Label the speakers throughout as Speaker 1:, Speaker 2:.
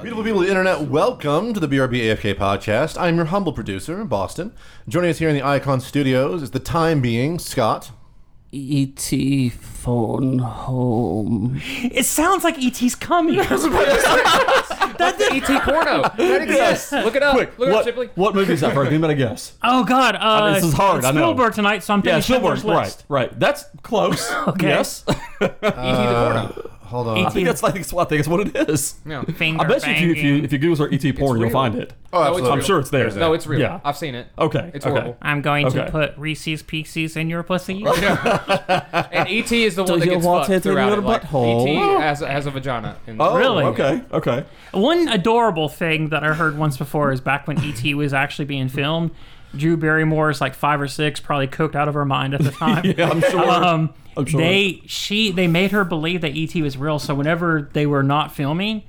Speaker 1: Beautiful people of the internet, welcome to the BRB AFK podcast. I'm your humble producer, Boston. Joining us here in the Icon Studios is the time being Scott.
Speaker 2: E.T. E phone home.
Speaker 3: It sounds like ET's coming.
Speaker 2: E
Speaker 4: ET porno. Oh. That exists. Look it up. Look it up, Shipley.
Speaker 5: what movie is that for? Give me a guess.
Speaker 3: oh God, uh,
Speaker 5: mean, this is hard, I know.
Speaker 3: Spielberg tonight, so I'm
Speaker 5: Yeah,
Speaker 3: thinking
Speaker 5: Spielberg.
Speaker 3: Schindler's List.
Speaker 5: Right, right. That's close.
Speaker 3: Okay.
Speaker 5: Yes.
Speaker 1: Uh, hold on.
Speaker 5: I think that's like that's what I think is what it is.
Speaker 4: No.
Speaker 3: Finger
Speaker 5: I bet you if you if you
Speaker 3: banging.
Speaker 5: if you Google search ET porn,
Speaker 4: real.
Speaker 5: you'll find it.
Speaker 1: Oh,
Speaker 4: No, it's
Speaker 1: absolutely.
Speaker 5: I'm sure it's there.
Speaker 4: No, it's real.
Speaker 5: Yeah.
Speaker 4: I've seen it.
Speaker 5: Okay,
Speaker 4: It's
Speaker 5: okay.
Speaker 4: horrible.
Speaker 3: I'm going
Speaker 5: Okay.
Speaker 3: to put Reese's Pieces in your pussy.
Speaker 4: And ET is the one that
Speaker 2: you
Speaker 4: gets
Speaker 2: want
Speaker 4: fucked
Speaker 2: it in
Speaker 4: throughout
Speaker 2: your
Speaker 4: it. Like,
Speaker 2: butthole?
Speaker 4: ET has, has a vagina. In
Speaker 5: Oh,
Speaker 3: Really?
Speaker 5: Okay. Okay.
Speaker 3: One adorable thing that I heard once before is back when ET was actually being filmed. Drew Barrymore is like five or six, probably cooked out of her mind at the time.
Speaker 5: Yeah, I'm sure.
Speaker 3: um,
Speaker 5: I'm sure.
Speaker 3: they she they made her believe that ET was real. So whenever they were not filming,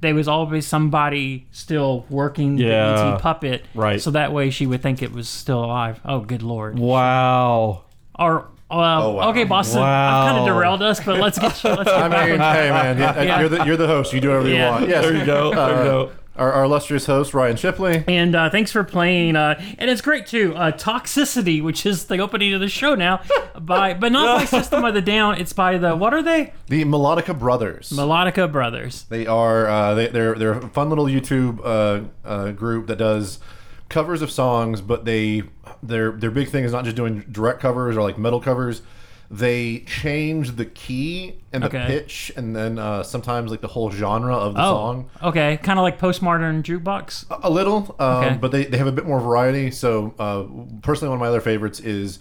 Speaker 3: there was always somebody still working the
Speaker 5: Yeah.
Speaker 3: ET puppet,
Speaker 5: Right.
Speaker 3: So that way she would think it was still alive. Oh, good lord!
Speaker 5: wow.
Speaker 3: Or uh,
Speaker 1: Oh, wow.
Speaker 3: okay, Boston, I've kind
Speaker 5: Wow.
Speaker 3: of derailed us, but let's get let's
Speaker 1: I
Speaker 3: get
Speaker 1: mean, hey, man, yeah, You're, the, you're the host. You do whatever
Speaker 3: Yeah.
Speaker 1: you want. Yes.
Speaker 5: There you go. There
Speaker 1: Uh,
Speaker 5: you go.
Speaker 1: Our, our illustrious host, Ryan Shipley.
Speaker 3: And uh, thanks for playing. Uh, and it's great too. Uh, Toxicity, which is the opening of the show now, by but not by System of the Down. It's by the what are they?
Speaker 1: The Melodica Brothers.
Speaker 3: Melodica Brothers.
Speaker 1: They are uh, they, they're they're a fun little YouTube uh, uh, group that does covers of songs, but they their their big thing is not just doing direct covers or like metal covers. They change the key and the
Speaker 3: Okay.
Speaker 1: pitch, and then uh, sometimes like the whole genre of the
Speaker 3: Oh,
Speaker 1: song
Speaker 3: okay. Kind of like postmodern jukebox.
Speaker 1: a little. Um,
Speaker 3: Okay.
Speaker 1: But they, they have a bit more variety. So uh, personally, one of my other favorites is.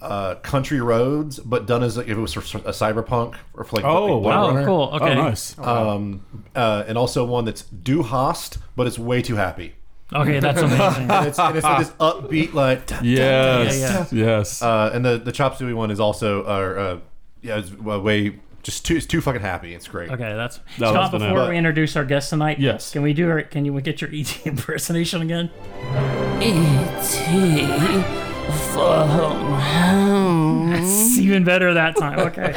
Speaker 1: Uh, country roads, but done as like, if it was for a cyberpunk or for like
Speaker 5: Oh,
Speaker 1: like,
Speaker 3: Oh,
Speaker 5: wow.
Speaker 1: Blade Runner.
Speaker 3: cool. Okay.
Speaker 5: Oh, nice.
Speaker 1: Um, uh, and also one that's do host, but it's way too happy.
Speaker 3: Okay, that's amazing.
Speaker 1: And it's, and it's like this upbeat, like, t-
Speaker 5: yes. Yes.
Speaker 1: uh, and the the chop suey one is also, uh, uh, yeah, it's uh, way just too, it's too fucking happy. It's great.
Speaker 3: Okay, that's
Speaker 5: That
Speaker 3: Scott.
Speaker 5: was
Speaker 3: Before
Speaker 5: banana.
Speaker 3: we introduce our guest tonight,
Speaker 5: Yes.
Speaker 3: Can we do? Our, can you get your ET impersonation again?
Speaker 2: E.T. phone home.
Speaker 3: It's even better that time. Okay.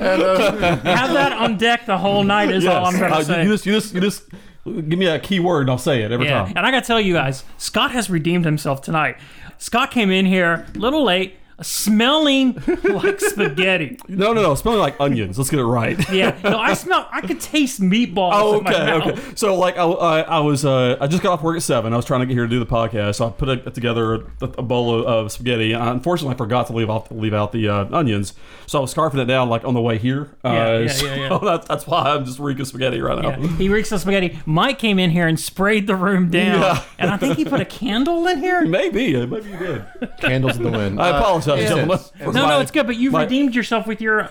Speaker 3: Have that on deck the whole night is all I'm
Speaker 5: Yes.
Speaker 3: trying to
Speaker 5: Uh,
Speaker 3: say.
Speaker 5: you- You just you just you just give me a key word and I'll say it every
Speaker 3: Yeah,
Speaker 5: time.
Speaker 3: and I gotta tell you guys, Scott has redeemed himself tonight. Scott came in here a little late, smelling like spaghetti.
Speaker 5: No, no, no. Smelling like onions. Let's get it right.
Speaker 3: Yeah, no, I smell. I could taste meatballs.
Speaker 5: Oh,
Speaker 3: in my
Speaker 5: okay,
Speaker 3: mouth.
Speaker 5: okay. So, like, I, I, I was, uh, I just got off work at seven. I was trying to get here to do the podcast, so I put a, together a, a bowl of, of spaghetti. And I, unfortunately, I forgot to leave off, leave out the uh, onions, so I was scarfing it down like on the way here. Uh,
Speaker 3: Yeah, yeah,
Speaker 5: so
Speaker 3: yeah, yeah.
Speaker 5: That, that's why I'm just reeking spaghetti right now.
Speaker 3: Yeah, he reeks of spaghetti. Mike came in here and sprayed the room down,
Speaker 5: Yeah.
Speaker 3: and I think he put a candle in here. No,
Speaker 5: Maybe, uh, maybe you did.
Speaker 1: Candles in the wind.
Speaker 5: I
Speaker 1: Uh,
Speaker 5: apologize,
Speaker 1: yeah.
Speaker 5: gentlemen. for
Speaker 3: no,
Speaker 5: my-
Speaker 3: it's good. But you've
Speaker 5: my-
Speaker 3: redeemed yourself with your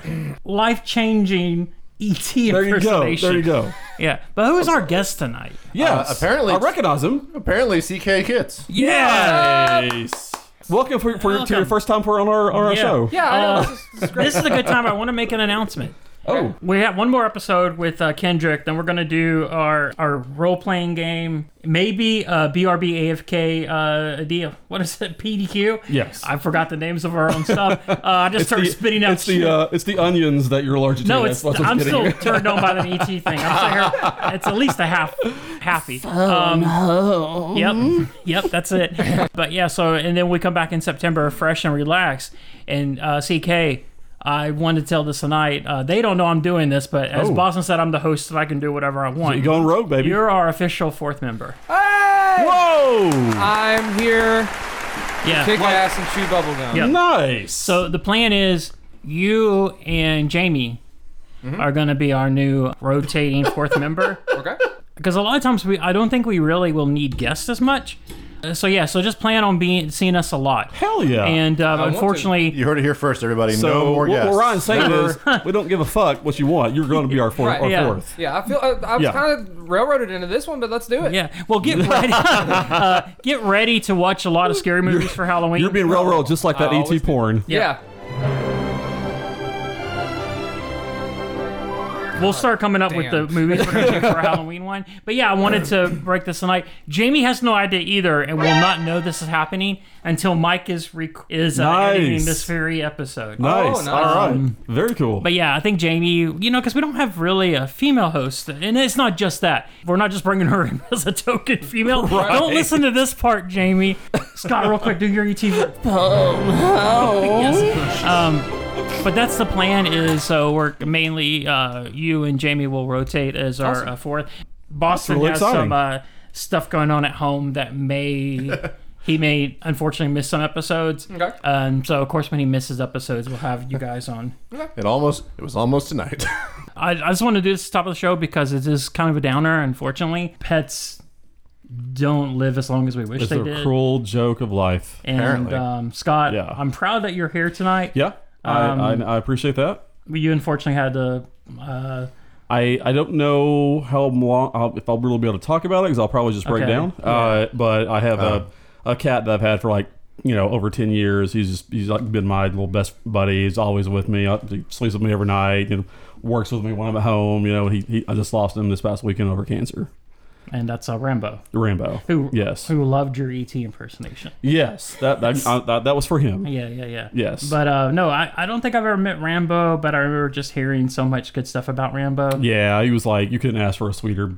Speaker 3: life-changing ET
Speaker 5: There you go.
Speaker 3: impersonation.
Speaker 5: There you go.
Speaker 3: Yeah, but who is our guest tonight?
Speaker 5: Yes,
Speaker 1: Uh, apparently-
Speaker 5: I recognize him.
Speaker 1: Apparently, CK Kits.
Speaker 5: Yes. Welcome for, for to
Speaker 3: Welcome.
Speaker 5: your first time for on our on our
Speaker 3: Yeah.
Speaker 5: show.
Speaker 4: Yeah, I know.
Speaker 3: Uh,
Speaker 4: this is- this is great.
Speaker 3: This is a good time. I want to make an announcement.
Speaker 5: Oh,
Speaker 3: We have one more episode with uh, Kendrick. Then we're gonna do our our role playing game. Maybe uh, BRB AFK uh, deal. What is it? PDQ.
Speaker 5: Yes.
Speaker 3: I forgot the names of our own stuff. Uh, I just started
Speaker 5: the-
Speaker 3: spitting out.
Speaker 5: it's
Speaker 3: shit.
Speaker 5: the uh, it's the onions that you're allergic to.
Speaker 3: no,
Speaker 5: That's-
Speaker 3: it's
Speaker 5: that's what's
Speaker 3: I'm
Speaker 5: getting
Speaker 3: still
Speaker 5: you.
Speaker 3: turned on by the ET thing. I'm still here. It's at least a half happy. Um,
Speaker 2: Home.
Speaker 3: Yep. Yep, that's it. but yeah, so and then we come back in September fresh and relaxed. And uh, CK, I wanted to tell this tonight. Uh, they don't know I'm doing this, but as
Speaker 5: Oh.
Speaker 3: Boston said, I'm the host and I can do whatever I want.
Speaker 5: You going rogue, baby?
Speaker 3: You're our official fourth member.
Speaker 5: Whoa!
Speaker 4: I'm here.
Speaker 3: Yeah.
Speaker 4: Kick ass and chew bubble gum.
Speaker 3: Yeah.
Speaker 5: Nice.
Speaker 3: So the plan is you and Jamie
Speaker 5: Mm-hmm.
Speaker 3: are going to be our new rotating fourth member.
Speaker 4: Okay.
Speaker 3: because a lot of times we I don't think we really will need guests as much. Uh, so yeah, so just plan on being seeing us a lot.
Speaker 5: hell yeah.
Speaker 3: And um,
Speaker 4: want to.
Speaker 3: unfortunately,
Speaker 1: You heard it here first, everybody.
Speaker 5: so
Speaker 1: no more
Speaker 5: what,
Speaker 1: guests.
Speaker 5: what Ryan's saying
Speaker 1: Never.
Speaker 5: is we don't give a fuck what you want. You're going to be our fourth.
Speaker 4: Right,
Speaker 5: our
Speaker 3: yeah.
Speaker 5: fourth.
Speaker 4: Yeah, I feel I, I was
Speaker 5: Yeah.
Speaker 4: kind of railroaded into this one, but let's do it.
Speaker 3: yeah. Well, get ready. uh, get ready to watch a lot of scary movies for Halloween.
Speaker 5: You're being railroaded just like that E
Speaker 4: I always
Speaker 5: ET
Speaker 4: do.
Speaker 5: porn.
Speaker 4: Yeah.
Speaker 3: We'll start coming up with the
Speaker 4: damn.
Speaker 3: movies we're gonna do for Halloween one. But yeah, I wanted to break this tonight. Jamie has no idea either, and will not know this is happening until Mike is rec- is uh,
Speaker 5: Nice.
Speaker 3: editing this very episode.
Speaker 5: Nice.
Speaker 4: Oh, nice.
Speaker 5: All right. Very cool.
Speaker 3: But yeah, I think Jamie, you know, because we don't have really a female host, and it's not just that we're not just bringing her in as a token female. Don't listen to this part, Jamie. Scott, real quick, do your E ET. Um, but that's the plan. Is so we're mainly uh, you and Jamie will rotate as our uh, fourth. Boston
Speaker 5: really
Speaker 3: has
Speaker 5: exciting.
Speaker 3: some uh, stuff going on at home that may. He may unfortunately miss some episodes.
Speaker 4: Okay.
Speaker 3: Um, so, of course, when he misses episodes, we'll have you guys on.
Speaker 1: It almost it was almost tonight.
Speaker 3: I, I just want to do this at the top of the show because it is kind of a downer, unfortunately. Pets don't live as long as we wish
Speaker 5: it's
Speaker 3: they
Speaker 5: a
Speaker 3: did.
Speaker 5: cruel joke of life.
Speaker 3: and
Speaker 1: Apparently.
Speaker 3: um, Scott,
Speaker 5: Yeah.
Speaker 3: I'm proud that you're here tonight.
Speaker 5: Yeah.
Speaker 3: Um,
Speaker 5: I, I, I appreciate that.
Speaker 3: You unfortunately had to. Uh,
Speaker 5: I, I don't know how long I'll, if I'll really be able to talk about it because I'll probably just break
Speaker 3: Okay.
Speaker 5: down. Uh, but I have a, a cat that I've had for like you know over ten years. He's just he's like been my little best buddy. He's always with me. Uh, He sleeps with me every night. and works with me when I'm at home. You know he, he I just lost him this past weekend over cancer.
Speaker 3: and that's uh, Rambo,
Speaker 5: Rambo.
Speaker 3: who
Speaker 5: Yes.
Speaker 3: who loved your ET impersonation.
Speaker 5: Yes. That that, I, that that was for him.
Speaker 3: Yeah, yeah, yeah.
Speaker 5: Yes.
Speaker 3: But uh, no, I, I don't think I've ever met Rambo, but I remember just hearing so much good stuff about Rambo.
Speaker 5: Yeah. He was like you couldn't ask for a sweeter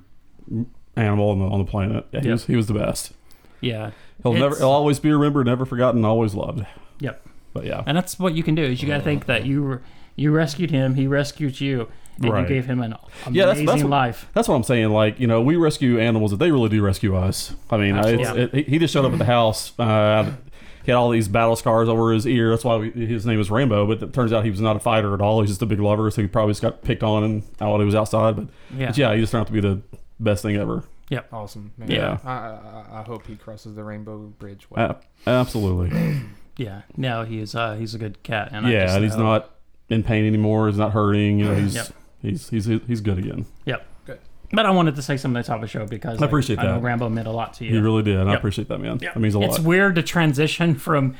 Speaker 5: animal on the on the planet. Yeah, he
Speaker 3: Yeah.
Speaker 5: was he was the best.
Speaker 3: Yeah.
Speaker 5: He'll never
Speaker 3: It's-
Speaker 5: he'll always be remembered, never forgotten, always loved.
Speaker 3: Yep.
Speaker 5: But yeah.
Speaker 3: And that's what you can do is you got to think that you were, you rescued him, he rescued you, and
Speaker 5: Right.
Speaker 3: you gave him an amazing
Speaker 5: Yeah, that's- that's what-
Speaker 3: life.
Speaker 5: That's what I'm saying. Like, you know, we rescue animals that they really do rescue us. I mean, I- it's,
Speaker 3: Absolutely.
Speaker 5: it, he just showed up at the house. Uh, he had all these battle scars over his ear. That's why we, his name was Rambo. But it turns out he was not a fighter at all. He's just a big lover. So he probably just got picked on and out while he was outside. But
Speaker 3: Yeah.
Speaker 5: yeah, but yeah he just turned out to be the best thing ever.
Speaker 4: Awesome. Man.
Speaker 5: Yeah.
Speaker 4: I, I, I- I hope he crosses the Rainbow Bridge. Well.
Speaker 5: A- absolutely.
Speaker 3: Yeah, no, he is. Uh, he's a good cat, and I
Speaker 5: yeah,
Speaker 3: just
Speaker 5: and he's
Speaker 3: know-
Speaker 5: not in pain anymore. He's not hurting. You know, he's,
Speaker 3: Yep.
Speaker 5: he's, he's, he's, good again.
Speaker 3: Yep.
Speaker 4: Good.
Speaker 3: But I wanted to say something at the top of the show because
Speaker 5: I appreciate
Speaker 3: I know
Speaker 5: that.
Speaker 3: Rambo meant a lot to you.
Speaker 5: He really did. And I
Speaker 3: Yep.
Speaker 5: appreciate that, man. That means a
Speaker 3: it's
Speaker 5: lot.
Speaker 3: weird to transition from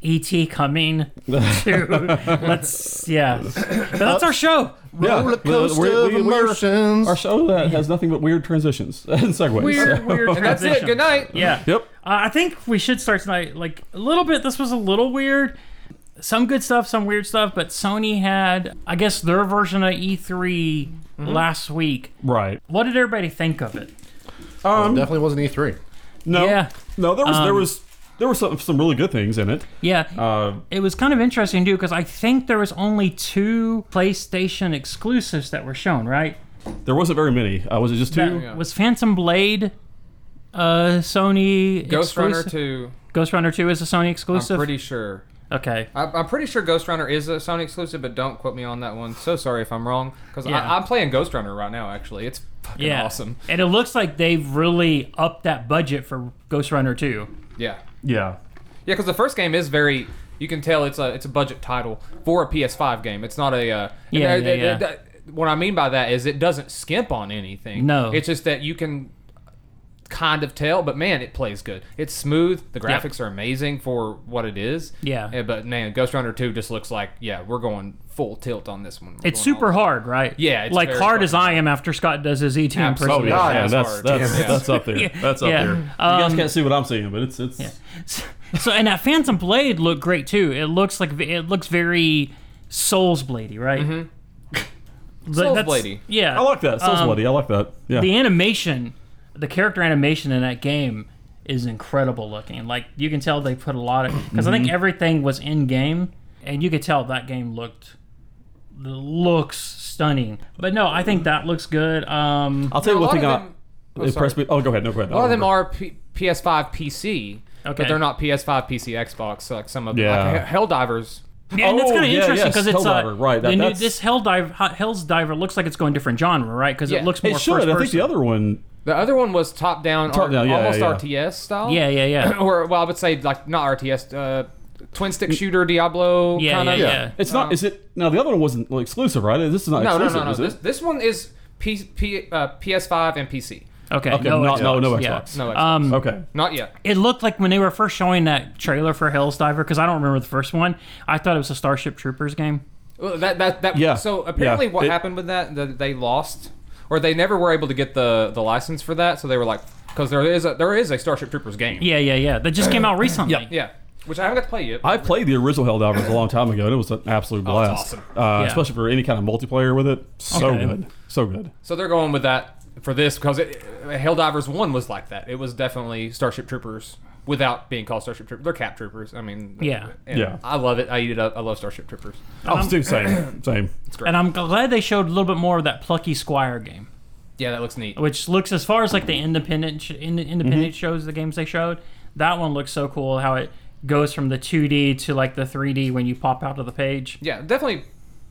Speaker 3: E.T. coming to let's yeah. But that's our show.
Speaker 5: Yeah.
Speaker 1: Roller coaster
Speaker 5: We- we-
Speaker 1: of
Speaker 5: we-
Speaker 1: emotions.
Speaker 5: Our show that has nothing but weird transitions and segues.
Speaker 3: Weird,
Speaker 5: Uh,
Speaker 3: weird.
Speaker 4: And that's it.
Speaker 3: transition.
Speaker 4: Good night.
Speaker 3: Yeah.
Speaker 5: Yep.
Speaker 3: Uh, I think we should start tonight. Like a little bit. This was a little weird. Some good stuff, some weird stuff. But Sony had, I guess, their version of E3
Speaker 4: Mm-hmm.
Speaker 3: last week.
Speaker 5: Right.
Speaker 3: What did everybody think of it?
Speaker 5: Um.
Speaker 1: Definitely wasn't E three.
Speaker 4: Oh.
Speaker 5: No.
Speaker 3: Yeah.
Speaker 5: No. There was. there
Speaker 3: Um,
Speaker 5: was. There were some some really good things in it.
Speaker 3: Yeah,
Speaker 5: Uh,
Speaker 3: it was kind of interesting too because I think there was only two PlayStation exclusives that were shown, right?
Speaker 5: there wasn't very many. Uh, was it just two?
Speaker 3: That was Phantom Blade, uh, Sony
Speaker 4: Ghost Runner
Speaker 3: exclusive-
Speaker 4: 2.
Speaker 3: Ghost Runner Two is a Sony exclusive.
Speaker 4: I'm pretty sure.
Speaker 3: okay,
Speaker 4: I, I'm pretty sure Ghost Runner is a Sony exclusive, but don't quote me on that one. So sorry if I'm wrong, because
Speaker 3: Yeah.
Speaker 4: I'm playing Ghost Runner right now. Actually, it's fucking
Speaker 3: yeah,
Speaker 4: awesome.
Speaker 3: And it looks like they've really upped that budget for Ghost Runner Two.
Speaker 4: Yeah,
Speaker 5: Yeah.
Speaker 4: yeah, because the first game is very. You can tell it's a it's a budget title for a PS5 game. It's not a. Uh,
Speaker 3: Yeah,
Speaker 4: and, uh,
Speaker 3: yeah, yeah.
Speaker 4: th- th- what I mean by that is it doesn't skimp on anything.
Speaker 3: No.
Speaker 4: it's just that you can kind of tell, but man, it plays good. It's smooth. The graphics are amazing for what it is. Eh,
Speaker 3: Yeah.
Speaker 4: but man, Ghost Runner Two just looks like yeah, we're going full tilt on this one. We're
Speaker 3: It's
Speaker 4: going all
Speaker 3: super
Speaker 4: the-
Speaker 3: hard, right?
Speaker 4: Yeah, it's
Speaker 3: like
Speaker 4: very
Speaker 3: hard as
Speaker 4: fucking
Speaker 3: I am after Scott does his E ET
Speaker 5: Oh
Speaker 3: impersonation.
Speaker 5: yeah.
Speaker 4: God,
Speaker 5: yeah,
Speaker 4: that's
Speaker 5: that's
Speaker 4: hard.
Speaker 5: that's
Speaker 4: Damn it.
Speaker 5: that's up there. That's up
Speaker 3: Yeah.
Speaker 5: there. you guys
Speaker 3: Um,
Speaker 5: can't see what I'm seeing, but it's it's.
Speaker 3: So and that Phantom Blade looked great too. It looks like it looks very Souls bladey, right?
Speaker 4: Mm-hmm.
Speaker 3: Like, that's-
Speaker 4: Soulsblade-y.
Speaker 3: Yeah.
Speaker 5: I like that. Sounds
Speaker 3: Um,
Speaker 5: bloody. I like that. Yeah.
Speaker 3: The animation, the character animation in that game is incredible looking. Like you can tell they put a lot of because I
Speaker 5: Mm-hmm.
Speaker 3: think everything was in game, and you could tell that game looked looks stunning. But no, I think that looks good. Um,
Speaker 5: I'll tell you
Speaker 4: A
Speaker 5: one
Speaker 4: lot
Speaker 5: thing.
Speaker 4: of
Speaker 5: I
Speaker 4: them- oh,
Speaker 5: impressed me. Oh, go ahead. No, go ahead.
Speaker 4: A lot of them are P- PS5 PC,
Speaker 3: Okay.
Speaker 4: but they're not PS5 PC Xbox like some of
Speaker 5: Yeah.
Speaker 4: like Hell- Helldivers.
Speaker 3: Yeah, and that's
Speaker 5: Oh,
Speaker 3: kind of
Speaker 5: yeah,
Speaker 3: interesting
Speaker 5: yes,
Speaker 3: because it's uh,
Speaker 5: Helldiver, right, that-
Speaker 3: the new,
Speaker 5: that's-
Speaker 3: this hell dive, hell's diver looks like it's going different genre, right? Because
Speaker 4: Yeah,
Speaker 3: it looks more
Speaker 5: It should.
Speaker 3: first
Speaker 5: I think
Speaker 3: person.
Speaker 5: the other one.
Speaker 4: The other one was top down,
Speaker 5: Top down, yeah,
Speaker 4: almost
Speaker 5: yeah.
Speaker 4: RTS style.
Speaker 3: Yeah, yeah, yeah,
Speaker 4: or well, I would say like not RTS, uh, twin stick
Speaker 5: Mm.
Speaker 4: shooter Diablo.
Speaker 3: yeah,
Speaker 4: kinda.
Speaker 3: yeah, yeah.
Speaker 5: It's not. Is it? Now the other one wasn't like, exclusive, right? This is not
Speaker 4: Um, No, no, no,
Speaker 5: exclusive.
Speaker 4: no.
Speaker 5: Is it?
Speaker 4: This this one is P- P- uh, PS5 and PC.
Speaker 3: Okay,
Speaker 5: okay.
Speaker 3: no,
Speaker 5: No,
Speaker 3: Xbox.
Speaker 5: no, no
Speaker 3: Yeah.
Speaker 5: Xbox.
Speaker 4: No, Xbox.
Speaker 3: Um,
Speaker 5: Okay.
Speaker 4: not yet.
Speaker 3: it looked like when they were first showing that trailer for Hell's Diver, because I don't remember the first one. I thought it was a Starship Troopers game.
Speaker 4: Well, that that that.
Speaker 5: Yeah.
Speaker 4: So apparently,
Speaker 5: Yeah.
Speaker 4: what
Speaker 5: It-
Speaker 4: happened with that? The, they lost, or they never were able to get the the license for that. So they were like, because there is a there is a Starship Troopers game.
Speaker 3: Yeah, yeah, yeah. That just came out recently.
Speaker 4: Yeah. Which I haven't got to play yet.
Speaker 5: I played the original Helldivers a long time ago, and it was an absolute blast.
Speaker 4: Oh, awesome.
Speaker 5: uh, Especially for any kind of multiplayer with it. So
Speaker 3: Okay.
Speaker 5: good. So good.
Speaker 4: so they're going with that for this because it, Helldivers One was like that. It was definitely Starship Troopers without being called Starship Troopers. They're Cap Troopers. I mean,
Speaker 3: Yeah.
Speaker 4: and
Speaker 5: Yeah.
Speaker 4: I love it. I eat it up. I love Starship Troopers.
Speaker 5: Oh, dude, same. Same.
Speaker 3: And I'm glad they showed a little bit more of that plucky squire game,
Speaker 4: Yeah, that looks neat.
Speaker 3: which looks as far as like the independent sh- in, independent shows, the games they showed. That one looks so cool. How it goes from the 2D to like the 3D when you pop out of the page.
Speaker 4: Yeah, definitely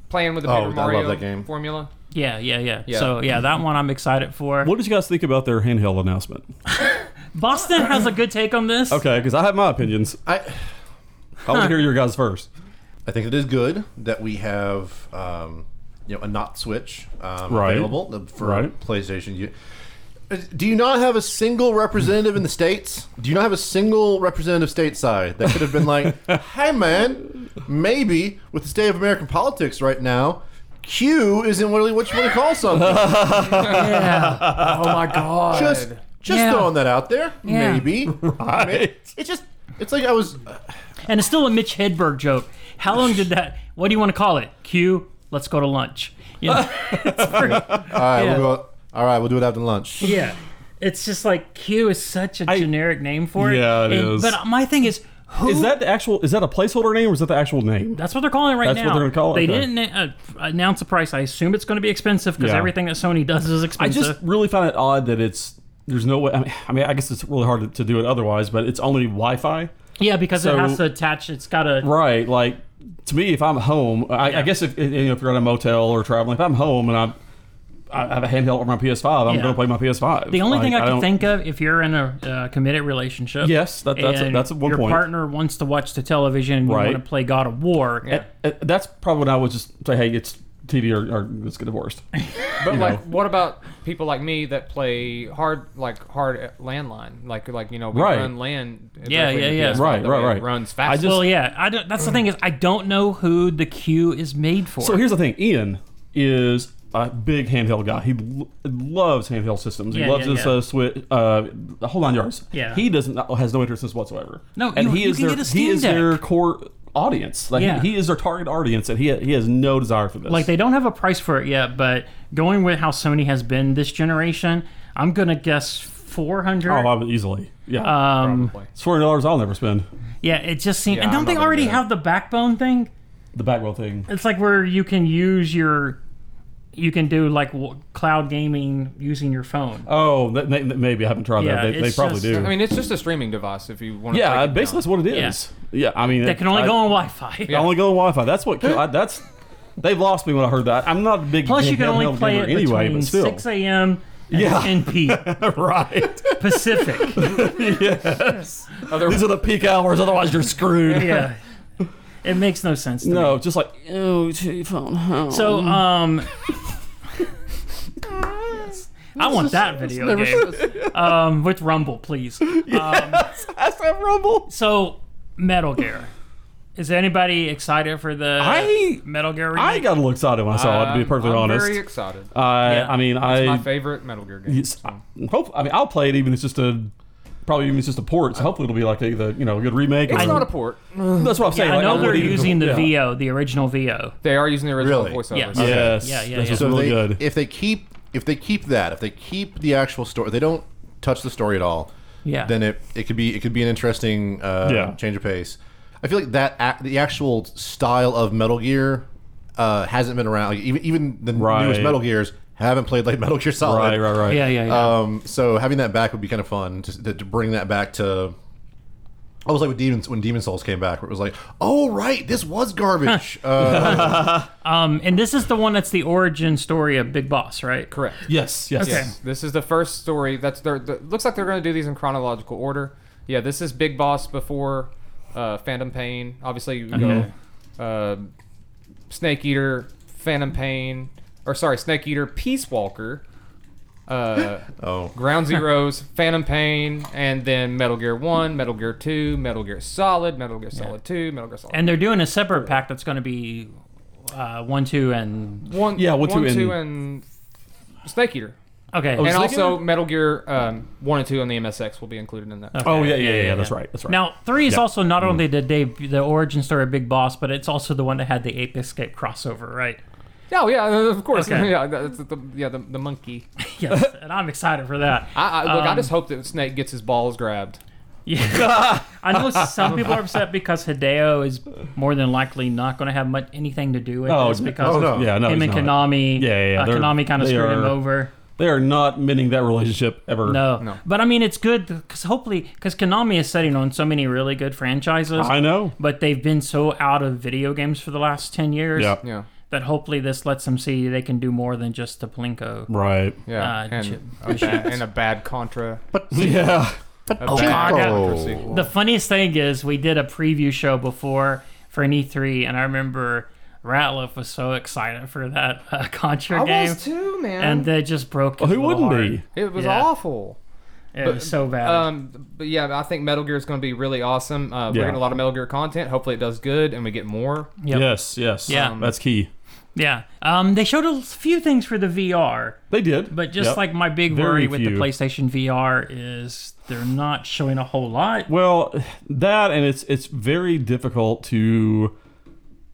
Speaker 4: playing with the
Speaker 1: Oh, I
Speaker 4: Paper
Speaker 1: love
Speaker 4: Mario
Speaker 1: that game.
Speaker 4: formula.
Speaker 3: Yeah, yeah, yeah.
Speaker 4: Yeah.
Speaker 3: So yeah, that one I'm excited for.
Speaker 5: What did you guys think about their handheld announcement?
Speaker 3: Boston has a good take on this.
Speaker 5: Okay, because I have my opinions.
Speaker 1: I
Speaker 5: I want to hear your guys first.
Speaker 1: I think it is good that we have um, you know a not Switch um,
Speaker 5: Right.
Speaker 1: available for
Speaker 5: Right.
Speaker 1: PlayStation. You, uh, do you not have a single representative in the states? Do you not have a single representative stateside that could have been like, "Hey, man, maybe with the state of American politics right now." Q isn't really what you want to call something.
Speaker 4: Oh my god!
Speaker 1: Just, just
Speaker 3: Yeah.
Speaker 1: throwing that out there.
Speaker 3: Yeah.
Speaker 1: Maybe
Speaker 5: Right.
Speaker 1: it's just, it's like I was.
Speaker 3: And it's still a Mitch Hedberg joke. How long did that? What do you want to call it? Q. Let's go to lunch. You know, it's pretty,
Speaker 1: All right,
Speaker 3: Yeah.
Speaker 1: we'll go. All right, we'll do it after lunch.
Speaker 3: yeah. It's just like Q is such a generic name for it.
Speaker 5: Yeah, it
Speaker 3: And-
Speaker 5: is.
Speaker 3: But my thing is, who
Speaker 5: Is that the actual? Is that a placeholder name or is that the actual name?
Speaker 3: That's what they're calling it right
Speaker 5: That's
Speaker 3: now.
Speaker 5: what they're gonna call it?
Speaker 3: They
Speaker 5: Okay.
Speaker 3: didn't uh, announce a price. I assume it's going to be expensive because
Speaker 5: Yeah.
Speaker 3: everything that Sony does is
Speaker 5: I
Speaker 3: expensive.
Speaker 5: just really find it odd that it's there's no way. I mean, I, mean, I guess it's really hard to, to do it otherwise, but it's only Wi-Fi,
Speaker 3: yeah, because
Speaker 5: So-
Speaker 3: it has to attach. It's got a
Speaker 5: right? Like to me, if I'm home, I, I
Speaker 3: Yeah.
Speaker 5: guess if you know, if you're at a motel or traveling, if I'm home and I'm I have a handheld or my PS5, I'm
Speaker 3: Yeah.
Speaker 5: gonna play my PS5.
Speaker 3: The only
Speaker 5: Like,
Speaker 3: thing I, can
Speaker 5: don't-
Speaker 3: think of, if you're in a uh, committed relationship,
Speaker 5: Yes, that- that's a-
Speaker 3: and
Speaker 5: that's a one
Speaker 3: your
Speaker 5: point.
Speaker 3: partner wants to watch the television and
Speaker 5: Right.
Speaker 3: you want to play God of War.
Speaker 4: Yeah.
Speaker 5: Uh, That's probably what I would just say. Hey, it's TV or, or let's get divorced.
Speaker 4: but like, what about people like me that play hard, like hard landline, like like you know, we
Speaker 5: Right.
Speaker 4: run land.
Speaker 3: Yeah,
Speaker 4: directly
Speaker 3: yeah,
Speaker 4: to
Speaker 3: yeah.
Speaker 4: PS5,
Speaker 5: Right,
Speaker 4: that
Speaker 5: right,
Speaker 4: way it
Speaker 5: right.
Speaker 4: Runs
Speaker 5: I
Speaker 4: fast.
Speaker 5: just-
Speaker 3: Well, yeah, I don't, that's the thing is I don't know who the queue is made for.
Speaker 5: So here's the thing: Ian is a big handheld guy. He lo- loves handheld systems.
Speaker 3: Yeah,
Speaker 5: he loves
Speaker 3: yeah,
Speaker 5: his
Speaker 3: yeah.
Speaker 5: Uh, Switch, uh, the whole nine yards.
Speaker 3: Yeah.
Speaker 5: he doesn't has no interest in this whatsoever.
Speaker 3: No,
Speaker 5: and
Speaker 3: you-
Speaker 5: he
Speaker 3: you
Speaker 5: is
Speaker 3: can
Speaker 5: their
Speaker 3: get a
Speaker 5: he
Speaker 3: Steam
Speaker 5: is their
Speaker 3: Deck.
Speaker 5: core audience. Like
Speaker 3: Yeah.
Speaker 5: he, he is their target audience, and he he has no desire for this.
Speaker 3: like they don't have a price for it yet, but going with how Sony has been this generation, I'm gonna guess 400.
Speaker 5: oh, I would easily yeah.
Speaker 3: um,
Speaker 4: Probably.
Speaker 5: it's forty dollars I'll never spend.
Speaker 3: yeah, it just seems.
Speaker 4: Yeah,
Speaker 3: and
Speaker 4: I'm
Speaker 3: don't
Speaker 4: not
Speaker 3: they
Speaker 4: gonna
Speaker 3: already
Speaker 4: do that.
Speaker 3: have the backbone thing?
Speaker 5: The Bagwell thing.
Speaker 3: It's like where you can use your, you can do like w- cloud gaming using your phone.
Speaker 5: Oh, that, may- that- maybe I haven't tried
Speaker 3: Yeah,
Speaker 5: that. They, they
Speaker 3: it's
Speaker 5: probably
Speaker 3: just-
Speaker 5: do.
Speaker 4: I mean, it's just a streaming device if you want. to
Speaker 5: yeah,
Speaker 4: break it
Speaker 5: basically that's
Speaker 4: down.
Speaker 5: what it is. Yeah, I mean
Speaker 3: that can only
Speaker 5: I-
Speaker 3: go on Wi-Fi.
Speaker 5: I only go on Wi-Fi. That's what I, that's. They've lost me when I heard that. I'm not a big
Speaker 3: Plus, you can only
Speaker 5: handheld
Speaker 3: play
Speaker 5: gamer
Speaker 3: it
Speaker 5: anyway,
Speaker 3: between
Speaker 5: but still.
Speaker 3: 6 a.m. and
Speaker 5: Yeah.
Speaker 3: 10 p.
Speaker 5: right.
Speaker 3: Pacific.
Speaker 4: Other-
Speaker 5: These are the peak hours. Otherwise, you're screwed.
Speaker 3: yeah, it makes no sense. To me.
Speaker 5: No, just like
Speaker 2: Oh, telephone home.
Speaker 3: So,
Speaker 5: Mm.
Speaker 3: um, I want that video game. Um, with Rumble, please.
Speaker 5: SF Rumble.
Speaker 3: So, Metal Gear. Is anybody excited for the
Speaker 5: I-
Speaker 3: Metal Gear? Remake?
Speaker 5: I got a little excited when I saw it. To be
Speaker 3: Um,
Speaker 4: I'm-
Speaker 5: perfectly
Speaker 4: I'm
Speaker 5: honest,
Speaker 4: very excited.
Speaker 5: I,
Speaker 3: Yeah.
Speaker 5: I mean, I,
Speaker 4: My favorite Metal Gear game.
Speaker 5: yes, I hope. I mean, I'll play it even if it's just a. Probably even if it's just a port, so hopefully it'll be like a the, you know a good remake.
Speaker 4: It's
Speaker 5: or,
Speaker 4: not a port.
Speaker 5: that's what I'm saying.
Speaker 3: I
Speaker 5: like,
Speaker 3: know
Speaker 5: I'm
Speaker 3: they're
Speaker 5: really-
Speaker 3: using the
Speaker 5: yeah.
Speaker 3: VO, the original VO.
Speaker 4: They are using the original
Speaker 1: Really?
Speaker 4: voiceovers.
Speaker 3: Yeah.
Speaker 4: Okay.
Speaker 5: Yes,
Speaker 3: Yeah, yeah, yeah.
Speaker 5: that's just
Speaker 3: So
Speaker 1: they,
Speaker 5: really good.
Speaker 1: If they keep if they keep that, if they keep the actual story, they don't touch the story at all.
Speaker 3: Yeah.
Speaker 1: Then it, it could be it could be an interesting uh,
Speaker 5: Yeah.
Speaker 1: change of pace. I feel like that ac- the actual style of Metal Gear uh, hasn't been around. Like, even even the
Speaker 5: Right.
Speaker 1: newest Metal Gears haven't played like Metal Gear Solid.
Speaker 5: right, right, right.
Speaker 3: Yeah, yeah, yeah.
Speaker 1: Um, so having that back would be kind of fun to, to, to bring that back to. I was like with demons when Demon Souls came back, where it was like, "Oh right, this was garbage." uh,
Speaker 3: um, and this is the one that's the origin story of Big Boss, right?
Speaker 4: Correct.
Speaker 5: Yes, yes.
Speaker 3: Okay.
Speaker 4: Yes. This is the first story. That's their. The, looks like they're going to do these in chronological order. Yeah, this is Big Boss before uh, Phantom Pain. Obviously, you go uh, Snake Eater, Phantom Pain, or sorry, Snake Eater, Peace Walker, uh,
Speaker 1: oh,
Speaker 4: Ground Zeroes, Phantom Pain, and then Metal Gear One, Metal Gear Two, Metal Gear Solid, Metal Gear Solid Two, Metal Gear Solid.
Speaker 3: And they're doing a separate pack that's going to be uh, uh, one, two, and
Speaker 4: One,
Speaker 5: Yeah, one, two, and-
Speaker 4: two, and Snake Eater,
Speaker 3: okay.
Speaker 5: Oh,
Speaker 4: and
Speaker 5: Snake
Speaker 4: also
Speaker 5: Eater?
Speaker 4: Metal Gear um, one and two on the MSX will be included in that.
Speaker 5: Oh yeah, yeah, yeah. That's right. That's right. Mm-hmm.
Speaker 3: Now three is
Speaker 5: Yeah.
Speaker 3: also not only the day the origin story of Big Boss, but it's also the one that had the Ape Escape crossover, right?
Speaker 4: Yeah, oh, yeah, of course.
Speaker 3: Okay.
Speaker 4: Yeah, that's the, yeah, the, the monkey.
Speaker 3: Yes, and I'm excited for that.
Speaker 4: I, I, look, I
Speaker 3: Um,
Speaker 4: just hope that Snake gets his balls grabbed.
Speaker 3: Yeah. I know some people are upset because Hideo is more than likely not going to have much anything to do with
Speaker 5: Oh,
Speaker 3: this
Speaker 5: no.
Speaker 3: because
Speaker 1: Oh, no.
Speaker 5: Yeah, no,
Speaker 3: him
Speaker 5: he's
Speaker 3: and
Speaker 5: not.
Speaker 3: Konami,
Speaker 5: Yeah, yeah, yeah.
Speaker 3: uh,
Speaker 5: They're-
Speaker 3: Konami kind of
Speaker 5: they
Speaker 3: screwed him
Speaker 5: are-
Speaker 3: over.
Speaker 5: They are not mending that relationship ever.
Speaker 3: No.
Speaker 4: No.
Speaker 3: but I mean it's good because hopefully because Konami is setting on so many really good franchises,
Speaker 5: I know.
Speaker 3: but they've been so out of video games for the last ten years
Speaker 5: Yeah.
Speaker 4: Yeah,
Speaker 3: that hopefully this lets them see they can do more than just the Plinko.
Speaker 5: Right.
Speaker 4: yeah,
Speaker 3: Uh, chip-
Speaker 4: and, a bad, and a bad Contra.
Speaker 5: Yeah.
Speaker 4: A bad
Speaker 3: God.
Speaker 4: Contra sequel.
Speaker 3: The funniest thing is we did a preview show before for an E3, and I remember Ratliff was so excited for that uh, Contra
Speaker 4: I
Speaker 3: game,
Speaker 4: was too, man.
Speaker 3: and they just broke. His
Speaker 5: Who Oh, wouldn't be?
Speaker 4: it was
Speaker 3: yeah.
Speaker 4: awful.
Speaker 3: be? It was so bad.
Speaker 4: Um, but yeah, I think Metal Gear is going to be really awesome. Uh,
Speaker 5: Yeah.
Speaker 4: We're getting a lot of Metal Gear content. Hopefully, it does good, and we get more.
Speaker 3: Yep.
Speaker 5: Yes. Yes.
Speaker 3: Yeah.
Speaker 4: Um,
Speaker 5: That's key.
Speaker 3: yeah. Um, they showed a few things for the VR,
Speaker 5: They did.
Speaker 3: but just
Speaker 5: Yep.
Speaker 3: like my big
Speaker 5: Very
Speaker 3: worry with the
Speaker 5: few.
Speaker 3: PlayStation VR is they're not showing a whole lot.
Speaker 5: Well, that and it's it's very difficult to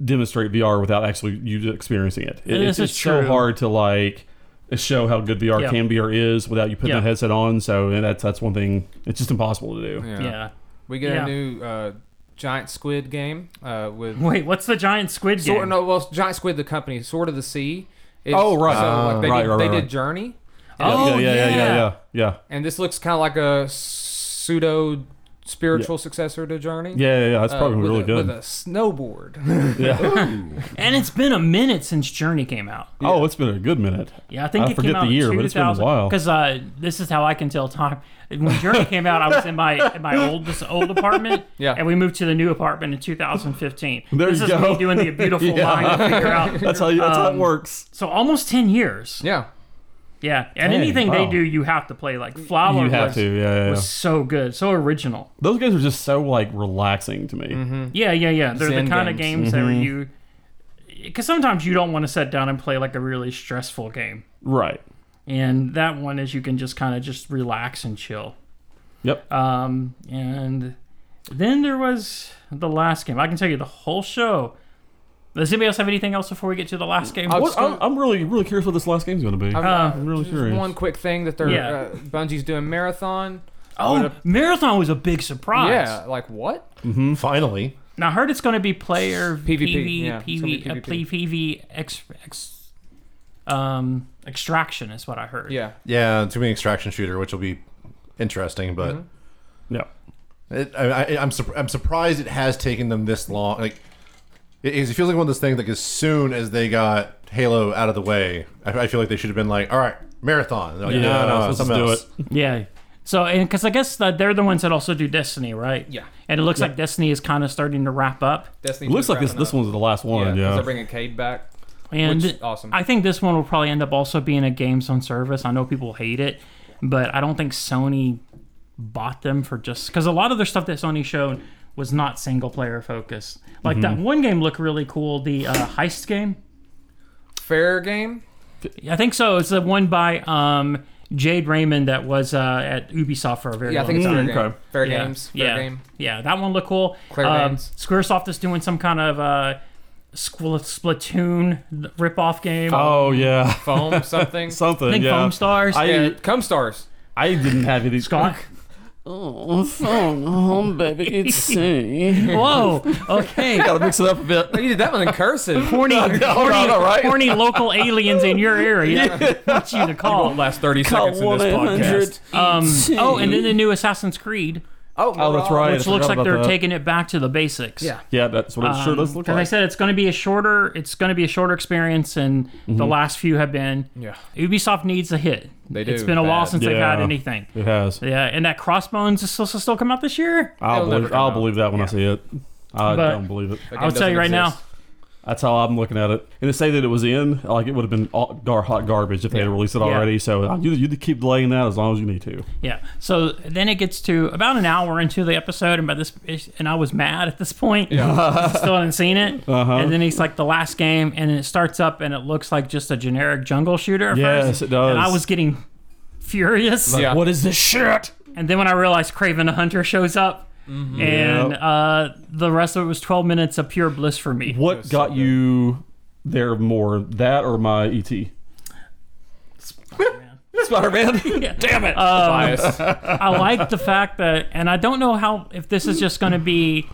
Speaker 5: demonstrate VR without actually you experiencing it. It-
Speaker 3: This
Speaker 5: it's
Speaker 3: is
Speaker 5: it's so
Speaker 3: true.
Speaker 5: hard to like show how good VR
Speaker 3: Yeah.
Speaker 5: can be or is without you putting
Speaker 3: Yeah.
Speaker 5: that headset on. So and that's that's one thing. It's just impossible to do.
Speaker 4: Yeah,
Speaker 3: Yeah.
Speaker 4: we get
Speaker 3: Yeah.
Speaker 4: a new uh, giant squid game uh, with
Speaker 3: Wait, what's the giant squid game?
Speaker 4: Sword, no, well, Giant Squid, the company, Sword of the Sea. Is,
Speaker 5: Oh, right.
Speaker 4: So, like, they
Speaker 5: Ah,
Speaker 4: did,
Speaker 5: right, right,
Speaker 4: they
Speaker 5: right,
Speaker 4: did
Speaker 5: right.
Speaker 4: Journey,
Speaker 3: Oh,
Speaker 5: yeah, yeah, yeah, yeah,
Speaker 3: yeah.
Speaker 5: yeah, yeah,
Speaker 4: and this looks kind of like a pseudo spiritual successor to Journey.
Speaker 5: yeah, yeah, yeah. That's
Speaker 4: Uh,
Speaker 5: probably
Speaker 4: with
Speaker 5: really
Speaker 4: a,
Speaker 5: good.
Speaker 4: With a snowboard.
Speaker 5: yeah.
Speaker 3: And it's been a minute since Journey came out.
Speaker 5: Oh, it's been a good minute.
Speaker 3: Yeah, I think
Speaker 5: I
Speaker 3: it
Speaker 5: forget
Speaker 3: came
Speaker 5: the
Speaker 3: out
Speaker 5: year,
Speaker 3: in
Speaker 5: but it's been a
Speaker 3: 2000,
Speaker 5: while.
Speaker 3: Because uh, this is how I can tell time. When Journey came out, I was in my in my old this old apartment.
Speaker 4: Yeah.
Speaker 3: and we moved to the new apartment in 2015.
Speaker 5: There
Speaker 3: this
Speaker 5: you
Speaker 3: is
Speaker 5: go.
Speaker 3: me doing the beautiful
Speaker 5: Yeah.
Speaker 3: line to figure out.
Speaker 5: That's how you, that's how it
Speaker 3: Um,
Speaker 5: works.
Speaker 3: So almost 10 years.
Speaker 4: yeah.
Speaker 3: Yeah, and
Speaker 5: Dang,
Speaker 3: anything they
Speaker 5: wow.
Speaker 3: do, you have to play. Like Flower
Speaker 5: You have
Speaker 3: was,
Speaker 5: to. Yeah, yeah, yeah.
Speaker 3: was so good, so original.
Speaker 5: Those games are just so like relaxing to me. Mm-hmm.
Speaker 3: Yeah, yeah, yeah. They're
Speaker 4: Zen
Speaker 3: the kind of games
Speaker 4: games.
Speaker 3: that you. Because sometimes you don't want to sit down and play like a really stressful game,
Speaker 5: Right.
Speaker 3: and that one is you can just kind of just relax and chill.
Speaker 5: Yep.
Speaker 3: Um, and then there was the last game. I can tell you the whole show. Does anybody else have anything else before we get to the last game?
Speaker 4: I was
Speaker 5: What, I'm, I'm really, really curious what this last game's going to be.
Speaker 4: I'm,
Speaker 5: I'm,
Speaker 4: I'm
Speaker 5: really
Speaker 4: just
Speaker 5: curious.
Speaker 4: One quick thing that they're
Speaker 3: Yeah.
Speaker 4: uh, Bungie's doing marathon.
Speaker 3: oh, marathon was a big surprise.
Speaker 4: Yeah, like what?
Speaker 1: Finally,
Speaker 3: Now I heard it's going to be player
Speaker 4: PvP,
Speaker 3: PV,
Speaker 4: yeah, it's gonna be
Speaker 3: PV, uh,
Speaker 4: PvP.
Speaker 3: PV ex, ex, um, extraction is what I heard.
Speaker 4: Yeah,
Speaker 1: yeah, to me, extraction shooter, which will be interesting, but
Speaker 5: Mm-hmm. yeah.
Speaker 1: it, I, I, I'm surp- I'm surprised it has taken them this long. Like, it, it feels like one of those things. Like, as soon as they got Halo out of the way, I, I feel like they should have been like, all right, marathon. They're Like,
Speaker 5: Yeah,
Speaker 1: no, no,
Speaker 5: let's
Speaker 1: something
Speaker 5: do
Speaker 1: else.
Speaker 5: it.
Speaker 3: Yeah. So, and because I guess that they're the ones that also do Destiny, right?
Speaker 4: Yeah.
Speaker 3: And it looks like Destiny is kind of starting to wrap up.
Speaker 4: Destiny.
Speaker 5: It looks
Speaker 4: 2
Speaker 5: like this
Speaker 4: wrapping
Speaker 5: this
Speaker 4: up.
Speaker 5: one's the last one.
Speaker 4: Yeah, 'cause
Speaker 5: Yeah.
Speaker 4: they're bringing Cade back.
Speaker 3: and
Speaker 4: Which is awesome.
Speaker 3: I think this one will probably end up also being a games on service. I know people hate it, but I don't think Sony bought them for just because a lot of their stuff that Sony showed was not single player focused. Like that
Speaker 4: Mm-hmm.
Speaker 3: one game looked really cool, the uh, heist game.
Speaker 4: Fair game.
Speaker 3: I think so. It's the one by um, Jade Raymond that was uh, at Ubisoft for a very
Speaker 4: Yeah, I
Speaker 3: long
Speaker 4: think
Speaker 3: time.
Speaker 4: it's fair
Speaker 5: Mm,
Speaker 4: game.
Speaker 5: okay.
Speaker 4: Fair
Speaker 3: yeah.
Speaker 4: games. Fair
Speaker 3: yeah.
Speaker 4: game.
Speaker 3: Yeah, that one looked cool.
Speaker 4: Clear
Speaker 3: um,
Speaker 4: games.
Speaker 3: Squaresoft is doing some kind of uh, Squ- Splatoon ripoff game.
Speaker 5: Oh yeah.
Speaker 4: Foam something.
Speaker 5: Something.
Speaker 3: I think
Speaker 5: yeah.
Speaker 3: Foam Stars.
Speaker 5: I
Speaker 4: yeah, come stars.
Speaker 5: I didn't have any.
Speaker 3: Scott.
Speaker 2: Oh, phone home, baby, it's C.
Speaker 3: Whoa. Okay.
Speaker 5: Gotta mix it up a bit.
Speaker 4: Oh, You did that one in cursive.
Speaker 3: Horny,
Speaker 5: all
Speaker 3: horny,
Speaker 5: right, all right.
Speaker 3: horny local aliens in your area want you to call.
Speaker 4: last 30
Speaker 2: Call
Speaker 4: seconds in
Speaker 2: one
Speaker 4: this
Speaker 2: eight
Speaker 4: podcast.
Speaker 3: Um,
Speaker 2: hundred.
Speaker 3: oh, and then the new Assassin's Creed,
Speaker 4: Oh,
Speaker 5: Oh, that's right.
Speaker 3: which
Speaker 5: I
Speaker 3: looks
Speaker 5: forgot
Speaker 3: like
Speaker 5: about
Speaker 3: they're
Speaker 5: that.
Speaker 3: taking it back to the basics.
Speaker 4: Yeah.
Speaker 5: Yeah, that's what it sure does look
Speaker 3: Because I
Speaker 5: like.
Speaker 3: said it's going to be a shorter, it's going to be a shorter experience, and the last few have been.
Speaker 4: Mm-hmm. Yeah.
Speaker 3: Ubisoft needs a hit.
Speaker 4: They
Speaker 3: It's
Speaker 4: do,
Speaker 3: been a while
Speaker 4: bad.
Speaker 3: since they've had
Speaker 5: Yeah.
Speaker 3: anything.
Speaker 5: It has.
Speaker 3: Yeah, and that Crossbones is supposed to still come out this year.
Speaker 5: I'll
Speaker 4: It'll never
Speaker 5: believe.
Speaker 4: come
Speaker 5: I'll
Speaker 4: out.
Speaker 5: believe that when I see it. I
Speaker 3: But-
Speaker 5: don't believe it.
Speaker 4: That
Speaker 3: I'll
Speaker 4: game
Speaker 3: tell you
Speaker 4: doesn't
Speaker 3: right now,
Speaker 4: exist.
Speaker 5: That's how I'm looking at it. And to say that it was in, like it would have been all gar- hot garbage if they had released it already. So uh, you you keep delaying that as long as you need to.
Speaker 3: Yeah. So then it gets to about an hour into the episode, and by this, and I was mad at this point. Yeah. still hadn't seen it. Uh-huh. And then it's like the last game, and then it starts up, and it looks like just a generic jungle shooter. at
Speaker 5: Yes,
Speaker 3: first,
Speaker 5: it does.
Speaker 3: And I was getting furious.
Speaker 4: Yeah.
Speaker 5: What is this shit?
Speaker 3: And then when I realized Craven the Hunter shows up, and
Speaker 5: Mm-hmm. Yep.
Speaker 3: uh, the rest of it was 12 minutes of pure bliss for me.
Speaker 5: What got you there more, that or my E ET? Spider Man. Damn it.
Speaker 4: bias.
Speaker 3: Um, I like the fact that, and I don't know how if this is just going to be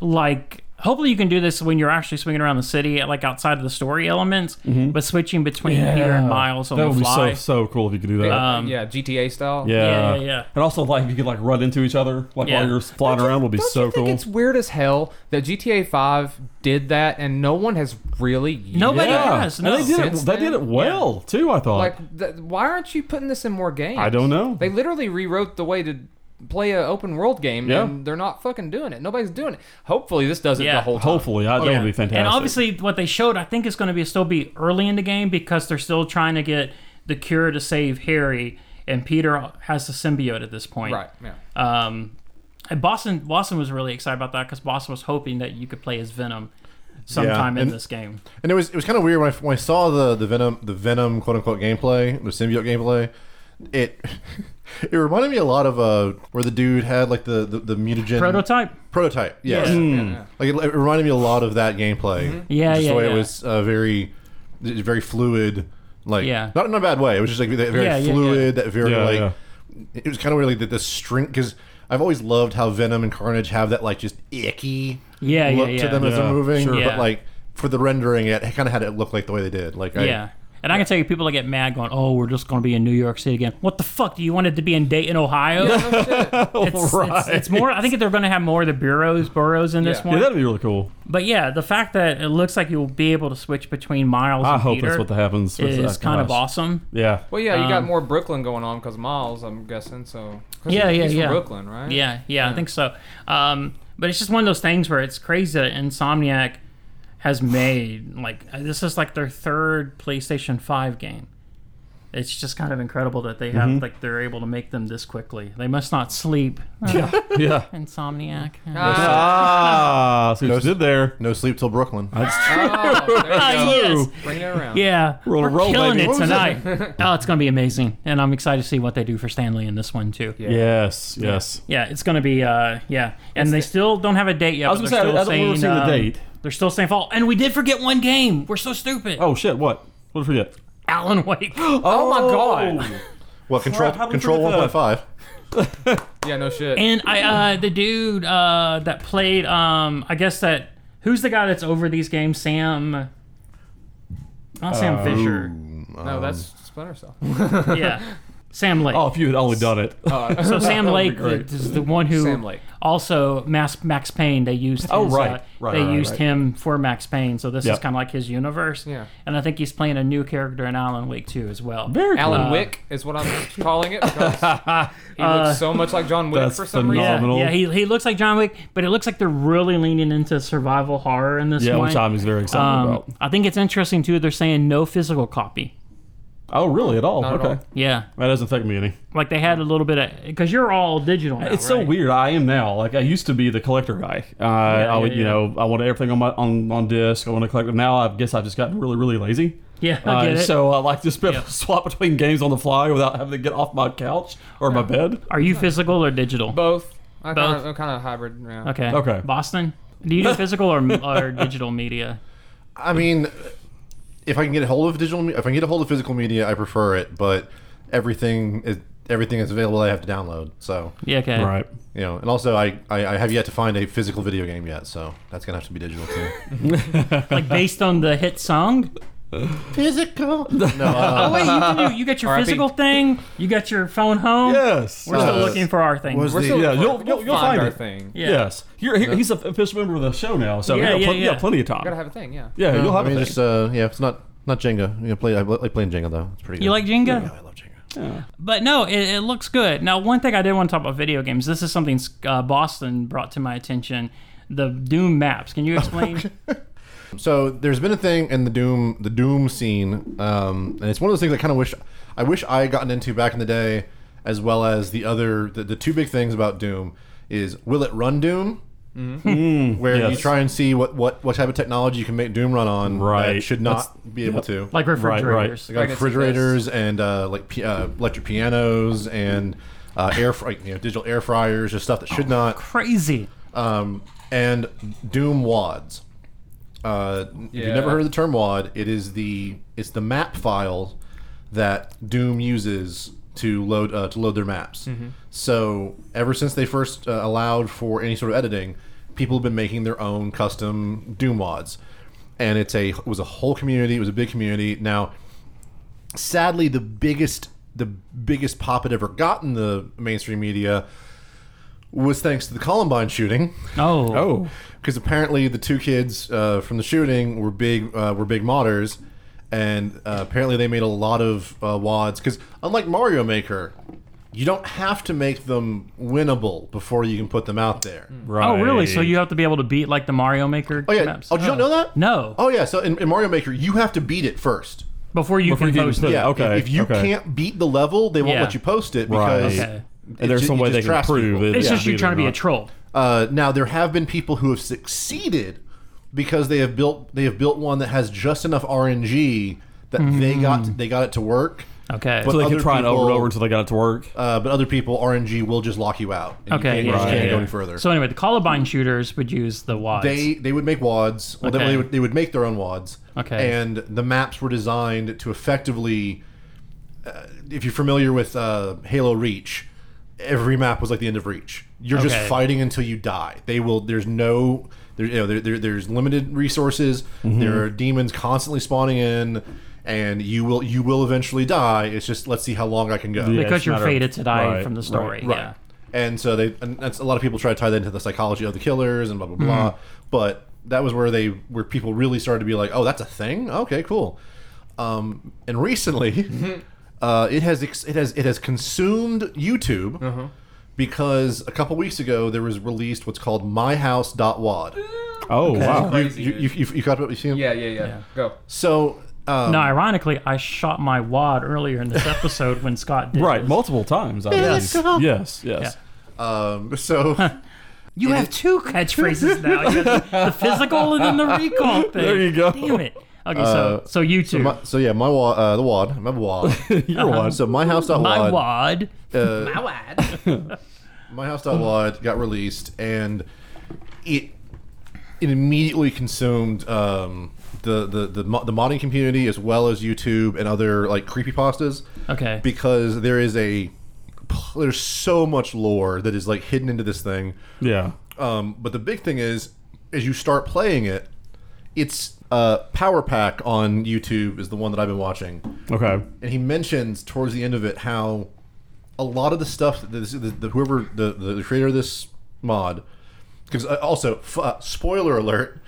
Speaker 3: like. Hopefully, you can do this when you're actually swinging around the city, like outside of the story elements, but switching between Peter and Miles on
Speaker 5: Mm-hmm. that would
Speaker 3: the
Speaker 5: be
Speaker 3: fly.
Speaker 5: so so cool if you could do that.
Speaker 3: Um,
Speaker 4: yeah, GTA style.
Speaker 5: yeah.
Speaker 3: yeah, yeah.
Speaker 5: And also, like, if you could like run into each other, like
Speaker 3: Yeah.
Speaker 5: while you're flying around, would be
Speaker 4: Don't
Speaker 5: so
Speaker 4: you think
Speaker 5: cool.
Speaker 4: it's weird as hell that GTA 5 did that and no one has really used
Speaker 3: Nobody
Speaker 4: it?
Speaker 5: yeah,
Speaker 3: has,
Speaker 5: and they
Speaker 3: no.
Speaker 5: did
Speaker 4: Since
Speaker 5: it. They did
Speaker 4: then?
Speaker 5: it well too. I thought.
Speaker 4: Like, th- why aren't you putting this in more games?
Speaker 5: I don't know.
Speaker 4: They literally rewrote the way to play an open world game,
Speaker 5: Yeah.
Speaker 4: and they're not fucking doing it. Nobody's doing it. Hopefully, this does it
Speaker 3: Yeah.
Speaker 4: the whole time.
Speaker 5: Hopefully, I, that
Speaker 3: Yeah.
Speaker 5: would be fantastic.
Speaker 3: And obviously, what they showed, I think, is going to be still be early in the game because they're still trying to get the cure to save Harry, and Peter has the symbiote at this point.
Speaker 4: Right. Yeah.
Speaker 3: Um, and Boston, Boston was really excited about that because Boston was hoping that you could play as Venom sometime in
Speaker 1: and-
Speaker 3: this game.
Speaker 1: And it was it was kind of weird when I, when I saw the the venom the venom quote unquote gameplay the symbiote gameplay, it it reminded me a lot of uh where the dude had like the the, the mutagen
Speaker 3: Prototype.
Speaker 1: prototype yes.
Speaker 3: Yeah.
Speaker 1: like it, it reminded me a lot of that gameplay
Speaker 3: Hmm. Yeah,
Speaker 1: just
Speaker 3: yeah,
Speaker 1: the way
Speaker 3: yeah.
Speaker 1: it was uh, very very fluid like
Speaker 3: Yeah.
Speaker 1: not in a bad way it was just like that very
Speaker 3: Yeah, yeah, yeah.
Speaker 1: fluid that very
Speaker 5: Yeah,
Speaker 1: like
Speaker 5: yeah.
Speaker 1: it was kind of weird like the, the string because I've always loved how Venom and Carnage have that like just icky
Speaker 3: Yeah, yeah,
Speaker 1: look
Speaker 3: yeah.
Speaker 1: to them as
Speaker 5: Yeah,
Speaker 1: they're moving
Speaker 5: sure.
Speaker 3: Yeah.
Speaker 1: but like for the rendering it, it kind of had it look like the way they did like I,
Speaker 3: yeah. And I can tell you, people that get mad going, "Oh, we're just going to be in New York City again." What the fuck do you want it to be in Dayton, Ohio?
Speaker 4: Oh,
Speaker 3: it's, it's, it's more. I think they're going to have more of the bureaus, boroughs in this
Speaker 4: Yeah.
Speaker 5: yeah,
Speaker 3: one.
Speaker 5: that'd be really cool.
Speaker 3: but yeah, the fact that it looks like you'll be able to switch between Miles.
Speaker 5: I
Speaker 3: and
Speaker 5: hope
Speaker 3: Peter
Speaker 5: that's what that happens. with
Speaker 3: is
Speaker 5: that
Speaker 3: kind of
Speaker 5: device.
Speaker 3: awesome.
Speaker 5: Yeah.
Speaker 4: Well, yeah, you
Speaker 5: Um,
Speaker 4: got more Brooklyn going on because Miles, I'm guessing. So 'cause
Speaker 3: Yeah,
Speaker 4: he's
Speaker 3: yeah,
Speaker 4: from
Speaker 3: yeah.
Speaker 4: Brooklyn, right?
Speaker 3: Yeah, yeah, I think so. Um, but it's just one of those things where it's crazy that Insomniac has made like uh, this is like their third PlayStation Five game. It's just kind of incredible that they
Speaker 5: Mm-hmm.
Speaker 3: have like they're able to make them this quickly. They must not sleep. Yeah.
Speaker 5: yeah.
Speaker 3: Insomniac.
Speaker 5: Ah, see what you did there.
Speaker 1: no sleep till Brooklyn
Speaker 4: Oh, there you go.
Speaker 3: yes.
Speaker 4: Bring it around.
Speaker 3: Yeah.
Speaker 5: Roll
Speaker 3: We're
Speaker 5: a roll,
Speaker 3: killing
Speaker 5: baby.
Speaker 3: it
Speaker 5: What was
Speaker 3: tonight. oh, it's gonna be amazing, and I'm excited to see what they do for Stanley in this one too. Yeah.
Speaker 5: Yes, yes.
Speaker 3: Yeah, it's gonna be uh yeah, and they still don't have a date yet.
Speaker 5: I was
Speaker 3: but they're
Speaker 5: gonna say, I-
Speaker 3: still
Speaker 5: I don't remember
Speaker 3: saying,
Speaker 5: seeing the
Speaker 3: um,
Speaker 5: date.
Speaker 3: They're still saying fall, and we did forget one game. We're so stupid.
Speaker 5: Oh shit! What? What did I forget?
Speaker 3: Alan Wake.
Speaker 4: Oh my god.
Speaker 1: well control
Speaker 5: Crap, how did we
Speaker 1: control
Speaker 5: forget that?
Speaker 1: 1.5
Speaker 4: Yeah, no shit.
Speaker 3: and I uh the dude uh that played um I guess that who's the guy that's over these games? Sam. Not
Speaker 5: Uh,
Speaker 3: Sam Fisher.
Speaker 4: no, that's
Speaker 5: Um,
Speaker 4: Splinter Cell.
Speaker 3: Yeah. Sam Lake.
Speaker 5: Oh, if you had only done it.
Speaker 3: so Sam Lake
Speaker 5: great.
Speaker 3: is the one who
Speaker 4: Sam Lake.
Speaker 3: also Max Max Payne. They used
Speaker 5: Oh,
Speaker 3: his, uh,
Speaker 5: right. Right,
Speaker 3: they
Speaker 5: right,
Speaker 3: used
Speaker 5: right.
Speaker 3: him for Max Payne. So this
Speaker 5: Yep.
Speaker 3: is kind of like his universe.
Speaker 4: Yeah.
Speaker 3: and I think he's playing a new character in Alan Wake too as well.
Speaker 5: Very cool.
Speaker 3: Uh,
Speaker 4: Alan Wick is what I'm calling it because he
Speaker 3: Uh,
Speaker 4: looks so much like John Wick
Speaker 5: that's
Speaker 4: for some
Speaker 3: yeah,
Speaker 5: phenomenal.
Speaker 3: yeah, he, he looks like John Wick, but it looks like they're really leaning into survival horror in this
Speaker 5: yeah,
Speaker 3: one.
Speaker 5: which I'm very excited
Speaker 3: um,
Speaker 5: about.
Speaker 3: I think it's interesting too. They're saying no physical copy.
Speaker 5: Oh, really? At all?
Speaker 4: Not at
Speaker 5: okay.
Speaker 4: all.
Speaker 3: Yeah,
Speaker 5: That doesn't affect me any.
Speaker 3: like they had a little bit of because you're all digital. Now,
Speaker 5: It's so
Speaker 3: right?
Speaker 5: weird. I am now. Like I used to be the collector guy. Uh, I would,
Speaker 3: yeah,
Speaker 5: you
Speaker 3: yeah.
Speaker 5: know, I want everything on my on, on disc. I want to collect. Now I guess I've just gotten really, really lazy.
Speaker 3: Yeah, I
Speaker 5: Uh,
Speaker 3: get it.
Speaker 5: So I like to spin,
Speaker 3: Yeah.
Speaker 5: swap between games on the fly without having to get off my couch or my bed.
Speaker 3: Are you physical or digital?
Speaker 4: Both. I
Speaker 3: Both.
Speaker 4: Kind of, I'm kind of hybrid. Yeah.
Speaker 3: Okay.
Speaker 5: Okay.
Speaker 3: Boston, do you do physical or, or digital media?
Speaker 1: I mean, if I can get a hold of digital, me- if I can get a hold of physical media, I prefer it. But everything is everything is available. I have to download. So
Speaker 3: Yeah. Okay.
Speaker 5: Right.
Speaker 1: you know, and also I, I, I have yet to find a physical video game yet. So that's gonna have to be digital too.
Speaker 3: Like based on the hit song.
Speaker 1: physical? No, uh,
Speaker 3: Oh wait, you can do. You got your
Speaker 4: R.I.P.
Speaker 3: physical thing. You got your phone home.
Speaker 5: Yes.
Speaker 3: We're still
Speaker 1: Uh,
Speaker 3: looking for our thing.
Speaker 1: was
Speaker 4: We're
Speaker 1: the-
Speaker 4: still,
Speaker 5: Yeah,
Speaker 4: we're-
Speaker 5: you'll-
Speaker 4: we'll
Speaker 5: you'll
Speaker 4: find
Speaker 5: find
Speaker 4: our
Speaker 5: it.
Speaker 4: thing.
Speaker 3: yeah.
Speaker 5: Yes. Here, here- he's a official member of the show now, so
Speaker 3: Yeah,
Speaker 5: yeah,
Speaker 3: yeah,
Speaker 5: pl-
Speaker 3: yeah.
Speaker 5: yeah. plenty of time.
Speaker 4: Gotta have a thing. Yeah.
Speaker 5: yeah, you'll
Speaker 1: I
Speaker 5: have a
Speaker 1: mean,
Speaker 5: thing.
Speaker 1: just uh, yeah, it's not not Jenga. You know, play I like playing Jenga though. It's pretty. good.
Speaker 3: You like Jenga?
Speaker 1: Yeah, I love Jenga.
Speaker 3: But no, it, it looks good. Now, one thing I did want to talk about video games. This is something uh, Boston brought to my attention. The Doom maps. Can you explain?
Speaker 1: So there's been a thing in the Doom the Doom scene, um, and it's one of those things I kind of wish I wish I had gotten into back in the day, as well as the other the, the two big things about Doom is will it run Doom? Where you
Speaker 5: Mm, yes.
Speaker 1: try and see what, what, what type of technology you can make Doom run on
Speaker 5: Right.
Speaker 1: that should not be able to.
Speaker 3: like refrigerators.
Speaker 1: Like
Speaker 4: Pregnancy
Speaker 1: refrigerators and uh, like pi- uh, electric pianos and uh, air fr- like, you know, digital air fryers, just stuff that
Speaker 5: Oh,
Speaker 1: should not.
Speaker 3: Crazy.
Speaker 1: Um, and Doom wads. Uh, If
Speaker 4: Yeah.
Speaker 1: you've never heard of the term wad, it is the it's the map file that Doom uses to load uh, to load their maps. So ever since they first uh, allowed for any sort of editing, people have been making their own custom Doom wads, and it's a it was a whole community. It was a big community. Now sadly the biggest the biggest pop it ever got in the mainstream media was thanks to the Columbine shooting,
Speaker 3: Oh.
Speaker 5: Oh,
Speaker 1: because apparently the two kids uh, from the shooting were big uh, were big modders, and uh, apparently they made a lot of uh, wads. Because unlike Mario Maker, you don't have to make them winnable before you can put them out there.
Speaker 5: right.
Speaker 3: Oh, really? So you have to be able to beat like the Mario Maker
Speaker 1: Oh yeah!
Speaker 3: maps?
Speaker 1: Oh, did you not know that?
Speaker 3: No.
Speaker 1: Oh yeah. So in, in Mario Maker, you have to beat it first.
Speaker 3: Before you
Speaker 5: Before
Speaker 3: can
Speaker 5: you can
Speaker 3: post
Speaker 5: put
Speaker 3: it.
Speaker 5: it
Speaker 1: Yeah.
Speaker 5: Oh, okay,
Speaker 1: If, if you
Speaker 5: okay.
Speaker 1: can't beat the level, they won't
Speaker 3: Yeah.
Speaker 1: let you post it
Speaker 5: Right.
Speaker 1: because
Speaker 5: Okay.
Speaker 1: it
Speaker 5: There's
Speaker 1: ju-
Speaker 5: some
Speaker 1: it
Speaker 5: way
Speaker 1: just
Speaker 5: they can
Speaker 1: traps
Speaker 5: prove
Speaker 1: people.
Speaker 5: it.
Speaker 3: It's
Speaker 5: Yeah.
Speaker 3: just you
Speaker 5: Beat it
Speaker 3: trying to
Speaker 5: or
Speaker 3: be a
Speaker 5: not.
Speaker 3: troll.
Speaker 1: Uh, now there have been people who have succeeded because they have built they have built one that has just enough RNG that they got they got it to work.
Speaker 3: Okay.
Speaker 1: But
Speaker 5: So they
Speaker 1: other
Speaker 5: can try it over and
Speaker 1: people-
Speaker 5: over until they got it to work.
Speaker 1: Uh, but other people RNG will just lock you out. And
Speaker 3: Okay,
Speaker 1: you can't, you just
Speaker 5: yeah,
Speaker 1: can't
Speaker 5: yeah,
Speaker 1: go
Speaker 5: yeah.
Speaker 1: any further.
Speaker 3: so anyway, the Columbine shooters would use the wads.
Speaker 1: they they would make wads. Well,
Speaker 3: Okay.
Speaker 1: they, would, they would make their own wads.
Speaker 3: Okay.
Speaker 1: And the maps were designed to effectively, uh, if you're familiar with uh, Halo Reach, every map was like the end of Reach. You're
Speaker 3: Okay.
Speaker 1: just fighting until you die. They will. There's no. There, you know, there, there, there's limited resources.
Speaker 3: Mm-hmm.
Speaker 1: There are demons constantly spawning in, and you will you will eventually die. It's just let's see how long I can go.
Speaker 5: Yeah,
Speaker 3: because
Speaker 5: it's a
Speaker 3: you're
Speaker 5: matter of-
Speaker 3: fated to die
Speaker 5: right,
Speaker 3: from the
Speaker 5: right,
Speaker 3: story.
Speaker 1: Right.
Speaker 3: Yeah.
Speaker 1: And so they, and that's a lot of people try to tie that into the psychology of the killers and blah blah blah. But that was where they, where people really started to be like, oh, that's a thing. Okay, cool. Um, and recently, uh, it has ex- it has it has consumed YouTube because a couple weeks ago there was released what's called MyHouse.wad.
Speaker 5: Oh, wow.
Speaker 1: You
Speaker 4: Crazy,
Speaker 1: you
Speaker 4: dude.
Speaker 1: you you, you caught up? You seen? it?
Speaker 4: Yeah, yeah, yeah. Go.
Speaker 1: So. Um,
Speaker 3: Now, ironically, I shot my wad earlier in this episode when Scott did.
Speaker 5: Right,
Speaker 3: this.
Speaker 5: multiple times. I yes. yes, yes,
Speaker 1: um, so
Speaker 3: You have two catchphrases now. You have the, the physical and then the recall thing.
Speaker 5: There you go.
Speaker 3: Damn it. Okay, so so you two,
Speaker 1: my, Uh, so yeah, my wad, uh, the wad, my wad.
Speaker 5: Your one.
Speaker 1: so myhouse.wad.
Speaker 3: my wad.
Speaker 1: uh,
Speaker 3: My wad.
Speaker 1: My House Wad got released, and it it immediately consumed um, the, the the mo- the modding community as well as YouTube and other like creepypastas.
Speaker 3: Okay.
Speaker 1: Because there is a there's so much lore that is like hidden into this thing.
Speaker 5: yeah.
Speaker 1: Um, but the big thing is, as you start playing it, it's uh, Power Pack on YouTube is the one that I've been watching
Speaker 5: Okay.
Speaker 1: and he mentions towards the end of it how a lot of the stuff that this, the, the, whoever the, the creator of this mod because also f- uh, spoiler alert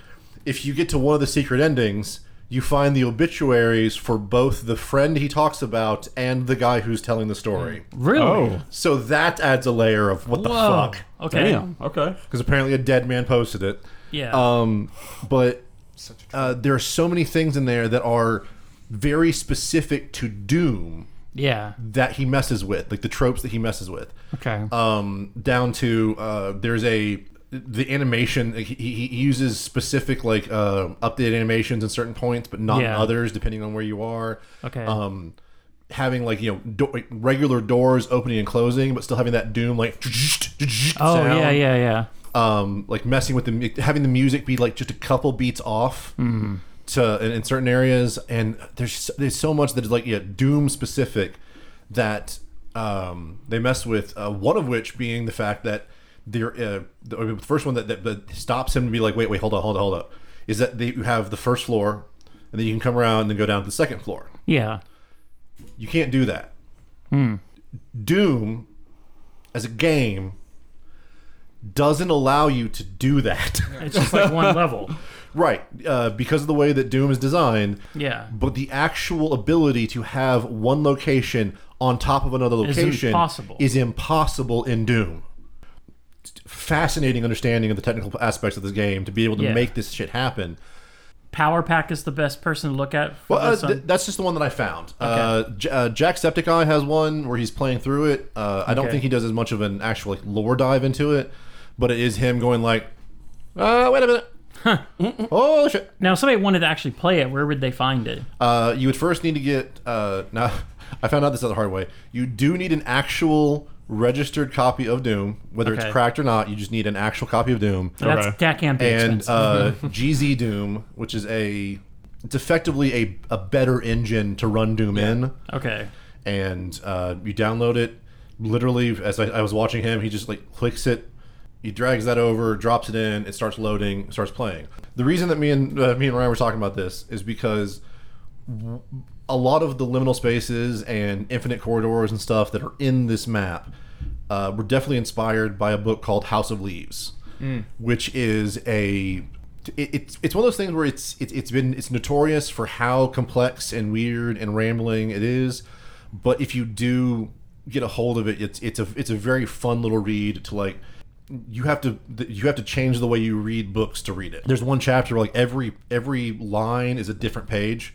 Speaker 1: if you get to one of the secret endings you find the obituaries for both the friend he talks about and the guy who's telling the story
Speaker 3: Really?
Speaker 5: Oh,
Speaker 1: so that adds a layer of what the
Speaker 3: Mm. Whoa.
Speaker 1: fuck
Speaker 3: Okay.
Speaker 5: damn. Okay.
Speaker 1: because apparently a dead man posted it
Speaker 3: Yeah.
Speaker 1: um, but uh, there are so many things in there that are very specific to doom
Speaker 3: yeah.
Speaker 1: that he messes with, like the tropes that he messes with.
Speaker 3: Okay.
Speaker 1: Um, down to uh, there's a the animation he, he he uses specific like uh, updated animations in certain points, but not in
Speaker 3: Yeah.
Speaker 1: others depending on where you are.
Speaker 3: Okay.
Speaker 1: Um, having like you know do- regular doors opening and closing, but still having that doom like
Speaker 3: oh
Speaker 1: sound
Speaker 3: yeah, yeah, yeah.
Speaker 1: um, like messing with the mu- having the music be like just a couple beats off to in, in certain areas, and there's so- there's so much that is like yeah Doom specific that um, they mess with. Uh, one of which being the fact that there uh, the, or the first one that, that that stops him to be like wait wait hold on hold on hold up is that they, you have the first floor and then you can come around and then go down to the second floor.
Speaker 3: Yeah.
Speaker 1: You can't do that.
Speaker 3: Hmm.
Speaker 1: Doom, as a game, doesn't allow you to do that.
Speaker 3: It's just like one level.
Speaker 1: right, uh, because of the way that Doom is designed.
Speaker 3: Yeah.
Speaker 1: But the actual ability to have one location on top of another
Speaker 3: Is
Speaker 1: location
Speaker 3: impossible.
Speaker 1: is impossible in Doom. Fascinating understanding of the technical aspects of this game to be able to
Speaker 3: Yeah.
Speaker 1: make this shit happen.
Speaker 3: Power Pack is the best person to look at. For
Speaker 1: Well, uh,
Speaker 3: this on-
Speaker 1: th- that's just the one that I found. Uh, J- uh, Jacksepticeye has one where he's playing through it. Uh, I don't
Speaker 3: Okay.
Speaker 1: think he does as much of an actual like, lore dive into it, but it is him going like, uh, "Wait a minute, oh shit!"
Speaker 3: now, if somebody wanted to actually play it, where would they find it?
Speaker 1: Uh, you would first need to get. Uh, now, I found out this the hard way. You do need an actual registered copy of Doom, whether
Speaker 3: Okay.
Speaker 1: it's cracked or not. You just need an actual copy of Doom.
Speaker 3: That's that can't be
Speaker 1: and
Speaker 3: expensive.
Speaker 1: uh, GZ Doom, which is a it's effectively a, a better engine to run Doom in,
Speaker 3: okay.
Speaker 1: and uh, you download it. Literally, as I, I was watching him, he just like clicks it, he drags that over, drops it in, it starts loading, starts playing. The reason that me and uh, me and Ryan were talking about this is because a lot of the liminal spaces and infinite corridors and stuff that are in this map uh, were definitely inspired by a book called House of Leaves, which is a it, it's it's one of those things where it's it, it's been it's notorious for how complex and weird and rambling it is, but if you do get a hold of it, it's it's a it's a very fun little read to like you have to th- you have to change the way you read books to read it. There's one chapter where like every every line is a different page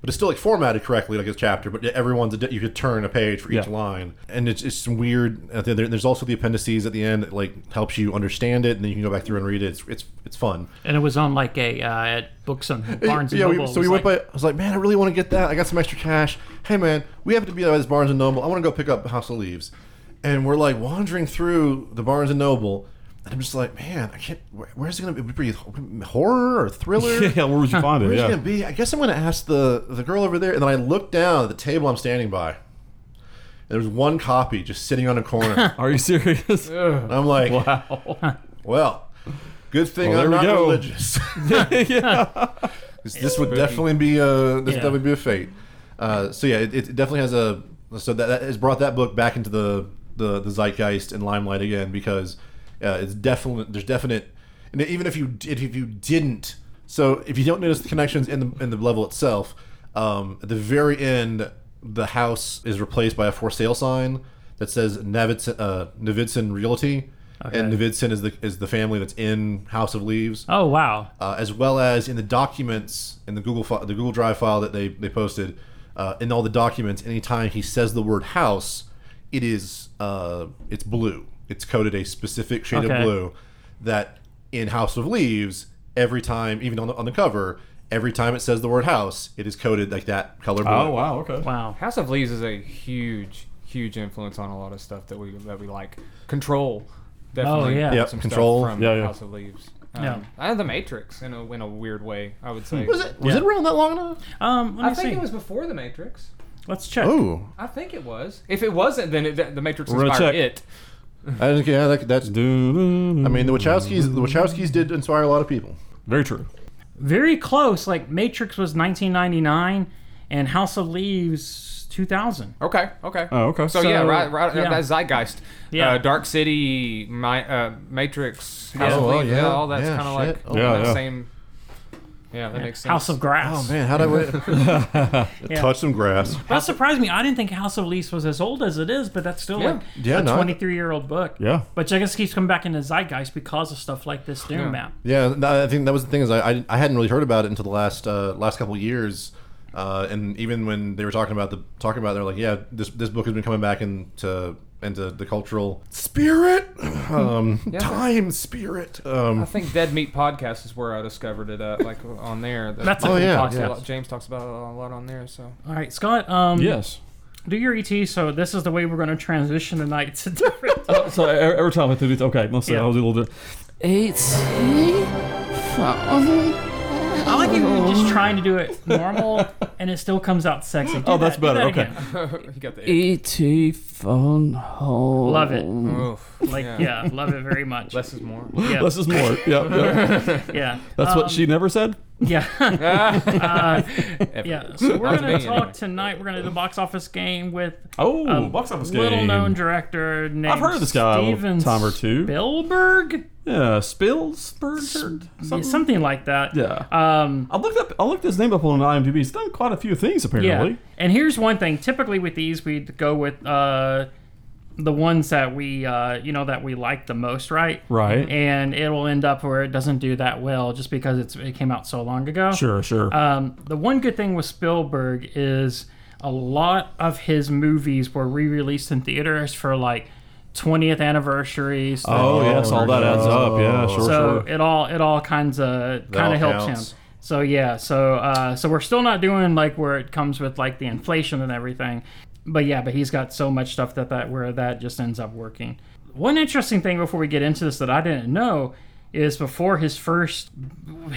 Speaker 1: but it's still like formatted correctly, like a chapter. But everyone's a di- you could turn a page for each
Speaker 5: Yeah.
Speaker 1: line, and it's it's some weird. uh, there- There's also the appendices at the end that like helps you understand it, and then you can go back through and read it. It's it's it's fun.
Speaker 3: And it was on like a uh, at books on Barnes and
Speaker 1: yeah, we-
Speaker 3: Noble.
Speaker 1: so we went by. I was like, man, I really want to get that. I got some extra cash. Hey, man, we happen to be at this Barnes and Noble. I want to go pick up House of Leaves, and we're like wandering through the Barnes and Noble. And I'm just like, man, I can't. Where, where's it gonna be? Would it be horror or thriller?
Speaker 5: Yeah, where would you find it?
Speaker 1: Where's it
Speaker 5: Yeah.
Speaker 1: gonna be? I guess I'm gonna ask the the girl over there. And then I look down at the table I'm standing by. And there's one copy just sitting on a corner.
Speaker 5: Are you serious?
Speaker 1: and I'm like,
Speaker 5: wow.
Speaker 1: well, good thing
Speaker 5: Well,
Speaker 1: I'm not
Speaker 5: there we go.
Speaker 1: religious.
Speaker 5: yeah.
Speaker 1: 'Cause this would definitely be a this
Speaker 3: Yeah.
Speaker 1: definitely be a fate. Uh, so yeah, it, it definitely has a so that, that has brought that book back into the the, the zeitgeist and limelight again because uh, it's definitely there's definite and even if you did- if you didn't so if you don't notice the connections in the in the level itself um, at the very end the house is replaced by a for sale sign that says Navidson, uh, Navidson Realty and Navidson is the is the family that's in House of Leaves
Speaker 3: Oh wow.
Speaker 1: uh, as well as in the documents in the Google fi- the Google Drive file that they they posted. Uh, in all the documents, anytime he says the word house, it is uh, it's blue. It's coded a specific shade
Speaker 3: Okay.
Speaker 1: of blue. That in House of Leaves, every time, even on the, on the cover, every time it says the word house, it is coded like that color blue.
Speaker 5: Oh wow. Okay.
Speaker 3: Wow.
Speaker 4: House of Leaves is a huge, huge influence on a lot of stuff that we that we like. Control, definitely.
Speaker 3: Oh, yeah.
Speaker 1: Yep,
Speaker 4: some
Speaker 1: Control.
Speaker 4: Stuff from
Speaker 5: Yeah, yeah.
Speaker 4: House of Leaves. Um,
Speaker 3: Yeah.
Speaker 4: And The Matrix in a in a weird way, I would say.
Speaker 1: Was it was
Speaker 3: Yeah.
Speaker 1: it around that long enough?
Speaker 3: Um, let me
Speaker 4: I think
Speaker 3: see.
Speaker 4: it was before The Matrix.
Speaker 3: Let's check.
Speaker 1: Oh,
Speaker 4: I think it was. If it wasn't, then it, The Matrix
Speaker 5: We're gonna
Speaker 4: inspired
Speaker 5: check.
Speaker 4: it.
Speaker 1: I didn't. Yeah, that, that's. I mean, the Wachowskis. The Wachowskis did inspire a lot of people.
Speaker 5: very true.
Speaker 3: Very close. Like Matrix was 1999, and House of Leaves 2000.
Speaker 4: Okay. Okay.
Speaker 5: Oh, okay.
Speaker 4: So, yeah,
Speaker 3: So,
Speaker 4: right, right.
Speaker 3: yeah.
Speaker 4: That's zeitgeist.
Speaker 3: Yeah.
Speaker 4: Uh, Dark City, my, uh, Matrix, House of
Speaker 1: Oh,
Speaker 4: Leaves,
Speaker 1: yeah.
Speaker 4: yeah, all that's
Speaker 1: Yeah,
Speaker 4: kind of
Speaker 1: shit.
Speaker 4: like
Speaker 1: Oh,
Speaker 4: kinda
Speaker 5: yeah.
Speaker 4: same. Yeah, that makes sense.
Speaker 3: House of Grass.
Speaker 1: Oh man, how did I touch some grass?
Speaker 3: That surprised me. I didn't think House of Leaves was as old as it is, but that's still
Speaker 4: Yeah.
Speaker 3: like
Speaker 1: Yeah,
Speaker 3: a
Speaker 1: no, I-
Speaker 3: 23 year old book.
Speaker 5: Yeah.
Speaker 3: But I guess it keeps coming back into zeitgeist because of stuff like this Doom
Speaker 4: Yeah.
Speaker 3: map.
Speaker 1: Yeah, no, I think that was the thing is I, I, I hadn't really heard about it until the last uh, last couple of years, uh, and even when they were talking about the talking about, it, they're like, yeah, this this book has been coming back into into the cultural spirit, um, time spirit.
Speaker 4: I
Speaker 1: Um,
Speaker 4: think Dead Meat Podcast is where I discovered it at, like on there. That-
Speaker 3: That's a
Speaker 1: Oh,
Speaker 3: good
Speaker 1: yeah.
Speaker 3: podcast.
Speaker 1: Yeah.
Speaker 4: a lot- James talks about it a lot on there, so.
Speaker 3: All right, Scott. Um,
Speaker 5: Yes.
Speaker 3: Do your ET. So this is the way we're going to transition tonight. It's a different.
Speaker 5: So e- every time I do this, okay, let's see.
Speaker 3: Yeah.
Speaker 5: I'll do a little bit.
Speaker 3: I like it when you're just trying to do it normal and it still comes out sexy. Do
Speaker 5: Oh, that's
Speaker 3: that- do
Speaker 5: better,
Speaker 3: that
Speaker 5: okay.
Speaker 3: again.
Speaker 4: he got the
Speaker 2: ET phone home.
Speaker 3: Love it.
Speaker 4: Oof.
Speaker 3: Like, yeah. love it very much.
Speaker 4: Less is more.
Speaker 3: yeah.
Speaker 5: Less is more. Yeah. yeah.
Speaker 3: yeah.
Speaker 5: That's
Speaker 3: Um,
Speaker 5: what she never said.
Speaker 3: Yeah. uh, yeah. So we're going
Speaker 4: Not me,
Speaker 3: to
Speaker 4: anyway.
Speaker 3: talk tonight. We're going to do the box office game with
Speaker 5: Oh,
Speaker 3: a
Speaker 5: box office game.
Speaker 3: um, little known director named
Speaker 5: I've heard of this guy a little
Speaker 3: Steven
Speaker 5: time or two.
Speaker 3: Spielberg?
Speaker 5: Yeah, Spilsberg. or
Speaker 3: Yeah,
Speaker 5: Something.
Speaker 3: something like that.
Speaker 5: Yeah.
Speaker 3: Um,
Speaker 5: I looked up. I looked his name up on IMDb. He's done quite a few things apparently.
Speaker 3: Yeah. And here's one thing. Typically with these, we'd go with uh, the ones that we uh, you know that we like the most, right?
Speaker 5: Right.
Speaker 3: And it'll end up where it doesn't do that well just because it's it came out so long ago.
Speaker 5: Sure, sure.
Speaker 3: Um, the one good thing with Spielberg is a lot of his movies were re-released in theaters for like 20th anniversaries.
Speaker 5: oh, yes, all that adds up. Yeah, sure,
Speaker 3: so
Speaker 5: sure.
Speaker 3: it all it all kinds of kind
Speaker 1: all
Speaker 3: of helps
Speaker 1: counts.
Speaker 3: him. So yeah, so uh, so we're still not doing like where it comes with like the inflation and everything, but yeah, but he's got so much stuff that that where that just ends up working. One interesting thing before we get into this that I didn't know is before his first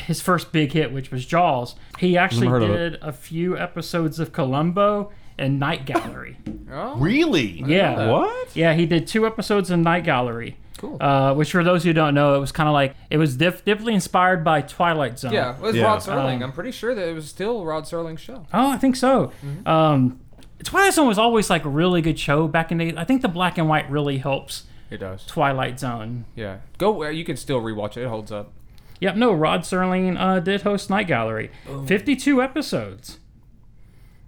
Speaker 3: his first big hit, which was Jaws, he actually
Speaker 5: heard of it.
Speaker 3: did a few episodes of Columbo and Night Gallery.
Speaker 1: Really?
Speaker 3: yeah,
Speaker 5: What?
Speaker 3: yeah, he did two episodes in Night Gallery.
Speaker 4: Cool.
Speaker 3: Uh, which, for those who don't know, it was kind of like it was def- definitely inspired by Twilight Zone.
Speaker 4: Yeah, it was
Speaker 1: Yeah.
Speaker 4: Rod Serling.
Speaker 3: Um,
Speaker 4: I'm pretty sure that it was still Rod Serling's show.
Speaker 3: Oh, I think so.
Speaker 4: Mm-hmm.
Speaker 3: Um, Twilight Zone was always like a really good show back in the. I think the black and white really helps
Speaker 4: It does.
Speaker 3: Twilight Zone.
Speaker 4: Yeah, go. uh, You can still rewatch it. It holds up.
Speaker 3: Yep. No, Rod Serling uh, did host Night Gallery.
Speaker 4: Oh.
Speaker 3: Fifty-two episodes.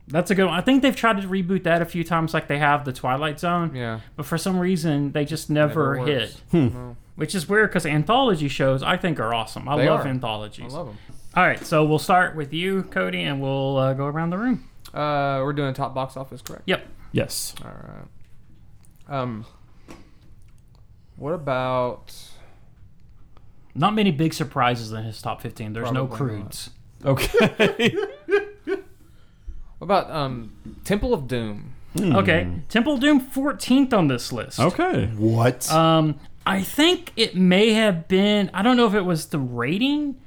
Speaker 3: That's a good one. I think they've tried to reboot that a few times, like they have the Twilight Zone.
Speaker 4: Yeah.
Speaker 3: But for some reason, they just never,
Speaker 4: Never works.
Speaker 3: hit. Which is weird because anthology shows I think are awesome. I
Speaker 4: They
Speaker 3: love
Speaker 4: are.
Speaker 3: anthologies.
Speaker 4: I love them.
Speaker 3: All right, so we'll start with you, Cody, and we'll uh, go around the room.
Speaker 4: Uh, we're doing top box office, correct?
Speaker 3: Yep.
Speaker 5: Yes.
Speaker 4: All right. Um, what about?
Speaker 3: Not many big surprises in his top 15. There's no
Speaker 4: Probably not.
Speaker 3: crudes.
Speaker 5: Okay.
Speaker 4: What about um, Temple of Doom?
Speaker 3: Okay.
Speaker 4: Hmm.
Speaker 3: Temple of Doom 14th on this list.
Speaker 5: okay.
Speaker 1: What?
Speaker 3: Um, I think it may have been. I don't know if it was the rating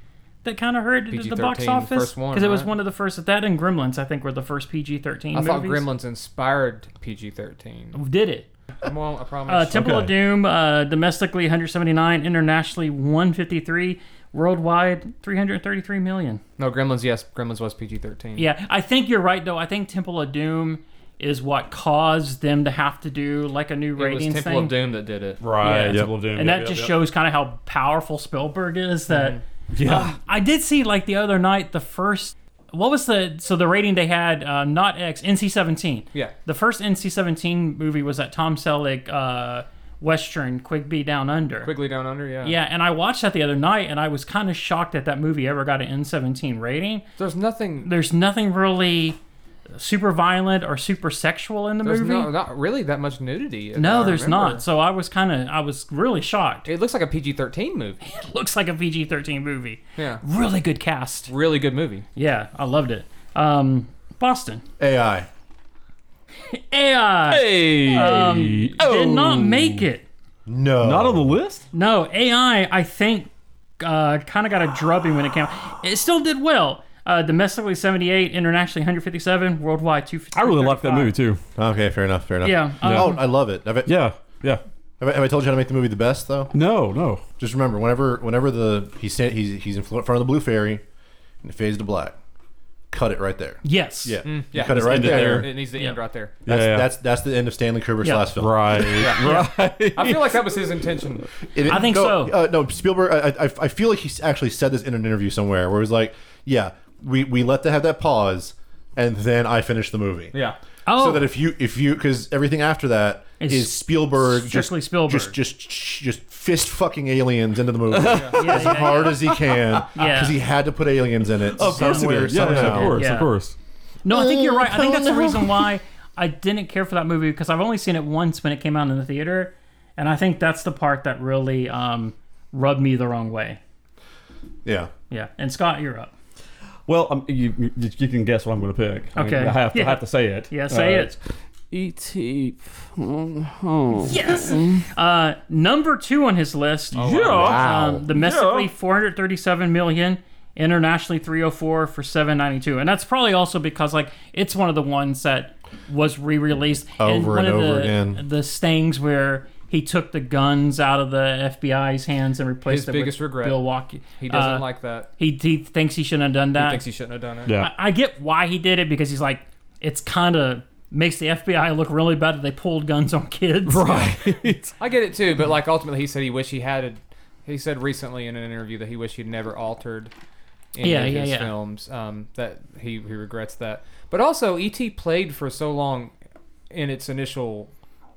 Speaker 3: that kind of hurt the box
Speaker 4: PG-13,
Speaker 3: office
Speaker 4: first one,
Speaker 3: it was
Speaker 4: right?
Speaker 3: one of the first. That and Gremlins, I think, were the first PG-13
Speaker 4: I
Speaker 3: movies.
Speaker 4: thought Gremlins inspired PG-13.
Speaker 3: did it.
Speaker 4: Well, I
Speaker 3: Uh,
Speaker 4: promise.
Speaker 3: Temple of
Speaker 5: Okay.
Speaker 3: Doom, uh, domestically 179, internationally 153, worldwide 333 million.
Speaker 4: no, Gremlins. Yes, Gremlins was PG-13.
Speaker 3: Yeah, I think you're right though. I think Temple of Doom is what caused them to have to do like a new
Speaker 4: it was
Speaker 3: ratings
Speaker 4: Temple
Speaker 3: thing.
Speaker 4: of Doom that did it.
Speaker 5: Right.
Speaker 3: Yeah.
Speaker 5: Temple of Doom.
Speaker 3: And
Speaker 5: Yep,
Speaker 3: that
Speaker 5: yep,
Speaker 3: just
Speaker 5: yep. Mm-hmm.
Speaker 3: shows kind of how powerful Spielberg is. That
Speaker 5: Yeah.
Speaker 3: I did see like the other night the first what was the so the rating they had uh, not X NC-17.
Speaker 4: Yeah.
Speaker 3: The first NC-17 movie was that Tom Selleck uh, Western Quigby Down Under.
Speaker 4: Quigley Down Under. Yeah.
Speaker 3: Yeah, and I watched that the other night, and I was kind of shocked that that movie ever got an N-17 rating.
Speaker 4: There's nothing.
Speaker 3: There's nothing really super violent or super sexual in the
Speaker 4: There's
Speaker 3: movie.
Speaker 4: no,
Speaker 3: No,
Speaker 4: not really that much nudity. if I
Speaker 3: there's
Speaker 4: remember.
Speaker 3: not. So I was kind of, I was really shocked.
Speaker 4: It looks like a PG-13 movie.
Speaker 3: It looks like a PG-13 movie.
Speaker 4: Yeah.
Speaker 3: Really good cast.
Speaker 4: Really good movie.
Speaker 3: Yeah, I loved it. Um, Boston
Speaker 1: AI.
Speaker 3: AI
Speaker 5: Hey.
Speaker 3: did
Speaker 4: Oh.
Speaker 3: not make it.
Speaker 1: No.
Speaker 5: Um, Not on the list?
Speaker 3: No, AI, I think, uh, kind of got a drubbing when it came out. It still did well. Uh, domestically 78, internationally 157, worldwide 250.
Speaker 5: I really
Speaker 3: Uh,
Speaker 5: like that movie too.
Speaker 1: Okay, fair enough. Fair enough.
Speaker 3: Yeah,
Speaker 1: oh,
Speaker 3: um,
Speaker 1: I love it. Have I,
Speaker 5: Yeah. Yeah.
Speaker 1: have, I, have I told you how to make the movie the best though?
Speaker 5: No, no.
Speaker 1: Just remember, whenever whenever the he's sta- he's he's in fl- front of the blue fairy, and it fades to black. Cut it right there.
Speaker 3: Yes. Mm,
Speaker 1: Yeah, you
Speaker 4: yeah.
Speaker 1: cut it
Speaker 4: Just
Speaker 1: right
Speaker 5: end it
Speaker 1: there.
Speaker 4: It needs to end
Speaker 3: Yeah.
Speaker 4: right there.
Speaker 1: That's,
Speaker 5: Yeah, yeah.
Speaker 1: that's that's the end of Stanley Kubrick's
Speaker 3: Yeah.
Speaker 1: last film.
Speaker 5: Right.
Speaker 4: I feel like that was his intention.
Speaker 1: It- it-
Speaker 3: I think
Speaker 1: no,
Speaker 3: so.
Speaker 1: Uh, no, Spielberg. I, I I feel like he's actually said this in an interview somewhere where he's like, "Yeah, we we let them have that pause, and then I finish the movie."
Speaker 4: Yeah.
Speaker 3: Oh,
Speaker 1: So that if you if you because everything after that
Speaker 3: Is
Speaker 1: is, Spielberg
Speaker 3: strictly
Speaker 1: just,
Speaker 3: Spielberg.
Speaker 1: just just just fist fucking aliens into the movie
Speaker 3: yeah,
Speaker 1: as hard as he can because
Speaker 3: Yeah.
Speaker 1: he had to put aliens in it
Speaker 5: Of course it
Speaker 1: somewhere
Speaker 5: is. Yeah, yeah,
Speaker 1: somehow.
Speaker 5: of course,
Speaker 3: Yeah.
Speaker 5: of course.
Speaker 3: No, I think you're right. I think that's the
Speaker 1: Oh, no.
Speaker 3: reason why I didn't care for that movie because I've only seen it once when it came out in the theater, and I think that's the part that really um, rubbed me the wrong way.
Speaker 1: Yeah.
Speaker 3: Yeah. And Scott, you're up.
Speaker 5: Well, um, you, you, you can guess what I'm going to pick. I mean,
Speaker 3: Okay.
Speaker 5: I have to,
Speaker 3: Yeah.
Speaker 5: I have to say it.
Speaker 3: Yeah, say
Speaker 5: Uh,
Speaker 3: it.
Speaker 2: E.T. Oh.
Speaker 3: Yes. Uh, number two on his list.
Speaker 4: Oh,
Speaker 5: Yeah.
Speaker 3: Um, domestically,
Speaker 5: Yeah.
Speaker 3: 437 million. Internationally, 304 for 792. And that's probably also because, like, it's one of the ones that was re released.
Speaker 1: Over
Speaker 3: one
Speaker 1: and
Speaker 3: of
Speaker 1: over
Speaker 3: the,
Speaker 1: again.
Speaker 3: The stings where he took the guns out of the FBI's hands and replaced
Speaker 4: His
Speaker 3: it
Speaker 4: biggest
Speaker 3: with
Speaker 4: regret.
Speaker 3: Bill Walkie.
Speaker 4: He doesn't
Speaker 3: Uh,
Speaker 4: like that.
Speaker 3: He, he thinks he shouldn't have done that.
Speaker 4: Thinks he shouldn't have done it.
Speaker 5: Yeah.
Speaker 3: I, I get why he did it because he's like, it's kind of makes the FBI look really bad that they pulled guns on kids.
Speaker 5: Right.
Speaker 4: I get it too, but like ultimately, he said he wished he had. A, he said recently in an interview that he wished he'd never altered any
Speaker 3: Yeah,
Speaker 4: of
Speaker 3: yeah,
Speaker 4: his
Speaker 3: yeah.
Speaker 4: films. Um, that he E he regrets that. But also, E.T. played for so long in its initial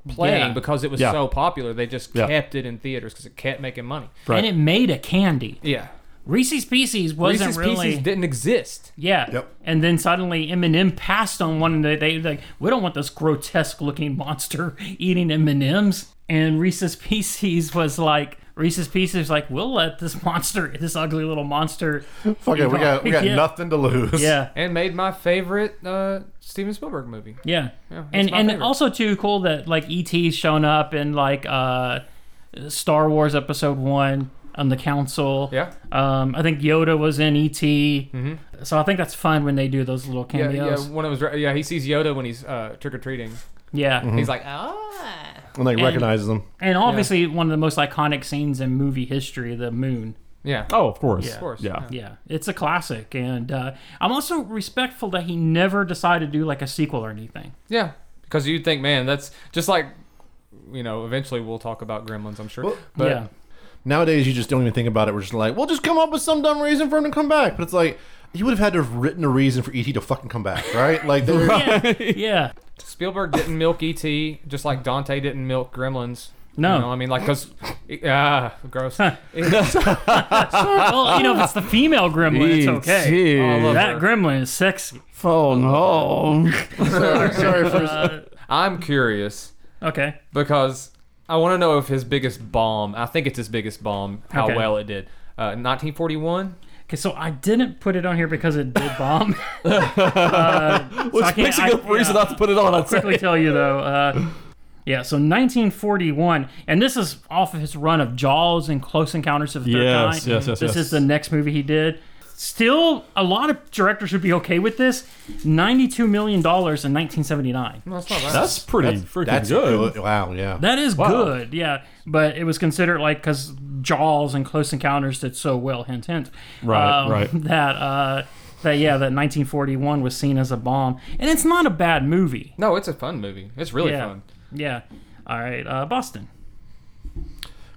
Speaker 4: playing
Speaker 3: Yeah.
Speaker 4: because it was
Speaker 5: Yeah.
Speaker 4: so popular. They just
Speaker 5: Yeah.
Speaker 4: kept it in theaters because it kept making money.
Speaker 5: Right.
Speaker 3: And it made a candy.
Speaker 4: Yeah,
Speaker 3: Reese's Pieces wasn't
Speaker 4: Reese's
Speaker 3: really.
Speaker 4: Pieces didn't exist.
Speaker 3: Yeah.
Speaker 1: Yep.
Speaker 3: And then suddenly Eminem passed on one. They they like we don't want this grotesque looking monster eating M and M's. And Reese's Pieces was like Reese's Pieces like we'll let this monster, this ugly little monster.
Speaker 1: Fuck it, we got we got
Speaker 3: Yeah.
Speaker 1: nothing to lose.
Speaker 3: Yeah.
Speaker 4: And made my favorite uh, Steven Spielberg movie.
Speaker 3: Yeah.
Speaker 4: that's
Speaker 3: and
Speaker 4: my
Speaker 3: and
Speaker 4: favorite.
Speaker 3: also too cool that like ET's shown up in like uh, Star Wars Episode One on the Council.
Speaker 4: Yeah.
Speaker 3: Um, I think Yoda was in ET. So I think that's fun when they do those little
Speaker 4: Mm-hmm. Yeah, yeah.
Speaker 3: cameos.
Speaker 4: When it was, yeah, he sees Yoda when he's uh, trick or treating.
Speaker 3: Yeah.
Speaker 5: Mm-hmm.
Speaker 4: He's like, ah.
Speaker 1: And they recognizes them.
Speaker 3: And obviously, one of the most iconic scenes in movie history, the moon.
Speaker 4: Yeah,
Speaker 5: Oh, of course.
Speaker 4: of course.
Speaker 5: Yeah.
Speaker 3: Yeah, it's a classic. And uh, I'm also respectful that he never decided to do like a sequel or anything.
Speaker 4: Yeah, because you'd think, man, that's just like, you know, eventually we'll talk about Gremlins, I'm sure.
Speaker 1: Well,
Speaker 4: but
Speaker 3: yeah.
Speaker 1: Nowadays, you just don't even think about it. We're just like, well, just come up with some dumb reason for him to come back. But it's like, you would have had to have written a reason for ET to fucking come back, right? Like, there-
Speaker 3: Yeah.
Speaker 4: Spielberg didn't milk ET, just like Dante didn't milk Gremlins.
Speaker 3: No.
Speaker 4: you know, I mean, like, because ah, gross. oh,
Speaker 3: well, you know, if it's the female gremlin, it's okay.
Speaker 4: I love
Speaker 3: That
Speaker 4: her.
Speaker 3: gremlin is sexy.
Speaker 5: Oh no.
Speaker 1: sorry
Speaker 4: Uh,
Speaker 1: for
Speaker 4: I'm curious
Speaker 3: uh, Okay.
Speaker 4: because I want to know if his biggest bomb. I think it's his biggest bomb. How
Speaker 3: Okay.
Speaker 4: well it did. Uh, 1941.
Speaker 3: Okay, so I didn't put it on here because it did bomb. Uh,
Speaker 5: Which
Speaker 3: I can't-
Speaker 5: makes a
Speaker 3: I-
Speaker 5: good reason
Speaker 3: yeah.
Speaker 5: not to put it on. I'd say.
Speaker 3: quickly tell you though. Uh, yeah, so 1941, and this is off of his run of Jaws and Close Encounters of the Third
Speaker 5: Yes,
Speaker 3: Kind.
Speaker 5: yes, yes,
Speaker 3: This
Speaker 5: yes.
Speaker 3: is the next movie he did. Still, a lot of directors would be okay with this. 92 million dollars in 1979.
Speaker 4: Well, that's not bad.
Speaker 5: That's pretty freaking
Speaker 1: that's
Speaker 5: good.
Speaker 1: good. Wow, yeah.
Speaker 3: That is good, yeah. But it was considered like because Jaws and Close Encounters did so well, hint hint.
Speaker 5: Right,
Speaker 3: um,
Speaker 5: right.
Speaker 3: That uh, that yeah, that 1941 was seen as a bomb, and it's not a bad movie.
Speaker 4: no, it's a fun movie. It's really
Speaker 3: yeah,
Speaker 4: fun.
Speaker 3: yeah. All right, uh, Boston.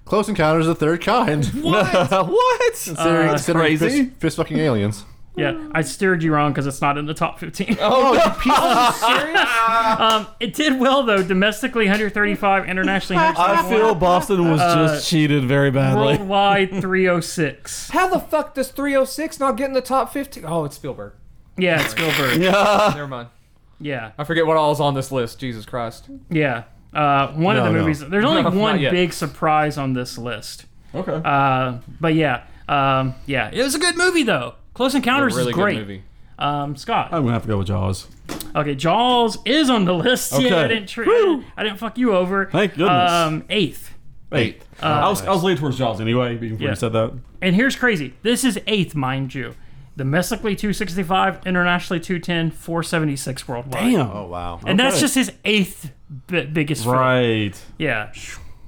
Speaker 1: Close Encounters of the Third Kind.
Speaker 5: what?
Speaker 3: Uh,
Speaker 1: Considering- considering
Speaker 5: crazy.
Speaker 1: Fist, fist fucking aliens.
Speaker 3: Yeah, I steered you wrong because it's not in the top 15.
Speaker 1: Oh, you piece of
Speaker 3: It did well, though. Domestically, 135. Internationally,
Speaker 5: I
Speaker 3: 171.
Speaker 5: feel Boston was just cheated very badly.
Speaker 3: Worldwide, 306.
Speaker 4: How the fuck does 306 not get in the top 15? Oh, it's Spielberg.
Speaker 3: Yeah, it's Spielberg.
Speaker 5: Yeah.
Speaker 4: Never mind.
Speaker 3: Yeah,
Speaker 4: I forget what all is on this list. Jesus Christ.
Speaker 3: yeah. Uh, one of
Speaker 1: No,
Speaker 3: the
Speaker 1: no.
Speaker 3: movies. There's only
Speaker 4: No, not
Speaker 3: one
Speaker 4: yet.
Speaker 3: big surprise on this list.
Speaker 5: Okay.
Speaker 3: Uh, but yeah, um, yeah. It was a good movie, though. Close Encounters
Speaker 4: really
Speaker 3: is great.
Speaker 4: good movie.
Speaker 3: Um, Scott.
Speaker 5: I'm gonna have to go with Jaws.
Speaker 3: Okay, Jaws is on the list. Yeah, I
Speaker 5: Okay.
Speaker 3: didn't, tr- I
Speaker 5: Woo.
Speaker 3: didn't. I didn't fuck you over.
Speaker 5: Thank goodness.
Speaker 3: Um, eighth.
Speaker 5: Eighth. I was I was leaning towards Jaws anyway. Before
Speaker 3: Yeah.
Speaker 5: you said that.
Speaker 3: And here's crazy. This is eighth, mind you. Domestically 265, internationally 210, 476 worldwide.
Speaker 5: Damn.
Speaker 1: Oh, wow.
Speaker 3: And that's
Speaker 5: okay.
Speaker 3: just his eighth b- biggest film.
Speaker 5: Right.
Speaker 3: Yeah.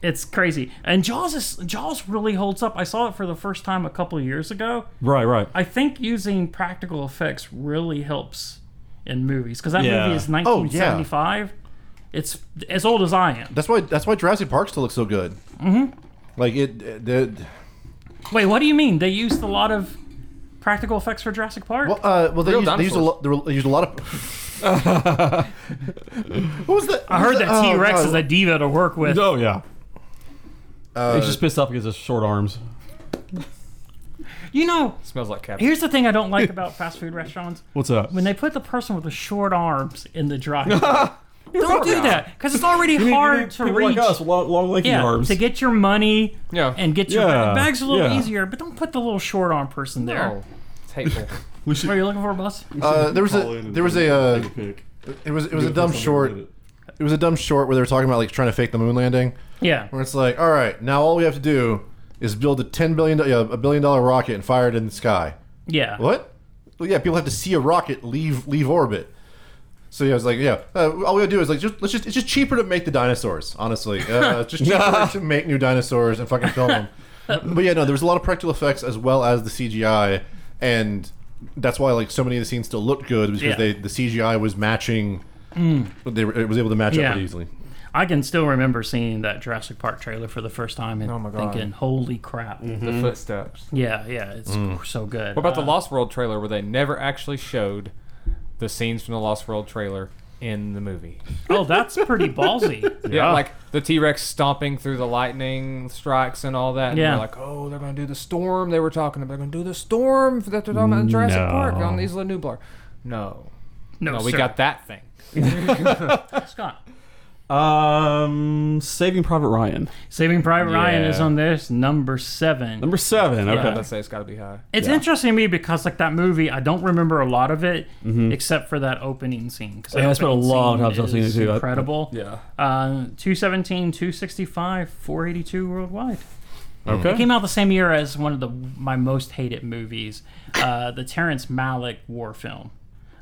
Speaker 3: It's crazy. And Jaws is, Jaws really holds up. I saw it for the first time a couple of years ago.
Speaker 5: Right. Right.
Speaker 3: I think using practical effects really helps in movies because that
Speaker 5: Yeah.
Speaker 3: movie is
Speaker 5: Oh, yeah.
Speaker 3: 1975. It's as old as I am.
Speaker 1: That's why, that's why Jurassic Park still looks so good. Mm-hmm. Like, it, it, it
Speaker 3: Wait, what do you mean? They used a lot of practical effects for Jurassic Park?
Speaker 1: Well, uh, well, they
Speaker 4: Real
Speaker 1: used, they used a
Speaker 4: dinosaurs.
Speaker 1: lot. They were- they used a lot of. what was oh, that?
Speaker 3: I heard that T Rex is a
Speaker 1: like
Speaker 3: diva to work with.
Speaker 5: Oh yeah. He's
Speaker 1: Uh,
Speaker 5: just pissed off because of short arms.
Speaker 3: You know,
Speaker 4: Smells like cat.
Speaker 3: here's the thing I don't like about fast food restaurants.
Speaker 5: What's up?
Speaker 3: When they put the person with the short arms in the drive, don't do that because it's already
Speaker 5: You need- you
Speaker 3: hard
Speaker 5: need
Speaker 3: to
Speaker 5: people
Speaker 3: reach.
Speaker 5: Like us, with long, long lanky
Speaker 3: yeah,
Speaker 5: arms.
Speaker 3: to get your money
Speaker 4: Yeah.
Speaker 3: and get your
Speaker 5: Yeah,
Speaker 3: bags a little
Speaker 5: yeah.
Speaker 3: easier, but don't put the little short arm person there.
Speaker 4: Oh, it's hateful.
Speaker 5: we
Speaker 3: What are
Speaker 5: should
Speaker 3: you looking for, boss?
Speaker 1: Uh, there was
Speaker 5: call
Speaker 1: a
Speaker 5: in and
Speaker 1: there was a
Speaker 5: take
Speaker 1: uh,
Speaker 5: pick.
Speaker 1: it was it was a dumb short. It was a dumb short where they were talking about like trying to fake the moon landing.
Speaker 3: Yeah.
Speaker 1: Where it's like, all right, now all we have to do is build a ten billion do- yeah, a billion dollar rocket and fire it in the sky.
Speaker 3: Yeah.
Speaker 1: What? Well, yeah, people have to see a rocket leave leave orbit. So yeah, I was like, yeah, uh, all we gotta do is like, just let's just it's just cheaper to make the dinosaurs, honestly. Uh, it's just cheaper to make new dinosaurs and fucking film them. but yeah, no, there was a lot of practical effects as well as the CGI, and that's why like so many of the scenes still looked good because
Speaker 3: Yeah. Mm.
Speaker 1: they the CGI was matching. They were, it was able to match
Speaker 3: Yeah.
Speaker 1: up pretty easily.
Speaker 3: I can still remember seeing that Jurassic Park trailer for the first time and
Speaker 4: Oh my God.
Speaker 3: thinking, holy crap.
Speaker 4: the footsteps.
Speaker 3: Yeah, yeah, it's so good.
Speaker 4: Mm. What Mm-hmm. about the
Speaker 3: Uh,
Speaker 4: Lost World trailer where they never actually showed the scenes from the Lost World trailer? in the movie.
Speaker 3: Oh, that's pretty ballsy.
Speaker 4: Yeah, like the T Rex stomping through the lightning strikes and all that. And
Speaker 3: Yeah.
Speaker 4: they're like, oh, they're gonna do the storm they were talking about. They're gonna do the storm that they're talking about in Jurassic Park
Speaker 5: No.
Speaker 4: on the Isla Nublar. No,
Speaker 3: No,
Speaker 4: no, we
Speaker 3: sir.
Speaker 4: got that thing.
Speaker 3: Scott.
Speaker 5: Um, Saving Private Ryan.
Speaker 3: Saving Private Ryan is
Speaker 4: Yeah.
Speaker 3: on this number seven.
Speaker 5: Number seven. Okay.
Speaker 4: I'd say it's gotta be high.
Speaker 3: it's interesting to me because like that movie, I don't remember a lot of it except for that opening scene. 'cause that
Speaker 5: Mm-hmm. Oh, Yeah, I spent a
Speaker 3: opening
Speaker 5: long
Speaker 3: scene
Speaker 5: time since I've seen
Speaker 3: is
Speaker 5: it, too. I-
Speaker 3: Incredible.
Speaker 5: yeah.
Speaker 3: Uh, 217, 265, 482 worldwide. It
Speaker 5: Okay.
Speaker 3: came out the same year as one of the my most hated movies, uh, the Terrence Malick war film,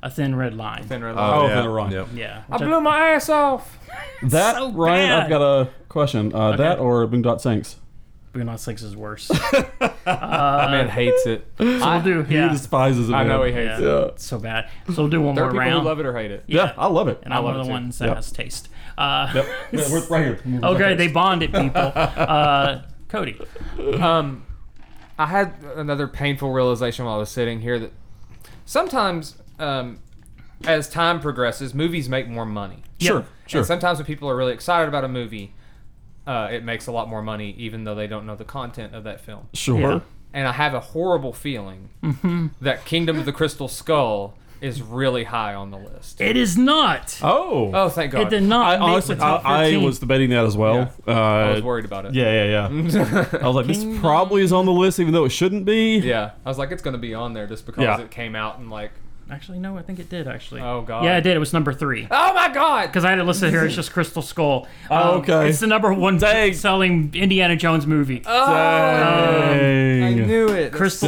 Speaker 3: A Thin Red Line.
Speaker 4: Thin Red Line.
Speaker 5: Oh,
Speaker 1: yeah.
Speaker 5: Vanilla Ryan.
Speaker 1: Yep.
Speaker 3: yeah,
Speaker 4: Uh, I
Speaker 3: which
Speaker 4: blew my ass off.
Speaker 5: That
Speaker 3: so
Speaker 5: Ryan,
Speaker 3: bad.
Speaker 5: I've got a question. Uh, That or Boondock Saints?
Speaker 3: Boondock Six is worse.
Speaker 4: That man hates it. I,
Speaker 3: We'll do
Speaker 5: He
Speaker 3: yeah,
Speaker 5: despises it.
Speaker 4: I know
Speaker 5: man.
Speaker 4: he hates it.
Speaker 5: Yeah.
Speaker 3: it's so bad. So we'll do one
Speaker 4: There
Speaker 3: more
Speaker 4: are people
Speaker 3: round.
Speaker 4: who love it or hate it.
Speaker 5: Yeah, I love it.
Speaker 3: and I'm
Speaker 4: I
Speaker 3: one
Speaker 4: love
Speaker 3: of the
Speaker 4: it too.
Speaker 3: ones that
Speaker 5: Yep.
Speaker 3: has taste. Uh,
Speaker 5: Yep. Yeah, we're right here.
Speaker 3: Okay, they bonded people. Uh, Cody,
Speaker 4: Um, I had another painful realization while I was sitting here that sometimes, um, as time progresses, movies make more money.
Speaker 5: Sure,
Speaker 3: Yeah.
Speaker 5: sure.
Speaker 4: And sometimes when people are really excited about a movie, uh, it makes a lot more money, even though they don't know the content of that film.
Speaker 5: sure.
Speaker 3: Yeah.
Speaker 4: And I have a horrible feeling
Speaker 3: Mm-hmm.
Speaker 4: that Kingdom of the Crystal Skull is really high on the list.
Speaker 3: it is not.
Speaker 5: Oh.
Speaker 4: Oh, thank God!
Speaker 3: It did not.
Speaker 5: I
Speaker 3: make
Speaker 5: honestly,
Speaker 3: the top
Speaker 5: I, I
Speaker 3: 13.
Speaker 5: was debating that as well. Uh,
Speaker 4: I was worried about it.
Speaker 5: Yeah, yeah, yeah. I was like, this probably is on the list, even though it shouldn't be.
Speaker 4: Yeah, I was like, it's gonna be on there just because
Speaker 5: Yeah.
Speaker 4: it came out and like,
Speaker 3: Actually, no, I think it did. Actually,
Speaker 4: Oh, God.
Speaker 3: yeah, it did. It was number three.
Speaker 4: oh my God!
Speaker 3: Because I had it listed here, it's just Crystal Skull.
Speaker 5: Oh,
Speaker 3: Um,
Speaker 5: okay.
Speaker 3: It's the number one
Speaker 5: Dang. Oh,
Speaker 3: selling Indiana Jones movie.
Speaker 4: Oh,
Speaker 5: Dang.
Speaker 4: I knew it.
Speaker 3: Crystal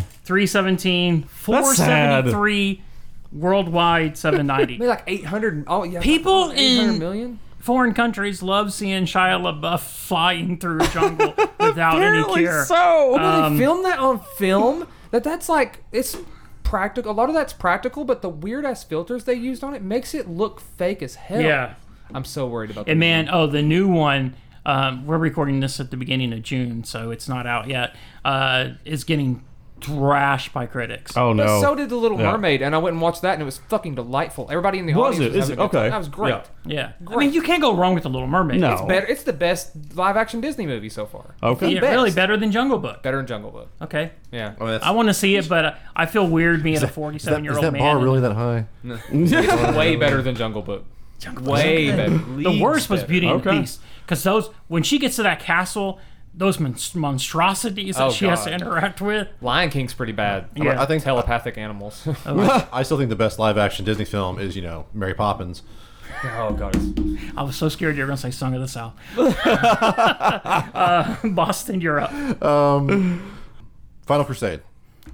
Speaker 3: Skull, 317,
Speaker 5: That's sad.
Speaker 3: 473, worldwide 790.
Speaker 4: Maybe like 800. Oh, yeah.
Speaker 3: People
Speaker 4: 800
Speaker 3: in-
Speaker 4: million?
Speaker 3: Foreign countries love seeing Shia LaBeouf flying through a jungle without any Uh,
Speaker 5: Apparently
Speaker 3: care.
Speaker 5: so.
Speaker 4: No, they filmed that on film. That that's like it's practical. A lot of that's practical, but the weird ass filters they used on it makes it look fake as hell.
Speaker 3: Yeah.
Speaker 4: I'm so worried about that.
Speaker 3: And man, oh, the new one. Um, we're recording this at the beginning of June, so it's not out yet. Uh, is getting thrashed by critics.
Speaker 5: oh
Speaker 4: But
Speaker 5: no.
Speaker 4: so did the Little
Speaker 5: Yeah.
Speaker 4: Mermaid, and I went and watched that, and it was fucking delightful. Everybody in the
Speaker 5: Was
Speaker 4: audience
Speaker 5: it?
Speaker 4: was
Speaker 5: Is
Speaker 4: having a
Speaker 5: it?
Speaker 4: good time.
Speaker 5: Okay.
Speaker 4: That was great.
Speaker 3: Yeah, I mean, you can't go wrong with the Little Mermaid.
Speaker 5: No.
Speaker 3: it's
Speaker 4: Better. It's the best live action Disney movie so far.
Speaker 5: Okay.
Speaker 3: yeah,
Speaker 4: best.
Speaker 3: really better than Jungle Book.
Speaker 4: Better than Jungle Book.
Speaker 3: Okay,
Speaker 4: Yeah.
Speaker 1: Oh, that's,
Speaker 3: I want to see it, but uh, I feel weird being a
Speaker 1: is that, is
Speaker 3: forty-seven-year-old
Speaker 1: that
Speaker 3: man.
Speaker 1: bar really that high?
Speaker 4: It's way better than Jungle Book. Way better.
Speaker 3: the worst was Beauty and
Speaker 5: Okay.
Speaker 3: the Beast because those when she gets to that castle, those mon- monstrosities that
Speaker 4: Oh,
Speaker 3: she has to
Speaker 4: God.
Speaker 3: interact with.
Speaker 4: Lion King's pretty bad.
Speaker 3: Yeah.
Speaker 1: I think
Speaker 4: Telepathic animals. oh
Speaker 1: I still think the best live action Disney film is, you know, Mary Poppins.
Speaker 4: Oh, god.
Speaker 3: I was so scared you were going to say "Song of the South." uh, Boston, Uh, you're up.
Speaker 1: Final Crusade.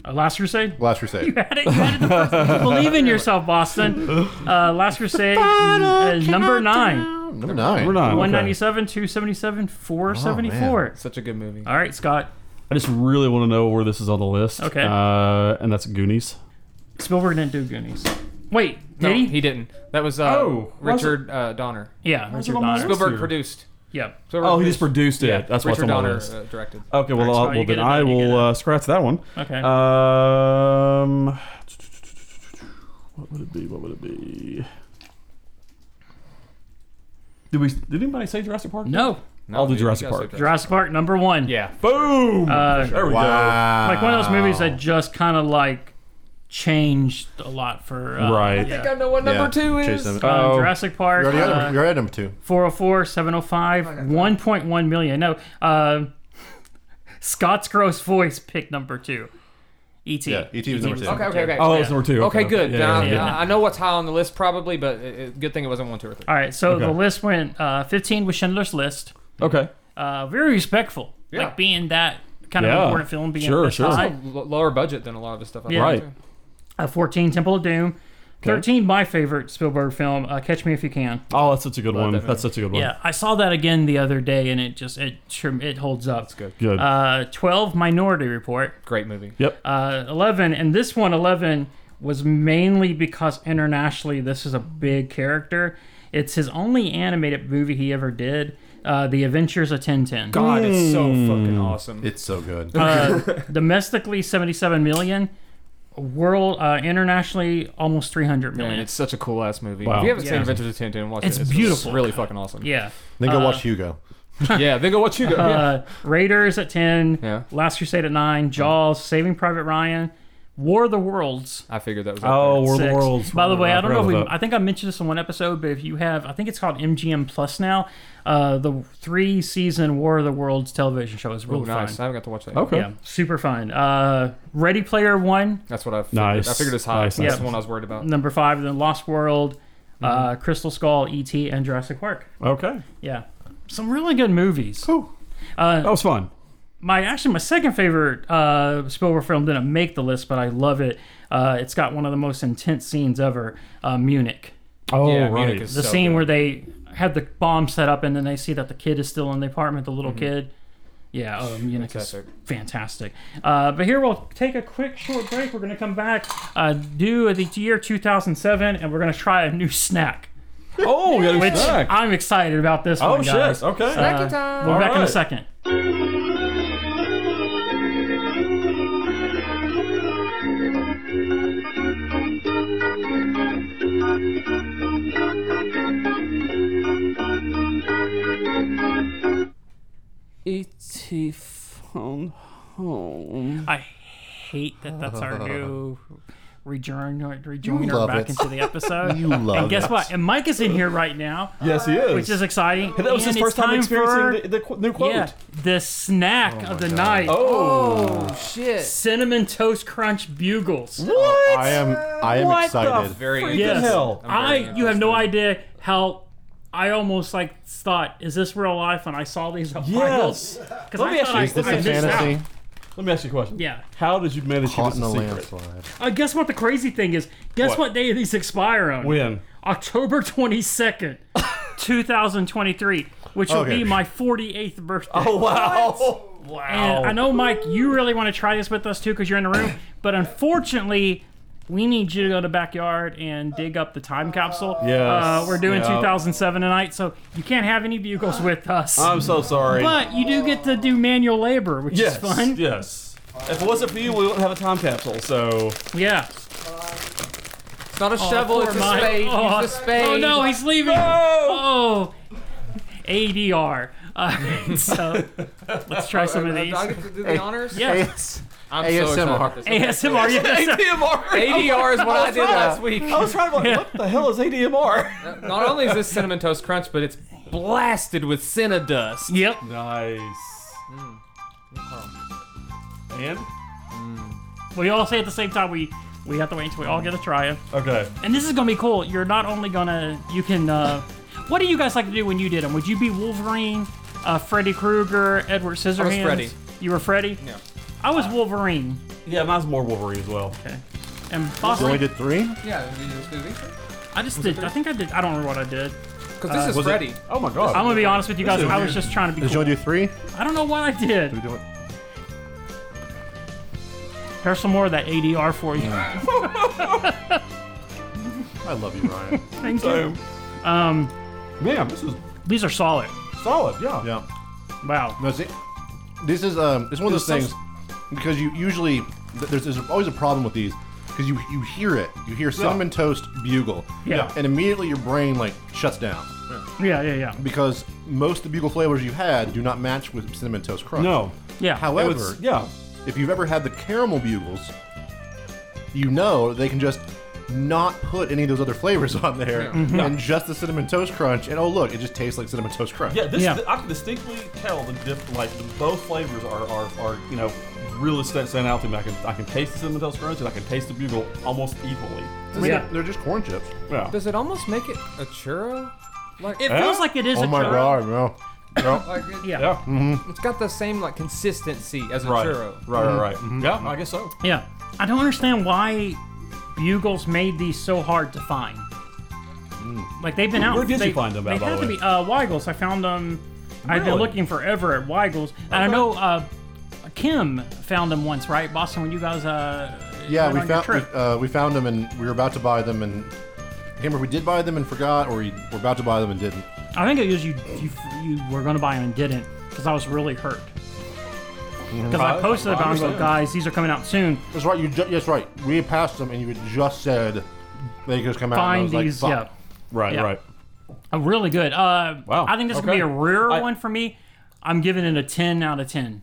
Speaker 3: Uh, Last Crusade.
Speaker 1: Last Crusade.
Speaker 3: You had it- you had it the first- Believe in yourself, Boston. Uh, Last Crusade, uh, number nine.
Speaker 1: Number nine.
Speaker 5: We're not.
Speaker 3: One
Speaker 5: Okay. Oh,
Speaker 3: ninety-seven, two seventy-seven, four seventy-four.
Speaker 4: Such a good movie.
Speaker 3: All right, Scott.
Speaker 5: I just really want to know where this is on the list.
Speaker 3: Okay.
Speaker 5: Uh, and that's Goonies.
Speaker 3: Spielberg didn't do Goonies. Wait, did
Speaker 4: No,
Speaker 3: he?
Speaker 4: he didn't. That was uh,
Speaker 5: Oh, was
Speaker 4: Richard uh, Donner.
Speaker 3: Yeah,
Speaker 5: was
Speaker 3: Richard
Speaker 5: it on my
Speaker 3: Donner.
Speaker 5: list?
Speaker 4: Spielberg
Speaker 5: Sure.
Speaker 4: produced.
Speaker 3: Yeah.
Speaker 4: So
Speaker 5: Oh, he just produced it.
Speaker 4: Yeah,
Speaker 5: That's what's
Speaker 4: Richard
Speaker 5: on my
Speaker 4: Donner
Speaker 5: list.
Speaker 4: uh, directed.
Speaker 5: Okay. Well,
Speaker 3: That's
Speaker 5: I'll-
Speaker 3: fine,
Speaker 5: well
Speaker 3: you get
Speaker 5: then
Speaker 3: it,
Speaker 5: I
Speaker 3: you get
Speaker 5: will
Speaker 3: it.
Speaker 5: uh, scratch that one.
Speaker 3: Okay.
Speaker 5: Um. What would it be? What would it be? Did we? Did anybody say Jurassic Park?
Speaker 3: no.
Speaker 4: No,
Speaker 5: I'll do
Speaker 4: dude, you
Speaker 5: Jurassic
Speaker 4: guys
Speaker 5: Park.
Speaker 4: are-
Speaker 3: Jurassic Park number one.
Speaker 4: Yeah.
Speaker 5: Boom.
Speaker 3: Uh,
Speaker 5: there we go.
Speaker 1: Wow.
Speaker 3: Like one of those movies that just kind of like changed a lot for uh,
Speaker 5: Right.
Speaker 3: yeah.
Speaker 4: I think I know what number
Speaker 1: Yeah,
Speaker 4: two
Speaker 1: Chase
Speaker 4: is.
Speaker 1: them.
Speaker 3: Um,
Speaker 5: Oh.
Speaker 3: Jurassic Park.
Speaker 1: You already had,
Speaker 3: uh,
Speaker 1: number- you already had number two.
Speaker 3: 404, 705,
Speaker 4: Oh,
Speaker 3: 1.1 million. No, uh, Scott's gross voice picked number two. E E.T.
Speaker 1: Yeah, E.T. was number two.
Speaker 4: Okay, okay, okay.
Speaker 5: Oh, it's number two.
Speaker 4: okay, good.
Speaker 5: Yeah,
Speaker 4: Now,
Speaker 5: yeah, yeah.
Speaker 4: I I know what's high on the list probably, but it, it, good thing it wasn't one, two, or three.
Speaker 3: All right, so
Speaker 5: Okay.
Speaker 3: the list went uh, 15 was Schindler's List.
Speaker 5: Okay.
Speaker 3: Uh, very respectful.
Speaker 4: Yeah.
Speaker 3: Like being that kind of
Speaker 5: Yeah.
Speaker 3: important film, being at
Speaker 5: Sure,
Speaker 3: the
Speaker 5: sure.
Speaker 3: time.
Speaker 4: L- lower budget than a lot of the stuff. I
Speaker 3: Yeah.
Speaker 5: Right.
Speaker 3: Uh, 14, Temple of Doom. 13, my favorite Spielberg film, uh, Catch Me If You Can.
Speaker 5: Oh, that's such a good one.
Speaker 4: that
Speaker 5: That's such a good one.
Speaker 3: Yeah, I saw that again the other day, and it just it sure it holds up. That's
Speaker 4: good.
Speaker 5: Good.
Speaker 3: Uh, 12, Minority Report.
Speaker 4: Great movie.
Speaker 5: yep.
Speaker 3: Uh, 11, and this one, 11, was mainly because internationally this is a big character. It's his only animated movie he ever did, uh, The Adventures of Tintin.
Speaker 4: God, it's so fucking awesome.
Speaker 1: It's so good.
Speaker 3: Uh, domestically, 77 million. world uh, internationally almost 300 million.
Speaker 4: Man, it's such a cool ass movie.
Speaker 5: Wow.
Speaker 4: If you haven't
Speaker 3: Yeah.
Speaker 4: seen Adventures of Tintin, watch
Speaker 3: It's
Speaker 4: it.
Speaker 3: beautiful.
Speaker 4: really fucking awesome.
Speaker 3: yeah.
Speaker 1: Then go
Speaker 3: Uh,
Speaker 1: watch Hugo.
Speaker 4: yeah. Then go watch Hugo. Yeah.
Speaker 3: Uh, Raiders at 10,
Speaker 4: Yeah.
Speaker 3: Last Crusade at 9, Jaws, Saving Private Ryan, War of the Worlds.
Speaker 4: I figured that was. up
Speaker 5: Oh,
Speaker 4: there.
Speaker 5: War of the
Speaker 3: six.
Speaker 5: Worlds.
Speaker 3: By the way, I don't know if we.
Speaker 5: forgot about
Speaker 3: I think I mentioned this in one episode, but if you have, I think it's called MGM Plus now. Uh, the three season War of the Worlds television show is really
Speaker 4: Ooh, nice. I
Speaker 3: fun.
Speaker 4: haven't got to watch that.
Speaker 5: that.
Speaker 4: yet.
Speaker 5: Okay.
Speaker 3: Yeah, super fun. Uh, Ready Player One,
Speaker 4: That's what I figured.
Speaker 5: Nice.
Speaker 4: I figured it's high.
Speaker 5: Nice,
Speaker 4: That's
Speaker 3: nice.
Speaker 4: the one I was worried about.
Speaker 3: number five, then Lost World, uh,
Speaker 5: Mm-hmm.
Speaker 3: Crystal Skull, ET, and Jurassic Park.
Speaker 5: Okay.
Speaker 3: Yeah, some really good movies.
Speaker 5: Cool.
Speaker 3: Uh,
Speaker 5: that was fun.
Speaker 3: my actually my second favorite uh, Spielberg film didn't make the list, but I love it. Uh, it's got one of the most intense scenes ever, uh, Munich.
Speaker 5: Oh,
Speaker 4: yeah,
Speaker 5: right.
Speaker 4: Munich is
Speaker 3: The
Speaker 4: so
Speaker 3: scene
Speaker 4: good.
Speaker 3: where they have the bomb set up and then they see that the kid is still in the apartment, the
Speaker 5: Mm-hmm.
Speaker 3: little kid. Yeah, oh, Munich
Speaker 4: Fantastic.
Speaker 3: is fantastic. Uh, but here we'll take a quick short break. We're going to come back, uh, do the year 2007, and we're going to try a new snack.
Speaker 5: Oh, we got a
Speaker 3: Which
Speaker 5: snack.
Speaker 3: I'm excited about this
Speaker 5: Oh,
Speaker 3: one, guys.
Speaker 5: shit. Okay.
Speaker 3: Uh, We'll
Speaker 5: All
Speaker 3: be back in a
Speaker 5: right.
Speaker 3: second.
Speaker 2: E.T. phone home.
Speaker 3: I hate that that's our new rejoin rejoiner
Speaker 1: love
Speaker 3: back
Speaker 1: it.
Speaker 3: into the episode.
Speaker 1: You love
Speaker 3: and guess
Speaker 1: it.
Speaker 3: what? And Mike is in here right now,
Speaker 5: yes, he is.
Speaker 3: which is exciting.
Speaker 5: that was
Speaker 3: And
Speaker 5: his
Speaker 3: it's
Speaker 5: first time, experiencing
Speaker 3: for,
Speaker 5: the, the qu- new quote.
Speaker 3: yeah, the snack of the night.
Speaker 5: Oh.
Speaker 4: shit.
Speaker 3: Cinnamon toast crunch bugles.
Speaker 5: What?
Speaker 1: I am. I am
Speaker 5: What the
Speaker 1: excited.
Speaker 4: Very
Speaker 5: freaking
Speaker 4: interesting.
Speaker 5: hell.
Speaker 4: I'm very
Speaker 3: I you have
Speaker 4: interested.
Speaker 3: no idea how I almost like thought, is this real life? And I saw these up
Speaker 5: Yes.
Speaker 3: because
Speaker 5: Let
Speaker 3: I
Speaker 5: me ask
Speaker 3: thought
Speaker 5: you,
Speaker 3: I,
Speaker 5: is
Speaker 1: Is this
Speaker 3: I
Speaker 1: a
Speaker 3: missed out.
Speaker 1: fantasy?
Speaker 5: Let me ask you a question.
Speaker 3: Yeah.
Speaker 5: How did you manage to keep
Speaker 1: Caught
Speaker 5: this
Speaker 1: in a
Speaker 5: a secret?
Speaker 1: landslide.
Speaker 3: Uh, guess what? The crazy thing is, guess what,
Speaker 5: What?
Speaker 3: day these expire on?
Speaker 5: When?
Speaker 3: October 22nd, 2023, which will
Speaker 1: Okay.
Speaker 3: be my 48th birthday.
Speaker 5: Oh, wow. Oh.
Speaker 3: and I know, Mike, you really want to try this with us too because you're in the room, but unfortunately, we need you to go to the backyard and dig up the time capsule.
Speaker 5: Yes.
Speaker 3: Uh, we're doing
Speaker 5: Yeah.
Speaker 3: 2007 tonight, so you can't have any bugles with us.
Speaker 5: I'm so sorry.
Speaker 3: but you do get to do manual labor, which
Speaker 5: yes.
Speaker 3: is fun.
Speaker 5: Yes. If it wasn't for you, we wouldn't have a time capsule. So
Speaker 3: Yeah.
Speaker 4: It's not a shovel.
Speaker 3: poor
Speaker 4: It's a
Speaker 3: Mike.
Speaker 4: spade.
Speaker 3: Oh,
Speaker 4: Use the spade.
Speaker 3: oh, no, he's leaving. Oh, ADR. Uh, so let's try some of
Speaker 4: Uh,
Speaker 3: these.
Speaker 4: do I get to do the honors?
Speaker 3: Yeah,
Speaker 4: I'm so excited
Speaker 1: ASMR.
Speaker 4: about this.
Speaker 3: ASMR. Yes.
Speaker 4: ADR is what I did last week.
Speaker 5: I was trying to like, what the hell is ADMR?
Speaker 4: Not only is this cinnamon toast crunch, but it's blasted with cinna dust.
Speaker 3: Yep.
Speaker 5: nice.
Speaker 3: Hmm.
Speaker 5: And
Speaker 3: We all say at the same time. We we have to wait until we all get to try it.
Speaker 5: okay.
Speaker 3: And this is gonna be cool. You're not only gonna you can. Uh, what do you guys like to do when you did them? Would you be Wolverine, uh, Freddy Krueger, Edward Scissorhands?
Speaker 4: Freddy.
Speaker 3: You were Freddy.
Speaker 4: Yeah.
Speaker 3: I was Wolverine.
Speaker 5: Yeah, mine's more Wolverine as well.
Speaker 3: And
Speaker 1: You only
Speaker 3: Boston,
Speaker 1: did three.
Speaker 4: Yeah, did you just do these?
Speaker 3: I just did. I think I did. I don't remember what I did.
Speaker 4: Because this is
Speaker 1: was it-
Speaker 4: Freddy.
Speaker 5: Oh my god.
Speaker 3: I'm gonna be honest with you guys.
Speaker 5: This is
Speaker 3: I
Speaker 5: weird.
Speaker 3: was just trying to be.
Speaker 1: Did you
Speaker 3: Cool.
Speaker 1: only do three?
Speaker 3: I don't know what I
Speaker 1: We
Speaker 3: did.
Speaker 1: do it.
Speaker 3: Here's some more of that ADR for you.
Speaker 1: I love you, Ryan.
Speaker 3: Thank you.
Speaker 5: So, um, man, this is
Speaker 3: These are solid.
Speaker 5: solid. Yeah.
Speaker 1: yeah.
Speaker 3: Wow.
Speaker 1: No, see, this is um, it's one of those
Speaker 5: There's
Speaker 1: things because you usually th- there's, there's always a problem with these because you you hear it, you hear cinnamon toast bugle,
Speaker 3: Yeah.
Speaker 1: and immediately your brain like shuts down
Speaker 3: Yeah, yeah, yeah.
Speaker 1: because most of the bugle flavors you've had do not match with cinnamon toast crunch.
Speaker 5: No.
Speaker 3: Yeah.
Speaker 1: However,
Speaker 5: It's- yeah.
Speaker 1: if you've ever had the caramel bugles, you know they can just not put any of those other flavors on there
Speaker 3: Mm-hmm.
Speaker 1: and just the cinnamon toast crunch and oh look it just tastes like cinnamon toast crunch
Speaker 5: Yeah. This
Speaker 3: Yeah.
Speaker 5: th- I can distinctly tell the diff. Like the, both flavors are, are are you know really stand stand out to me. I can I can taste the cinnamon toast crunch and I can taste the bugle almost equally.
Speaker 1: I mean,
Speaker 3: Yeah.
Speaker 1: they're- they're just corn chips
Speaker 5: Yeah.
Speaker 4: Does it almost make it a churro? Like,
Speaker 3: It
Speaker 5: Yeah.
Speaker 3: feels like it is
Speaker 1: oh
Speaker 3: a
Speaker 1: my
Speaker 3: churro.
Speaker 1: god no no
Speaker 4: like it,
Speaker 3: Yeah. yeah.
Speaker 5: yeah.
Speaker 4: it's got the same like consistency as a
Speaker 5: Right.
Speaker 4: churro.
Speaker 5: Right. Right. Right.
Speaker 3: Mm-hmm.
Speaker 5: Yeah.
Speaker 4: Mm-hmm.
Speaker 5: I guess so.
Speaker 3: I don't understand why Bugles made these so hard to find. Like they've been out.
Speaker 5: Hmm. Where did you
Speaker 3: they,
Speaker 5: find them at,
Speaker 3: They
Speaker 5: by
Speaker 3: had
Speaker 5: the
Speaker 3: to
Speaker 5: way?
Speaker 3: be uh, Weigels. I found them. I've been
Speaker 5: Really?
Speaker 3: looking forever at Weigels, and I know uh, Kim found them once, right, Boston? When you guys uh,
Speaker 1: Yeah,
Speaker 3: went
Speaker 1: we
Speaker 3: on your
Speaker 1: found
Speaker 3: trip.
Speaker 1: we, uh, we found them and we were about to buy them and I can't remember if we did buy them and forgot or we were about to buy them and didn't.
Speaker 3: I think it was you. You, you were going to buy them and didn't because I was really hurt.
Speaker 5: Mm-hmm.
Speaker 3: Because I posted about it, and go, guys, these are coming out soon.
Speaker 1: That's right. You ju- yes, right. We had passed them, and you had just said they could come out. and I
Speaker 3: Find
Speaker 1: was like,
Speaker 3: these,
Speaker 1: fuck.
Speaker 3: yeah.
Speaker 5: Right,
Speaker 3: Yeah.
Speaker 5: right.
Speaker 3: Oh, really good. Uh,
Speaker 5: Wow.
Speaker 3: I think this could
Speaker 5: Okay.
Speaker 3: be a rare
Speaker 5: I-
Speaker 3: one for me. I'm giving it a 10 out of 10.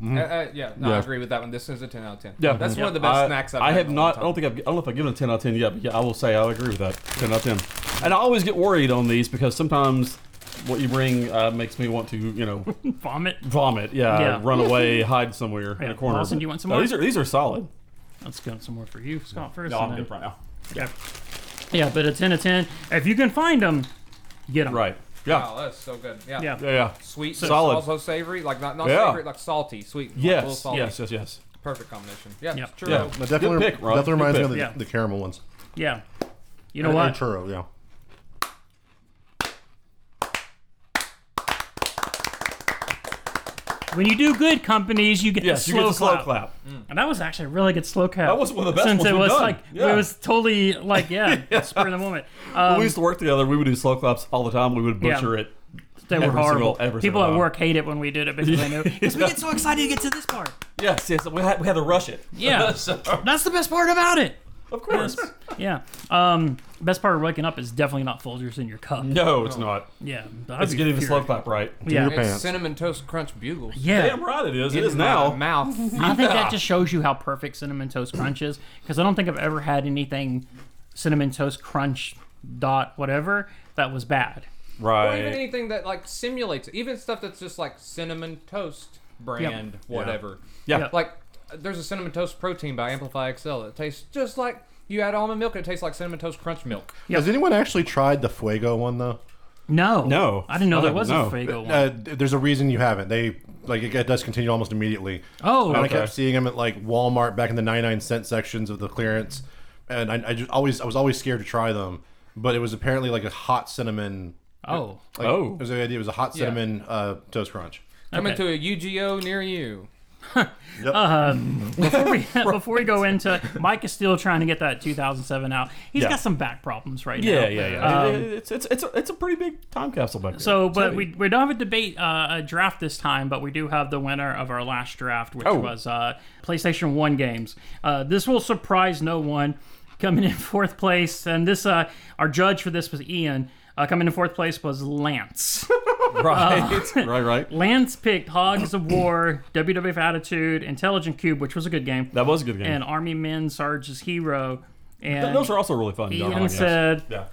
Speaker 4: Uh, uh, yeah, no,
Speaker 1: Yeah.
Speaker 4: I agree with that one. This is a 10 out of 10.
Speaker 5: Mm-hmm. Yeah, Mm-hmm.
Speaker 4: That's
Speaker 5: Yeah.
Speaker 4: one of the best
Speaker 5: I,
Speaker 4: snacks I've
Speaker 5: I
Speaker 4: had
Speaker 5: have
Speaker 4: in a long
Speaker 5: not. I
Speaker 4: time.
Speaker 5: don't think I've. I don't know if I've given a ten out of ten yet. But yeah, I will say I agree with that. Ten out of ten. And I always get worried on these because sometimes what you bring uh, makes me want to, you know,
Speaker 3: Vomit.
Speaker 5: vomit. Yeah,
Speaker 3: Yeah.
Speaker 5: run away, hide somewhere in
Speaker 3: Yeah.
Speaker 5: a corner.
Speaker 3: Lawson, do you want some
Speaker 5: No,
Speaker 3: more?
Speaker 5: these are these are solid.
Speaker 3: Let's go some more for you, Scott, first.
Speaker 5: No,
Speaker 3: and
Speaker 5: I'm
Speaker 3: then-
Speaker 5: good right now.
Speaker 3: yeah. yeah, but a 10 of 10. If you can find them, get them.
Speaker 5: Right. Yeah.
Speaker 4: Wow, Oh, that's so good. Yeah.
Speaker 3: Yeah.
Speaker 5: Yeah. Yeah.
Speaker 4: Sweet,
Speaker 5: Solid.
Speaker 4: solid. also savory, like not, not
Speaker 5: Yeah.
Speaker 4: savory, like salty, sweet. a little
Speaker 5: Yes.
Speaker 4: salty.
Speaker 5: Yes. Yes. Yes.
Speaker 4: Perfect combination. Yeah,
Speaker 3: Yeah.
Speaker 4: it's true.
Speaker 5: Yeah.
Speaker 1: That definitely,
Speaker 5: Good pick, Rob.
Speaker 1: definitely
Speaker 5: Good
Speaker 1: reminds me of the,
Speaker 5: pick.
Speaker 3: Yeah.
Speaker 1: the caramel ones.
Speaker 3: Yeah. You know
Speaker 1: And-
Speaker 3: what?
Speaker 1: and churro, yeah.
Speaker 3: When you do good companies, you get
Speaker 5: Yes.
Speaker 3: the
Speaker 5: You
Speaker 3: slow
Speaker 5: get the slow
Speaker 3: clap.
Speaker 5: clap.
Speaker 3: And that was actually a really good slow clap.
Speaker 5: That was one of the best
Speaker 3: Since
Speaker 5: ones
Speaker 3: it
Speaker 5: we've
Speaker 3: was
Speaker 5: done.
Speaker 3: like
Speaker 5: Yeah.
Speaker 3: it was totally like yeah, spur of the moment. Um,
Speaker 5: we used to work together. We would do slow claps all the time. We would
Speaker 3: Yeah.
Speaker 5: butcher it.
Speaker 3: they were
Speaker 5: every
Speaker 3: horrible.
Speaker 5: single- every
Speaker 3: People
Speaker 5: single
Speaker 3: at
Speaker 5: time.
Speaker 3: work hate it when we did it because they know because we get so excited to get to this part.
Speaker 5: Yes. Yes. We had, we had to rush it.
Speaker 3: Yeah,
Speaker 5: So,
Speaker 3: that's the best part about it.
Speaker 5: of course.
Speaker 3: Yeah. Um, best part of waking up is definitely not Folgers in your cup.
Speaker 5: No, it's not.
Speaker 3: Yeah, but I'd
Speaker 5: It's
Speaker 3: be
Speaker 5: getting the slow
Speaker 3: furious.
Speaker 5: clap right.
Speaker 3: Yeah,
Speaker 1: Your
Speaker 4: It's
Speaker 1: pants.
Speaker 4: cinnamon toast crunch bugles.
Speaker 3: yeah.
Speaker 5: Damn right it is. It
Speaker 4: It
Speaker 5: is
Speaker 4: is my
Speaker 5: now.
Speaker 4: Mouth.
Speaker 3: I think that just shows you how perfect cinnamon toast crunch is because I don't think I've ever had anything cinnamon toast crunch dot whatever that was bad.
Speaker 4: Or even
Speaker 5: Right.
Speaker 4: anything that like simulates, it. even stuff that's just like cinnamon toast brand, whatever.
Speaker 5: Yeah.
Speaker 3: Yeah.
Speaker 4: Like there's a cinnamon toast protein by Amplify XL. It tastes just like you add almond milk. It tastes like cinnamon toast crunch milk.
Speaker 3: Yeah.
Speaker 1: Has anyone actually tried the Fuego one though?
Speaker 3: No,
Speaker 5: No.
Speaker 3: I didn't know
Speaker 5: I
Speaker 3: there
Speaker 5: don't
Speaker 3: was
Speaker 5: know.
Speaker 3: a Fago one.
Speaker 1: Uh, there's a reason you haven't. They like it, it does continue almost immediately.
Speaker 3: oh,
Speaker 1: And
Speaker 5: okay.
Speaker 1: I kept seeing them at like Walmart back in the 99 cent sections of the clearance, and I, I just always I was always scared to try them. But it was apparently like a hot cinnamon.
Speaker 3: oh,
Speaker 1: Like,
Speaker 5: Oh.
Speaker 1: it was the idea. It was a hot
Speaker 4: Yeah.
Speaker 1: cinnamon uh, toast crunch.
Speaker 4: Coming
Speaker 3: Okay.
Speaker 4: to a UGO near you.
Speaker 3: before we before we go into Mike is still trying to get that 2007 out. He's
Speaker 5: Yeah.
Speaker 3: got some back problems right now.
Speaker 5: Yeah, yeah, yeah. It- it's it's it's a, it's a pretty big time capsule back there.
Speaker 3: Um, So, but we, we don't have a debate uh, a draft this time, but we do have the winner of our last draft, which
Speaker 5: Oh.
Speaker 3: was uh, PlayStation One games. Uh, this will surprise no one. Coming in fourth place, and this uh, our judge for this was Ian. Uh, coming in fourth place was Lance.
Speaker 5: right,
Speaker 3: uh,
Speaker 5: right, right.
Speaker 3: Lance picked Hogs of War, WWF Attitude, Intelligent Cube, which was a good game,
Speaker 5: That was a good game.
Speaker 3: and Army Men Sarge's Hero. And
Speaker 5: Those are also really fun. Darn,
Speaker 3: Ian
Speaker 5: yes.
Speaker 3: said,
Speaker 5: yeah.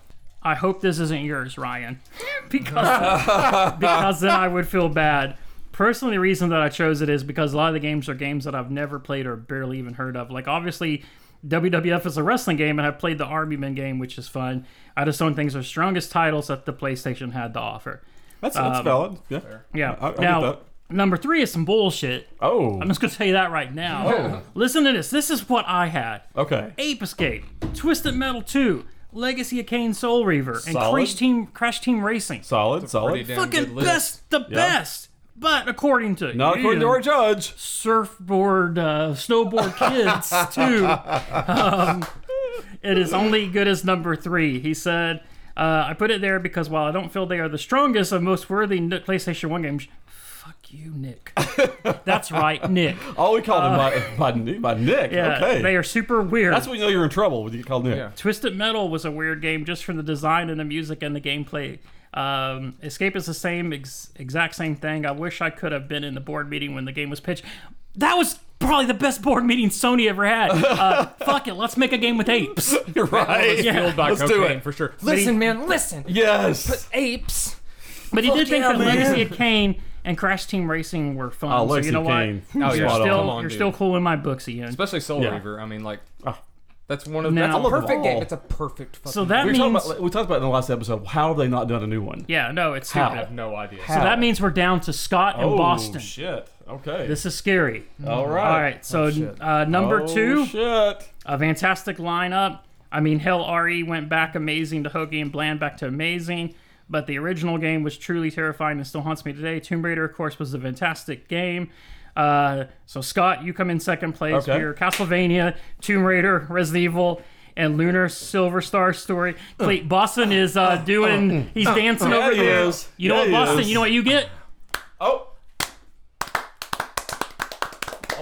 Speaker 3: I hope this isn't yours, Ryan, because because then I would feel bad. Personally, the reason that I chose it is because a lot of the games are games that I've never played or barely even heard of. Like obviously, WWF is a wrestling game, and I've played the Army Men game, which is fun. I just don't think they're strongest titles that the PlayStation had to offer.
Speaker 5: That's, that's
Speaker 3: Um,
Speaker 5: valid. Yeah.
Speaker 3: Yeah.
Speaker 5: I- I get
Speaker 3: now,
Speaker 5: that.
Speaker 3: number three is some bullshit.
Speaker 5: Oh.
Speaker 3: I'm just gonna tell you that right now. Listen to this. This is what I had.
Speaker 5: okay.
Speaker 3: Ape Escape, Twisted Metal 2, Legacy of Kane Soul Reaver, and
Speaker 5: Solid.
Speaker 3: Crash Team Crash Team Racing.
Speaker 5: Solid.
Speaker 4: Pretty
Speaker 5: Solid.
Speaker 4: damn good
Speaker 3: Fucking
Speaker 4: list.
Speaker 3: best, the best. But according to
Speaker 5: Not according to
Speaker 3: Ian,
Speaker 5: our judge.
Speaker 3: surfboard, uh, snowboard kids too. Um, it is only good as number three. He said, uh, "I put it there because while I don't feel they are the strongest and most worthy n- PlayStation One games." Fuck you, Nick. That's right, Nick.
Speaker 5: Oh, we called him by, by, by Nick.
Speaker 3: Uh, Yeah,
Speaker 5: okay.
Speaker 3: they are super weird.
Speaker 5: that's when you know you're in trouble when you get called Nick.
Speaker 4: Yeah.
Speaker 3: Twisted Metal was a weird game just from the design and the music and the gameplay. Um, Escape is the same ex- exact same thing. I wish I could have been in the board meeting when the game was pitched. That was probably the best board meeting Sony ever had. Uh, fuck it, let's make a game with apes.
Speaker 5: You're right.
Speaker 3: Yeah.
Speaker 4: Fueled by
Speaker 5: Let's do
Speaker 4: cocaine,
Speaker 5: it.
Speaker 4: for sure. Listen, man, listen.
Speaker 5: Yes.
Speaker 4: Apes.
Speaker 3: But he did think
Speaker 5: yeah,
Speaker 3: that
Speaker 5: man.
Speaker 3: Legacy of Kane and Crash Team Racing were fun.
Speaker 5: Oh,
Speaker 3: so
Speaker 5: Legacy
Speaker 3: you know
Speaker 5: of
Speaker 3: what?
Speaker 5: Kane.
Speaker 4: Oh,
Speaker 3: You're
Speaker 4: yeah.
Speaker 5: Spot on.
Speaker 3: still
Speaker 4: Come on,
Speaker 3: you're
Speaker 4: dude.
Speaker 3: still cool in my books, Ian.
Speaker 4: Especially Soul
Speaker 5: Yeah.
Speaker 4: Reaver. I mean, like
Speaker 5: Ah.
Speaker 4: that's one of
Speaker 3: No.
Speaker 4: that's
Speaker 3: I
Speaker 4: a
Speaker 3: love them
Speaker 4: perfect game.
Speaker 5: all.
Speaker 4: It's a perfect. Fucking
Speaker 3: So that
Speaker 5: We, were
Speaker 3: means
Speaker 5: talking about, we talked about it in the last episode. How have they not done a new one?
Speaker 3: yeah, no, it's
Speaker 5: How?
Speaker 3: stupid.
Speaker 4: I have no idea.
Speaker 3: So that means we're down to Scott and
Speaker 5: Oh,
Speaker 3: Boston.
Speaker 5: shit. Okay.
Speaker 3: This is scary.
Speaker 5: all right.
Speaker 3: All right, so uh, number
Speaker 5: oh,
Speaker 3: two.
Speaker 5: shit.
Speaker 3: a fantastic lineup. I mean, Hell RE went back amazing to Hoagie and Bland back to amazing, but the original game was truly terrifying and still haunts me today. Tomb Raider, of course, was a fantastic game. Uh, so, Scott, you come in second place
Speaker 5: Okay.
Speaker 3: here. Castlevania, Tomb Raider, Resident Evil. And Lunar Silver Star story. Cle- Boston is uh, doing. He's dancing
Speaker 5: Yeah,
Speaker 3: over
Speaker 5: he
Speaker 3: here.
Speaker 5: is.
Speaker 3: You know
Speaker 5: Yeah,
Speaker 3: what,
Speaker 5: he
Speaker 3: Boston?
Speaker 5: is.
Speaker 3: You know what you get?
Speaker 5: Oh.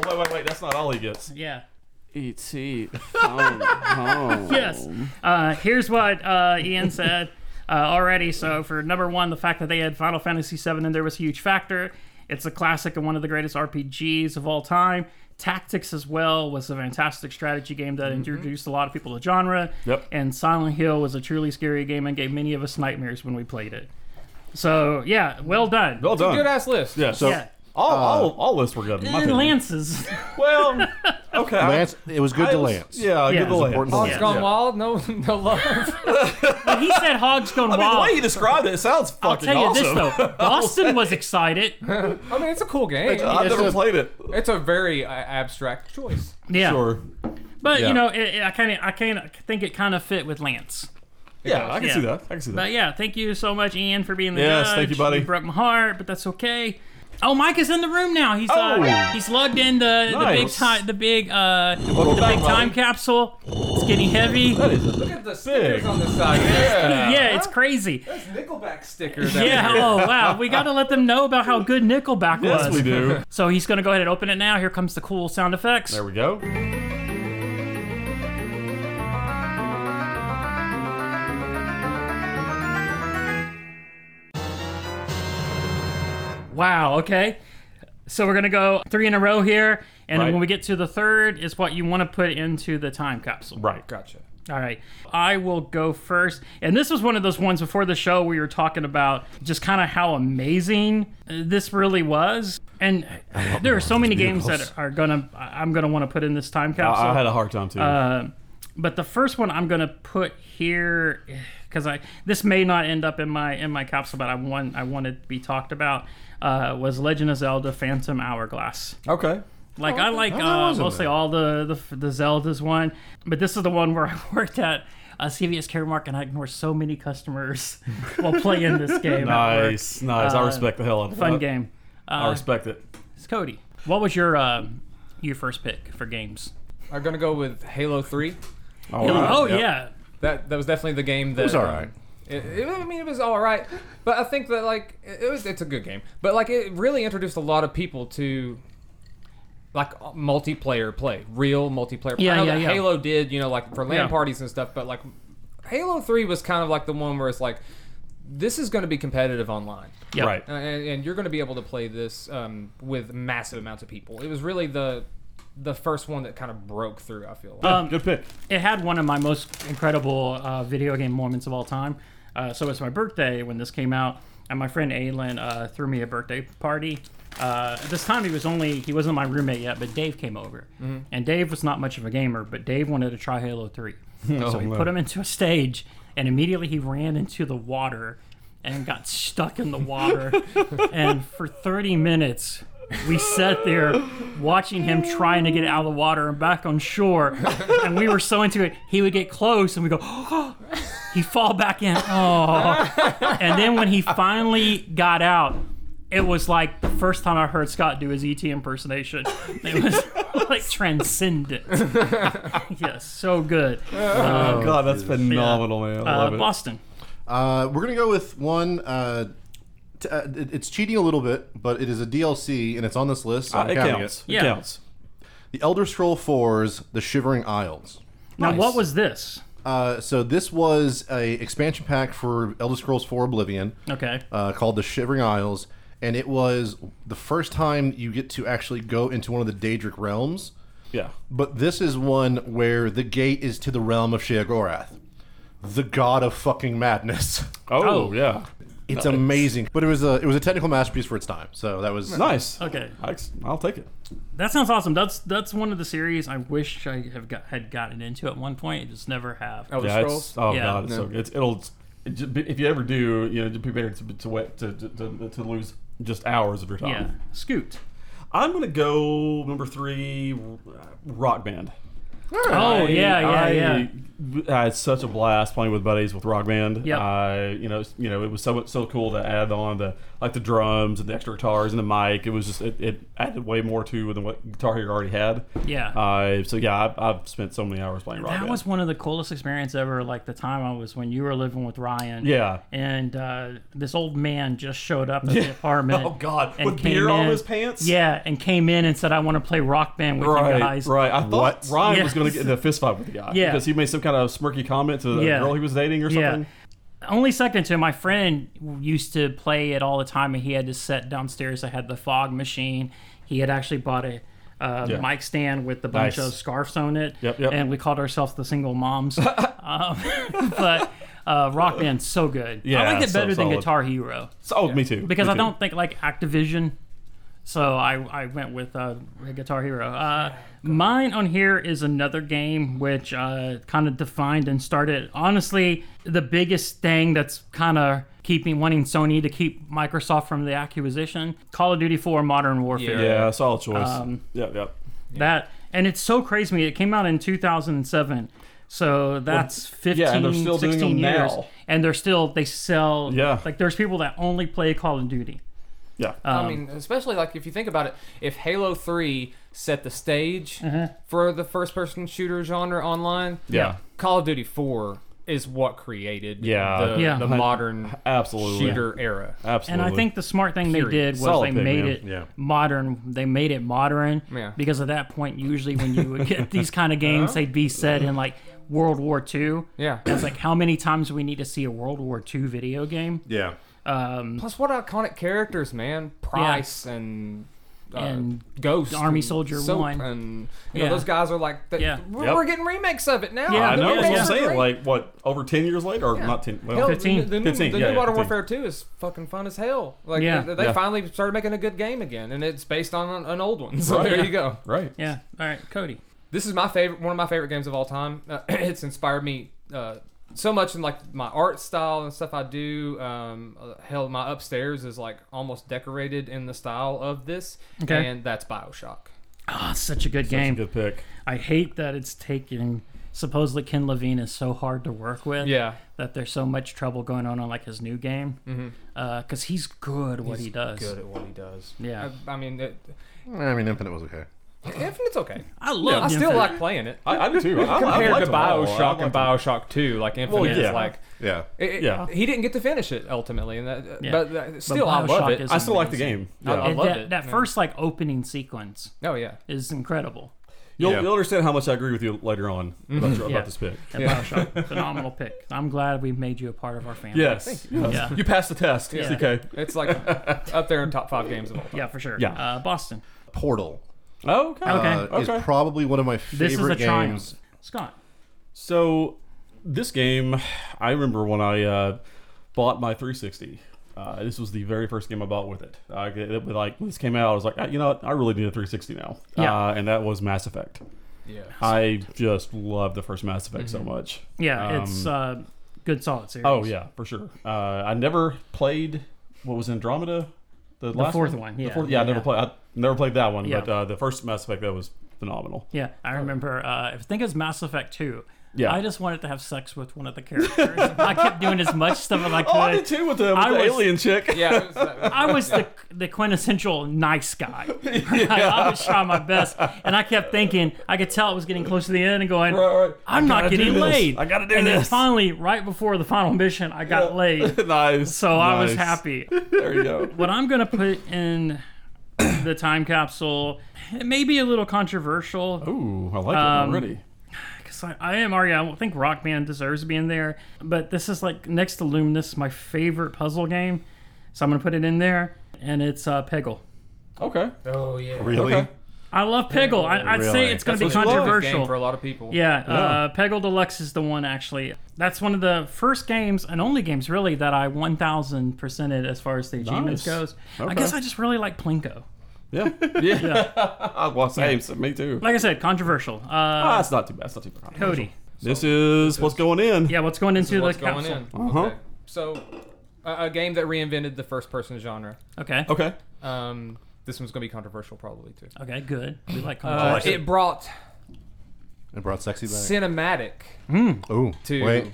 Speaker 5: Wait, wait, wait. That's not all he gets.
Speaker 3: Yeah.
Speaker 2: E.T. phone home.
Speaker 3: Yes. Uh, here's what uh, Ian said uh, already. So, for number one, the fact that they had Final Fantasy VII in there was a huge factor. It's a classic and one of the greatest RPGs of all time. Tactics, as well, was a fantastic strategy game that introduced a lot of people to genre.
Speaker 5: Mm-hmm. Yep.
Speaker 3: And Silent Hill was a truly scary game and gave many of us nightmares when we played it. So, yeah, well done.
Speaker 5: Well done.
Speaker 4: Good ass list.
Speaker 5: Yeah. So
Speaker 3: Yeah.
Speaker 1: Uh,
Speaker 5: all, all all lists were good. in my
Speaker 3: And
Speaker 5: opinion.
Speaker 3: Lances.
Speaker 5: Well, okay. I-
Speaker 1: Lance, it was good
Speaker 5: I
Speaker 1: to
Speaker 5: was-
Speaker 1: Lance.
Speaker 5: Yeah,
Speaker 3: Yeah.
Speaker 5: good
Speaker 3: It's
Speaker 5: to Lance.
Speaker 1: important to
Speaker 4: Hogs
Speaker 1: Yeah.
Speaker 4: gone
Speaker 5: Yeah.
Speaker 4: wild. No, no love.
Speaker 3: But he said Hogs Gone
Speaker 5: I mean, the
Speaker 3: Wild.
Speaker 5: way you described it, it sounds fucking
Speaker 3: I'll tell you
Speaker 5: awesome.
Speaker 3: this, though Boston was excited.
Speaker 4: I mean, it's a cool game.
Speaker 5: I've
Speaker 4: It's,
Speaker 5: never
Speaker 1: a-
Speaker 5: played it.
Speaker 4: a very uh, abstract choice.
Speaker 3: Yeah.
Speaker 5: Sure.
Speaker 3: But
Speaker 5: Yeah.
Speaker 3: you know, it, it, I kind of, I kind of think it kind of fit with Lance.
Speaker 5: Yeah, I can
Speaker 3: Yeah.
Speaker 5: see that. I can see that.
Speaker 3: But yeah, thank you so much, Ian, for being the
Speaker 5: Yes,
Speaker 3: judge.
Speaker 5: thank you, buddy.
Speaker 3: broke my heart, but that's okay. Oh, Mike is in the room now. He's
Speaker 5: Oh.
Speaker 3: uh, he's lugged in the, the big
Speaker 5: Nice.
Speaker 3: time, the big uh, the
Speaker 5: back,
Speaker 3: big time
Speaker 5: buddy.
Speaker 3: capsule. It's getting heavy.
Speaker 5: That is a
Speaker 4: Look at the stickers
Speaker 5: Big.
Speaker 4: on the side. Yeah.
Speaker 3: Yeah, it's crazy.
Speaker 4: That's Nickelback stickers. out
Speaker 3: Yeah.
Speaker 4: here.
Speaker 3: Oh wow, we got to let them know about how good Nickelback
Speaker 5: Yes,
Speaker 3: was.
Speaker 5: we do.
Speaker 3: So he's gonna go ahead and open it now. Here comes the cool sound effects.
Speaker 5: There we go.
Speaker 3: Wow, okay. So we're going to go three in a row here. And
Speaker 5: Right.
Speaker 3: when we get to the third, is what you want to put into the time capsule.
Speaker 5: Right.
Speaker 4: Gotcha.
Speaker 3: All right. I will go first. And this was one of those ones before the show where you were talking about just kind of how amazing uh, this really was. And there are so many games that are going to, I'm going to want to put in this time capsule.
Speaker 5: I, I had a hard time too.
Speaker 3: Uh, but the first one I'm gonna put here because I this may not end up in my in my capsule, but I want I wanted to be talked about uh, was Legend of Zelda: Phantom Hourglass.
Speaker 5: okay.
Speaker 3: Like I like
Speaker 5: Oh,
Speaker 3: uh, mostly all the, the the Zeldas one, but this is the one where I worked at a CVS Caremark and I ignored so many customers while playing this game. at work.
Speaker 5: Nice, nice. I
Speaker 3: Uh,
Speaker 5: respect the hell out of
Speaker 3: fun
Speaker 5: that.
Speaker 3: game. Uh,
Speaker 5: I respect it.
Speaker 3: It's Cody. What was your uh, your first pick for games?
Speaker 4: I'm gonna go with Halo Three.
Speaker 5: All right.
Speaker 3: Oh
Speaker 5: Yep.
Speaker 3: yeah,
Speaker 4: That that was definitely the game that um,
Speaker 1: It was all right.
Speaker 4: It, it, I mean, it was all right, but I think that like it it was. It's a good game, but like it really introduced a lot of people to like multiplayer play, real multiplayer.
Speaker 3: Yeah,
Speaker 4: I know
Speaker 3: yeah,
Speaker 4: that
Speaker 3: yeah.
Speaker 4: Halo did, you know, like for LAN
Speaker 3: Yeah.
Speaker 4: parties and stuff, but like Halo Three was kind of like the one where it's like this is going to be competitive online.
Speaker 3: yeah. Oh,
Speaker 5: Right.
Speaker 4: Uh, and, and you're going to be able to play this um, with massive amounts of people. It was really the the first one that kind of broke through. I feel like.
Speaker 3: Um,
Speaker 5: Good pick.
Speaker 3: it had one of my most incredible uh, video game moments of all time. Uh, so it's my birthday when this came out, and my friend Aylin uh, threw me a birthday party. Uh, at this time he was only he wasn't my roommate yet, but Dave came over, and Dave was not much of a gamer, but Dave wanted to try Halo Three, so he
Speaker 5: no.
Speaker 3: put him into a stage, and immediately he ran into the water and got stuck in the water, and for 30 minutes we sat there watching him trying to get out of the water and back on shore, and we were so into it. He would get close, and we go, he'd fall back in, oh, and then when he finally got out. It was like the first time I heard Scott do his ET impersonation. It was like transcendent. yes, so good.
Speaker 5: Oh, God, that's phenomenal, man. I
Speaker 3: Uh,
Speaker 5: love it.
Speaker 3: Boston.
Speaker 1: Uh, we're gonna go with one. Uh, t- uh, it- it's cheating a little bit, but it is a DLC and it's on this list. So
Speaker 5: Uh,
Speaker 1: I'm
Speaker 5: it
Speaker 1: counting
Speaker 5: counts.
Speaker 3: Yeah.
Speaker 5: It counts.
Speaker 1: The Elder Scroll 4's The Shivering Isles.
Speaker 3: Now,
Speaker 5: Nice.
Speaker 3: what was this?
Speaker 1: Uh, so this was a expansion pack for Elder Scrolls 4 Oblivion.
Speaker 3: Okay.
Speaker 1: uh, called the Shivering Isles, and it was the first time you get to actually go into one of the Daedric realms.
Speaker 5: Yeah.
Speaker 1: But this is one where the gate is to the realm of Sheogorath, the god of fucking madness.
Speaker 5: Oh,
Speaker 3: Oh.
Speaker 5: yeah.
Speaker 1: It's amazing, but it was a it was a technical masterpiece for its time. So that was
Speaker 5: Nice.
Speaker 3: Okay.
Speaker 5: I, will take it.
Speaker 3: That sounds awesome. That's that's one of the series I wish I have got, had gotten into at one point. I just never have.
Speaker 4: Elder
Speaker 5: Yeah,
Speaker 4: Scrolls.
Speaker 5: it's, oh
Speaker 3: Yeah.
Speaker 5: God, it's so good. It's, it'll it ju- be- if you ever do, you know, just be prepared to to, wait, to, to, to to lose just hours of your time.
Speaker 3: Yeah. Scoot.
Speaker 5: I'm gonna go number three, Rock Band.
Speaker 3: Oh yeah, yeah,
Speaker 5: I-
Speaker 3: yeah.
Speaker 5: I had such a blast playing with buddies with Rock Band.
Speaker 3: Yep.
Speaker 5: I, you know, you know, it was so so cool to add on the like the drums and the extra guitars and the mic. It was just it, it added way more to than what Guitar Hero already had.
Speaker 3: Yeah.
Speaker 5: Uh, so yeah, I, I've spent so many hours playing Rock
Speaker 3: That
Speaker 5: Band.
Speaker 3: was one of the coolest experiences ever. Like the time I was when you were living with Ryan.
Speaker 5: Yeah.
Speaker 3: And uh, this old man just showed up at the apartment.
Speaker 5: Oh God,
Speaker 3: and
Speaker 5: with
Speaker 3: came
Speaker 5: beer on
Speaker 3: in-
Speaker 5: his pants.
Speaker 3: Yeah, and came in and said, "I want to play rock band with
Speaker 5: Right,
Speaker 3: you guys."
Speaker 5: right. I thought
Speaker 1: What?
Speaker 5: Ryan
Speaker 3: Yes.
Speaker 5: was going to get in a fist fight with the guy
Speaker 3: Yeah.
Speaker 5: because he made some kind of smirky comment to the
Speaker 3: Yeah.
Speaker 5: girl he was dating or
Speaker 3: Yeah.
Speaker 5: something.
Speaker 3: Only second to my friend used to play it all the time, and he had this set downstairs that had the fog machine. He had actually bought a. Uh,
Speaker 5: Yeah.
Speaker 3: mic stand with a bunch
Speaker 5: Nice.
Speaker 3: of scarves on it,
Speaker 5: Yep, yep.
Speaker 3: and we called ourselves the single moms. um, but uh, Rock Band's so good.
Speaker 5: Yeah,
Speaker 3: I like it
Speaker 5: so
Speaker 3: better than
Speaker 5: solid.
Speaker 3: Guitar Hero.
Speaker 5: So, oh, me too.
Speaker 3: because
Speaker 5: me
Speaker 3: I
Speaker 5: too.
Speaker 3: don't think like Activision. So I, I went with uh, Guitar Hero. Uh, mine on here is another game which uh, kind of defined and started. Honestly, the biggest thing that's kind of keeping wanting Sony to keep Microsoft from the acquisition. Call of Duty 4 Modern Warfare.
Speaker 5: Yeah, solid choice.
Speaker 3: Um,
Speaker 5: yep, yep.
Speaker 3: That and it's so crazy to me. It came out in 2007. So that's 15,
Speaker 5: yeah, and they're still doing
Speaker 3: 16
Speaker 5: them
Speaker 3: years.
Speaker 5: now.
Speaker 3: And they're still, they sell.
Speaker 5: Yeah.
Speaker 3: Like there's people that only play Call of Duty.
Speaker 5: Yeah.
Speaker 3: uh, Um,
Speaker 4: I mean, especially like if you think about it, if Halo Three set the stage
Speaker 3: Mm-hmm.
Speaker 4: for the first-person shooter genre online,
Speaker 5: Yeah.
Speaker 4: Call of Duty Four is what created
Speaker 5: Yeah.
Speaker 4: the,
Speaker 3: Yeah.
Speaker 4: the modern
Speaker 5: Absolutely.
Speaker 4: shooter era.
Speaker 5: Absolutely.
Speaker 3: And I think the smart thing they
Speaker 4: Period.
Speaker 3: did was
Speaker 5: Solid
Speaker 3: they
Speaker 5: pick,
Speaker 3: made
Speaker 5: man.
Speaker 3: it
Speaker 1: Yeah.
Speaker 3: modern. They made it modern
Speaker 4: Yeah. Uh-huh.
Speaker 3: because at that point, usually when you would get these kind of games, they'd be set in like World War II.
Speaker 4: Yeah.
Speaker 3: It's like how many times do we need to see a World War II video game?
Speaker 1: Yeah.
Speaker 4: Plus, what iconic characters, man! Price and. Uh,
Speaker 3: And
Speaker 4: Ghost,
Speaker 3: Army
Speaker 4: and
Speaker 3: Soldier
Speaker 4: Soap
Speaker 3: One.
Speaker 4: and you know,
Speaker 3: Yeah.
Speaker 4: those guys are like, the,
Speaker 3: Yeah.
Speaker 4: we're,
Speaker 5: Yep.
Speaker 4: we're getting remakes of it now.
Speaker 3: Yeah,
Speaker 5: I
Speaker 4: The
Speaker 5: know. That's what I'm
Speaker 4: remakes are
Speaker 5: saying.
Speaker 4: great.
Speaker 5: Like, what, over 10 years later? Or not 10? Well,
Speaker 4: Hell,
Speaker 3: 15.
Speaker 4: The, the, new-
Speaker 5: 15,
Speaker 4: the
Speaker 5: yeah,
Speaker 4: new Modern
Speaker 5: 15.
Speaker 4: Warfare 2 is fucking fun as hell. Like,
Speaker 3: Yeah.
Speaker 4: they, they
Speaker 5: Yeah.
Speaker 4: finally started making a good game again, and it's based on an, an old one. So
Speaker 5: Right.
Speaker 4: there you go.
Speaker 5: Right.
Speaker 3: Yeah. All right, Cody.
Speaker 4: This is my favorite, one of my favorite games of all time. Uh, it's inspired me uh, so much in like my art style and stuff I do. Um, uh, hell, my upstairs is like almost decorated in the style of this,
Speaker 3: Okay.
Speaker 4: and that's Bioshock.
Speaker 3: Ah, such a good
Speaker 5: That's a
Speaker 3: game.
Speaker 5: good pick.
Speaker 3: I hate that it's taking. Supposedly, Ken Levine is so hard to work with
Speaker 4: Yeah. Mm-hmm.
Speaker 3: that there's so much trouble going on on like his new game because he's good what he does.
Speaker 4: Good at what he does.
Speaker 3: Yeah,
Speaker 4: I, I mean, it,
Speaker 1: I mean, Infinite was okay.
Speaker 4: Infinite's okay.
Speaker 3: I
Speaker 5: Yeah,
Speaker 3: love.
Speaker 4: I still
Speaker 3: Infinite.
Speaker 4: like playing it.
Speaker 5: I, I do too. I, I, I
Speaker 4: Compared
Speaker 5: liked
Speaker 4: to
Speaker 5: them all. I
Speaker 4: Bioshock
Speaker 5: liked
Speaker 4: and
Speaker 5: them.
Speaker 4: Bioshock 2, like Infinite is
Speaker 5: yeah.
Speaker 4: like
Speaker 1: Yeah.
Speaker 4: It- it-
Speaker 5: Yeah.
Speaker 4: he didn't get to finish it ultimately, and that,
Speaker 3: Yeah.
Speaker 4: but uh, still, I
Speaker 3: Bioshock
Speaker 4: love it.
Speaker 3: is-
Speaker 5: I still like the game.
Speaker 4: I- I
Speaker 5: Yeah.
Speaker 3: And
Speaker 4: love
Speaker 3: that,
Speaker 4: it.
Speaker 3: that
Speaker 4: Yeah.
Speaker 3: first like opening sequence
Speaker 4: Oh yeah,
Speaker 3: is incredible.
Speaker 5: You'll,
Speaker 1: Yeah.
Speaker 5: you'll understand how much I agree with you later on about, your-
Speaker 3: Yeah.
Speaker 5: about this pick.
Speaker 3: And Bioshock, phenomenal pick. I'm glad we made you a part of our family.
Speaker 5: Yes. yes.
Speaker 3: Yeah.
Speaker 5: You passed the test,
Speaker 3: Yeah.
Speaker 5: CK.
Speaker 4: it's like up there in top five games of all time.
Speaker 3: Yeah, for sure.
Speaker 5: Yeah.
Speaker 3: Uh, Boston.
Speaker 1: Portal
Speaker 5: Oh, okay.
Speaker 3: Okay.
Speaker 1: uh,
Speaker 5: Okay.
Speaker 1: is probably one of my
Speaker 3: This is a
Speaker 1: favorite
Speaker 3: triumph.
Speaker 1: games.
Speaker 3: Scott.
Speaker 5: So, this game, I remember when I uh, bought my 360. Uh, this was the very first game I bought with it. Uh, it, it was like when this came out, I was like, "Ah, you know, what? I really need a 360 now.
Speaker 3: Yeah.
Speaker 5: Uh, and that was Mass Effect.
Speaker 4: Yeah,
Speaker 5: I just love the first Mass Effect so much.
Speaker 3: Mm-hmm. Yeah,
Speaker 5: Um,
Speaker 3: it's uh, good solid series.
Speaker 5: Oh yeah, for sure. Uh, I never played what was Andromeda, the, last
Speaker 3: fourth one, yeah.
Speaker 5: The fourth, yeah, I never
Speaker 3: Yeah.
Speaker 5: played. I never played that one,
Speaker 3: Yeah.
Speaker 5: but uh, the first Mass Effect that was phenomenal.
Speaker 3: Yeah, I remember. Uh, I think it was Mass Effect Two.
Speaker 5: Yeah.
Speaker 3: I just wanted to have sex with one of the characters. I kept doing as much stuff as I could.
Speaker 5: Oh, I did too with the, with
Speaker 3: I
Speaker 5: the
Speaker 3: was-
Speaker 5: alien chick.
Speaker 4: yeah. it was, uh,
Speaker 3: I was the, the quintessential nice guy. I was trying my best, and I kept thinking I could tell it was getting close to the end, and going,
Speaker 5: Right, right.
Speaker 3: "I'm
Speaker 5: I
Speaker 3: not
Speaker 5: gotta do
Speaker 3: getting
Speaker 5: this.
Speaker 3: laid."
Speaker 5: I gotta do
Speaker 3: and then
Speaker 5: this.
Speaker 3: finally, right before the final mission, I got laid,
Speaker 5: nice.
Speaker 3: so I was
Speaker 5: nice.
Speaker 3: happy.
Speaker 5: There you go.
Speaker 3: What I'm gonna put in the time capsule, it may be a little controversial.
Speaker 5: Ooh, I like
Speaker 3: Um,
Speaker 5: it already.
Speaker 3: Because I, I am already, I don't think Rock Band deserves being there. But this is like next to Luminous, my favorite puzzle game. So I'm going to put it in there. And it's uh, Peggle.
Speaker 5: Okay.
Speaker 4: oh yeah,
Speaker 1: Really?
Speaker 5: Okay.
Speaker 3: I love Peggle. I, I'd say
Speaker 1: Really?
Speaker 3: it's going to
Speaker 5: That's
Speaker 3: be
Speaker 5: what you love.
Speaker 4: game for a
Speaker 3: controversial.
Speaker 4: lot of people.
Speaker 3: Yeah, uh, Peggle Deluxe is the one actually. That's one of the first games and only games really that I 1000 percented as far as the achievements
Speaker 5: Nice.
Speaker 3: goes. I
Speaker 5: Okay.
Speaker 3: guess I just really like Plinko.
Speaker 5: Yeah. Yeah. well, same. so me too.
Speaker 3: Like I said, controversial. Uh,
Speaker 5: Ah, it's not too bad. It's not too bad.
Speaker 3: Cody.
Speaker 5: This is what's going in.
Speaker 3: Yeah, what's going into
Speaker 4: what's
Speaker 3: the
Speaker 4: going
Speaker 3: capsule?
Speaker 4: in? Okay. So, a a game that reinvented the first-person genre.
Speaker 3: Okay. okay.
Speaker 5: Okay.
Speaker 4: Um, this one's gonna be controversial probably too.
Speaker 3: good. We like
Speaker 4: Uh,
Speaker 3: controversial.
Speaker 4: it brought
Speaker 1: It brought sexy back.
Speaker 4: cinematic
Speaker 1: Ooh,
Speaker 4: to
Speaker 1: wait.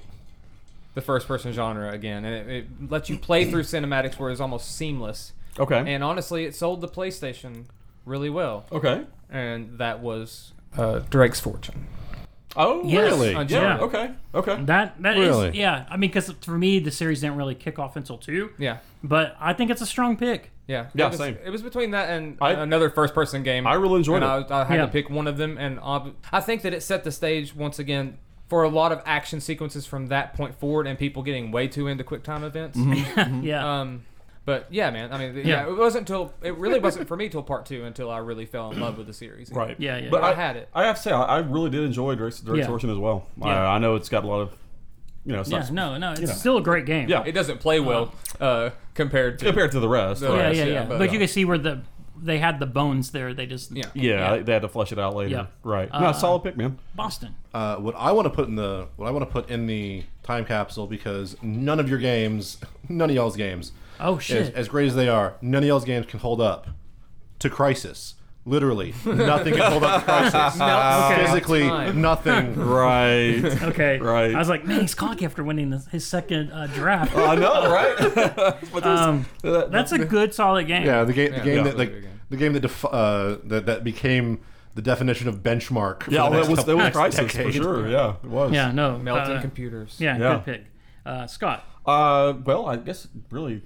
Speaker 4: the first person genre again, and it, it lets you play through cinematics where it's almost seamless.
Speaker 5: Okay.
Speaker 4: And honestly, it sold the PlayStation really well,
Speaker 5: okay.
Speaker 4: and that was uh, Drake's Fortune.
Speaker 5: Oh,
Speaker 3: Yes.
Speaker 1: Really?
Speaker 5: Yeah.
Speaker 4: Uncharted.
Speaker 5: Okay. Okay.
Speaker 3: That that is
Speaker 1: Really?
Speaker 3: yeah. I mean, because for me, the series didn't really kick off until two,
Speaker 4: Yeah.
Speaker 3: but I think it's a strong pick.
Speaker 4: Yeah,
Speaker 5: Yeah,
Speaker 4: it was,
Speaker 5: same.
Speaker 4: It was between that and
Speaker 5: I-
Speaker 4: another first-person game.
Speaker 5: I really enjoyed
Speaker 4: and
Speaker 5: it.
Speaker 4: I, I had
Speaker 3: Yeah.
Speaker 4: to pick one of them, and ob- I think that it set the stage once again for a lot of action sequences from that point forward, and people getting way too into quick time events.
Speaker 5: Mm-hmm.
Speaker 3: Yeah,
Speaker 4: Um, but yeah, man. I mean, yeah.
Speaker 3: Yeah.
Speaker 4: it wasn't until it really wasn't for me till part two until I really fell in love with the series.
Speaker 5: Right.
Speaker 3: Yeah, yeah.
Speaker 5: But
Speaker 4: I
Speaker 5: I,
Speaker 4: had it.
Speaker 5: I have to say, I, I really did enjoy Drake's Direct
Speaker 3: Yeah.
Speaker 5: Torsion as well.
Speaker 3: Yeah.
Speaker 5: I, I know it's got a lot of, you know, it's
Speaker 3: yeah.
Speaker 5: not
Speaker 3: No, no, it's still a great game.
Speaker 5: Yeah.
Speaker 4: It doesn't play well uh, compared to.
Speaker 5: compared to the rest.
Speaker 4: The
Speaker 5: right.
Speaker 3: yeah,
Speaker 4: rest,
Speaker 3: yeah,
Speaker 4: yeah,
Speaker 3: yeah.
Speaker 4: but-
Speaker 3: But, you can see where the they had the bones there. They just
Speaker 4: Yeah.
Speaker 5: Yeah,
Speaker 3: Yeah.
Speaker 5: they had to flesh it out later.
Speaker 3: Yeah. Uh,
Speaker 5: Right. No, solid pick, man.
Speaker 3: Boston.
Speaker 1: Uh, what I want to put in the what I want to put in the time capsule because none of your games, none of y'all's games,
Speaker 3: Oh
Speaker 1: as,
Speaker 3: shit.
Speaker 1: as great as they are, none of y'all's games can hold up to Crisis. Literally, nothing can hold up to Crisis.
Speaker 4: Okay.
Speaker 1: Physically,
Speaker 4: Time.
Speaker 1: nothing.
Speaker 5: Right.
Speaker 3: okay.
Speaker 5: Right.
Speaker 3: I was like, man, he's cocky after winning this, his second uh, draft.
Speaker 5: I know, right? But there's-
Speaker 3: Um,
Speaker 5: that-
Speaker 3: that's a good, solid game.
Speaker 1: Yeah, the game, the game
Speaker 5: Yeah.
Speaker 1: that like
Speaker 4: Really good game.
Speaker 1: the game that def- uh, that that became the definition of benchmark. for
Speaker 5: yeah,
Speaker 1: the
Speaker 5: that
Speaker 1: next
Speaker 5: was
Speaker 1: couple
Speaker 5: that was
Speaker 1: next
Speaker 5: crisis for
Speaker 1: decade.
Speaker 5: sure. Yeah, it was.
Speaker 3: Yeah, No.
Speaker 4: melting
Speaker 3: uh,
Speaker 4: computers.
Speaker 3: Yeah,
Speaker 5: Yeah.
Speaker 3: Good pick, uh, Scott.
Speaker 5: Uh, well, I guess really,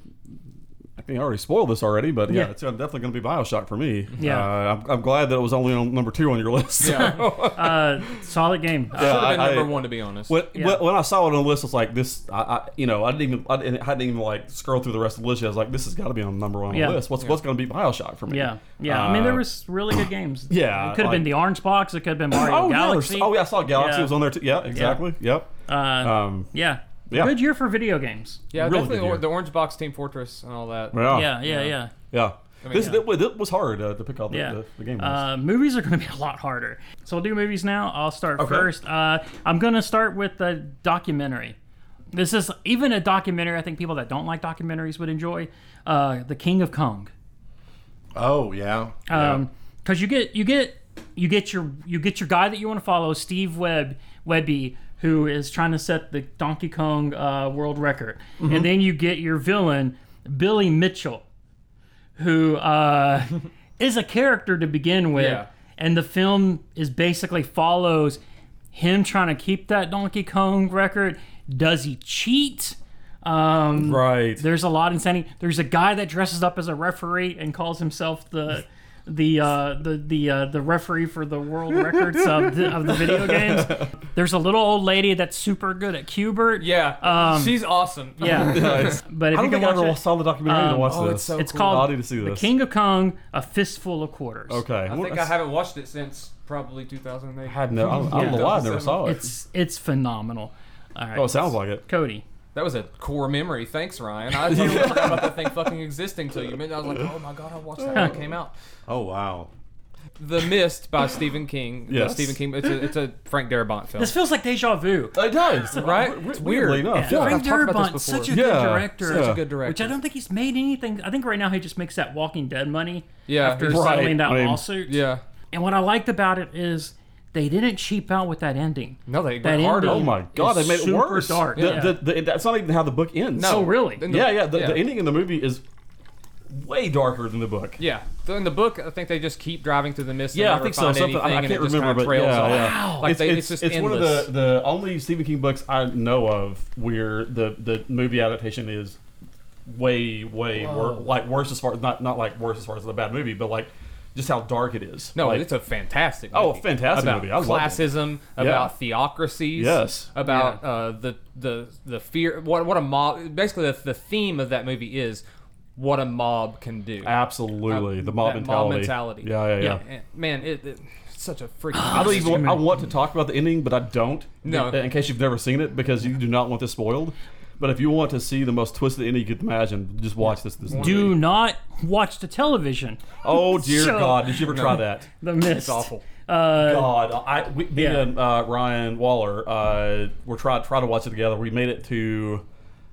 Speaker 5: I think I already spoiled this already, but yeah,
Speaker 3: Yeah.
Speaker 5: it's definitely going to be Bioshock for me.
Speaker 3: Yeah.
Speaker 5: Uh, I'm, I'm glad that it was only on number two on your list.
Speaker 4: Yeah.
Speaker 3: Uh, solid game. Uh,
Speaker 5: Yeah,
Speaker 4: Should have been
Speaker 5: I- I-
Speaker 4: number one to be honest.
Speaker 5: When,
Speaker 3: Yeah.
Speaker 5: when- when I saw it on the list, it's like this. I, I you know, I didn't even, I didn't, I didn't even like scroll through the rest of the list. I was like, this has got to be on number one on
Speaker 3: Yeah.
Speaker 5: the list. What's what's going to be Bioshock for me?
Speaker 3: yeah, yeah. I mean, there
Speaker 5: Uh,
Speaker 3: was really good games.
Speaker 5: yeah,
Speaker 3: it could have
Speaker 5: like-
Speaker 3: been the Orange Box. It could have been Mario
Speaker 5: Oh yeah, there's-
Speaker 3: Galaxy.
Speaker 5: oh yeah, I saw Galaxy
Speaker 3: Yeah.
Speaker 5: was on there too. Yeah, exactly. Yep.
Speaker 3: Uh,
Speaker 5: Um,
Speaker 3: yeah.
Speaker 5: yeah.
Speaker 3: Good year for video games.
Speaker 4: yeah,
Speaker 5: really good
Speaker 4: definitely
Speaker 5: year.
Speaker 4: or, the Orange Box, Team Fortress, and all that.
Speaker 5: yeah.
Speaker 3: yeah, yeah, yeah,
Speaker 5: Yeah.
Speaker 4: mean,
Speaker 5: this,
Speaker 4: yeah.
Speaker 5: That, was- that was hard uh, to pick out the,
Speaker 3: yeah.
Speaker 5: the, the game. list.
Speaker 3: Uh, movies are going to be a lot harder. So we'll do movies now. I'll start
Speaker 5: Okay.
Speaker 3: first. Uh, I'm going to start with the documentary. This is even a documentary. I think people that don't like documentaries would enjoy. Uh, the King of Kong.
Speaker 1: Oh yeah.
Speaker 3: Um 'cause because you get you get you get your you get your guy that you want to follow, Steve Webb Webby, who is trying to set the Donkey Kong uh, world record, and then you get your villain Billy Mitchell, who uh, is a character to begin with,
Speaker 4: Yeah.
Speaker 3: and the film is basically follows him trying to keep that Donkey Kong record. Does he cheat? Um,
Speaker 5: right.
Speaker 3: there's a lot in Sandy. There's a guy that dresses up as a referee and calls himself the the uh, the the uh, the referee for the world records of the, of the video games. There's a little old lady that's super good at Cubert.
Speaker 4: Yeah,
Speaker 3: Um,
Speaker 4: she's awesome.
Speaker 3: yeah.
Speaker 5: Nice.
Speaker 3: But if
Speaker 5: I
Speaker 3: you can
Speaker 5: don't think I
Speaker 3: watch it,
Speaker 5: ever saw the documentary to
Speaker 3: Um,
Speaker 5: watch
Speaker 4: oh,
Speaker 5: this.
Speaker 4: it's so
Speaker 3: it's
Speaker 4: cool.
Speaker 3: called
Speaker 5: I need to see
Speaker 3: The
Speaker 5: this.
Speaker 3: King of Kong: A Fistful of Quarters.
Speaker 5: okay.
Speaker 4: I
Speaker 5: Well,
Speaker 4: think I
Speaker 5: that's-
Speaker 4: haven't watched it since probably 2008.
Speaker 5: I had no. I don't, I don't know why I never saw it.
Speaker 3: It's it's phenomenal. All right.
Speaker 5: oh, it sounds like it.
Speaker 3: Cody.
Speaker 4: That was a core memory. Thanks, Ryan. I totally forgot about that thing fucking existing till you. Man, I was like, oh my god, I watched that when it came out.
Speaker 1: Oh wow.
Speaker 4: The Mist by Stephen King. Yeah,
Speaker 5: Yes.
Speaker 4: Stephen King. It's a, it's a Frank Darabont film.
Speaker 3: This feels like deja vu.
Speaker 5: It does,
Speaker 4: Right? It's
Speaker 5: weirdly
Speaker 4: weird.
Speaker 5: enough.
Speaker 4: Yeah.
Speaker 5: Yeah.
Speaker 4: I've
Speaker 3: Frank
Speaker 4: talked about
Speaker 3: Darabont,
Speaker 4: this before.
Speaker 3: such a
Speaker 5: Yeah,
Speaker 3: good director.
Speaker 5: such a
Speaker 4: good director.
Speaker 3: Which I don't think he's made anything. I think right now he just makes that Walking Dead money.
Speaker 4: Yeah,
Speaker 3: after
Speaker 4: he's-
Speaker 5: Right,
Speaker 3: settling that
Speaker 5: I mean-
Speaker 3: lawsuit.
Speaker 4: yeah.
Speaker 3: And what I liked about it is they didn't cheap out with that ending.
Speaker 4: No, they
Speaker 3: That
Speaker 4: went harder.
Speaker 5: Oh
Speaker 3: ending-
Speaker 5: my god, they
Speaker 3: It's
Speaker 5: made it
Speaker 3: super
Speaker 5: worse.
Speaker 3: dark,
Speaker 5: The-
Speaker 3: yeah.
Speaker 5: the- the- that's not even how the book ends.
Speaker 4: No.
Speaker 3: Oh, really?
Speaker 4: In the-
Speaker 5: Yeah, yeah. The,
Speaker 4: yeah.
Speaker 5: the ending in the movie is way darker than the book.
Speaker 4: Yeah. So in the book, I think they just keep driving through the mist.
Speaker 5: Yeah,
Speaker 4: and
Speaker 5: I
Speaker 4: never
Speaker 5: think so.
Speaker 4: find
Speaker 5: Something
Speaker 4: anything,
Speaker 5: I, I
Speaker 4: and it
Speaker 5: can't
Speaker 4: just
Speaker 5: remember,
Speaker 4: kinda
Speaker 5: but
Speaker 4: trails
Speaker 5: yeah,
Speaker 4: off.
Speaker 5: yeah.
Speaker 4: Like
Speaker 5: it's,
Speaker 4: they,
Speaker 5: it's,
Speaker 4: it's, just
Speaker 5: it's one of the, the only Stephen King books I know of where the, the movie adaptation is way way wor- like worse as far not not like worse as far as the bad movie, but like just how dark it is.
Speaker 4: No,
Speaker 5: like,
Speaker 4: it's a fantastic.
Speaker 5: Oh,
Speaker 4: movie.
Speaker 5: a fantastic
Speaker 4: about
Speaker 5: movie. I love it.
Speaker 4: classism, about theocracies.
Speaker 5: Yes.
Speaker 4: About uh, the the the fear. What what a mob. Basically, the, the theme of that movie is what a mob can do.
Speaker 5: absolutely
Speaker 4: Uh,
Speaker 5: the mob
Speaker 4: that mob
Speaker 5: mentality.
Speaker 4: mentality.
Speaker 5: Yeah, yeah, yeah.
Speaker 3: Yeah.
Speaker 4: And, man, it, it, it's such a freaking.
Speaker 5: I don't even. I want to talk about the ending, but I don't.
Speaker 4: No.
Speaker 5: In case you've never seen it, because you do not want this spoiled. But if you want to see the most twisted ending you could imagine, just watch this. This
Speaker 3: Do not watch the television.
Speaker 5: Oh dear
Speaker 3: So-
Speaker 5: God! Did you ever try that?
Speaker 3: The mist.
Speaker 4: It's awful.
Speaker 5: God, I we, me
Speaker 3: Uh, Yeah.
Speaker 5: and uh, Ryan Waller uh, were trying try to watch it together. We made it to,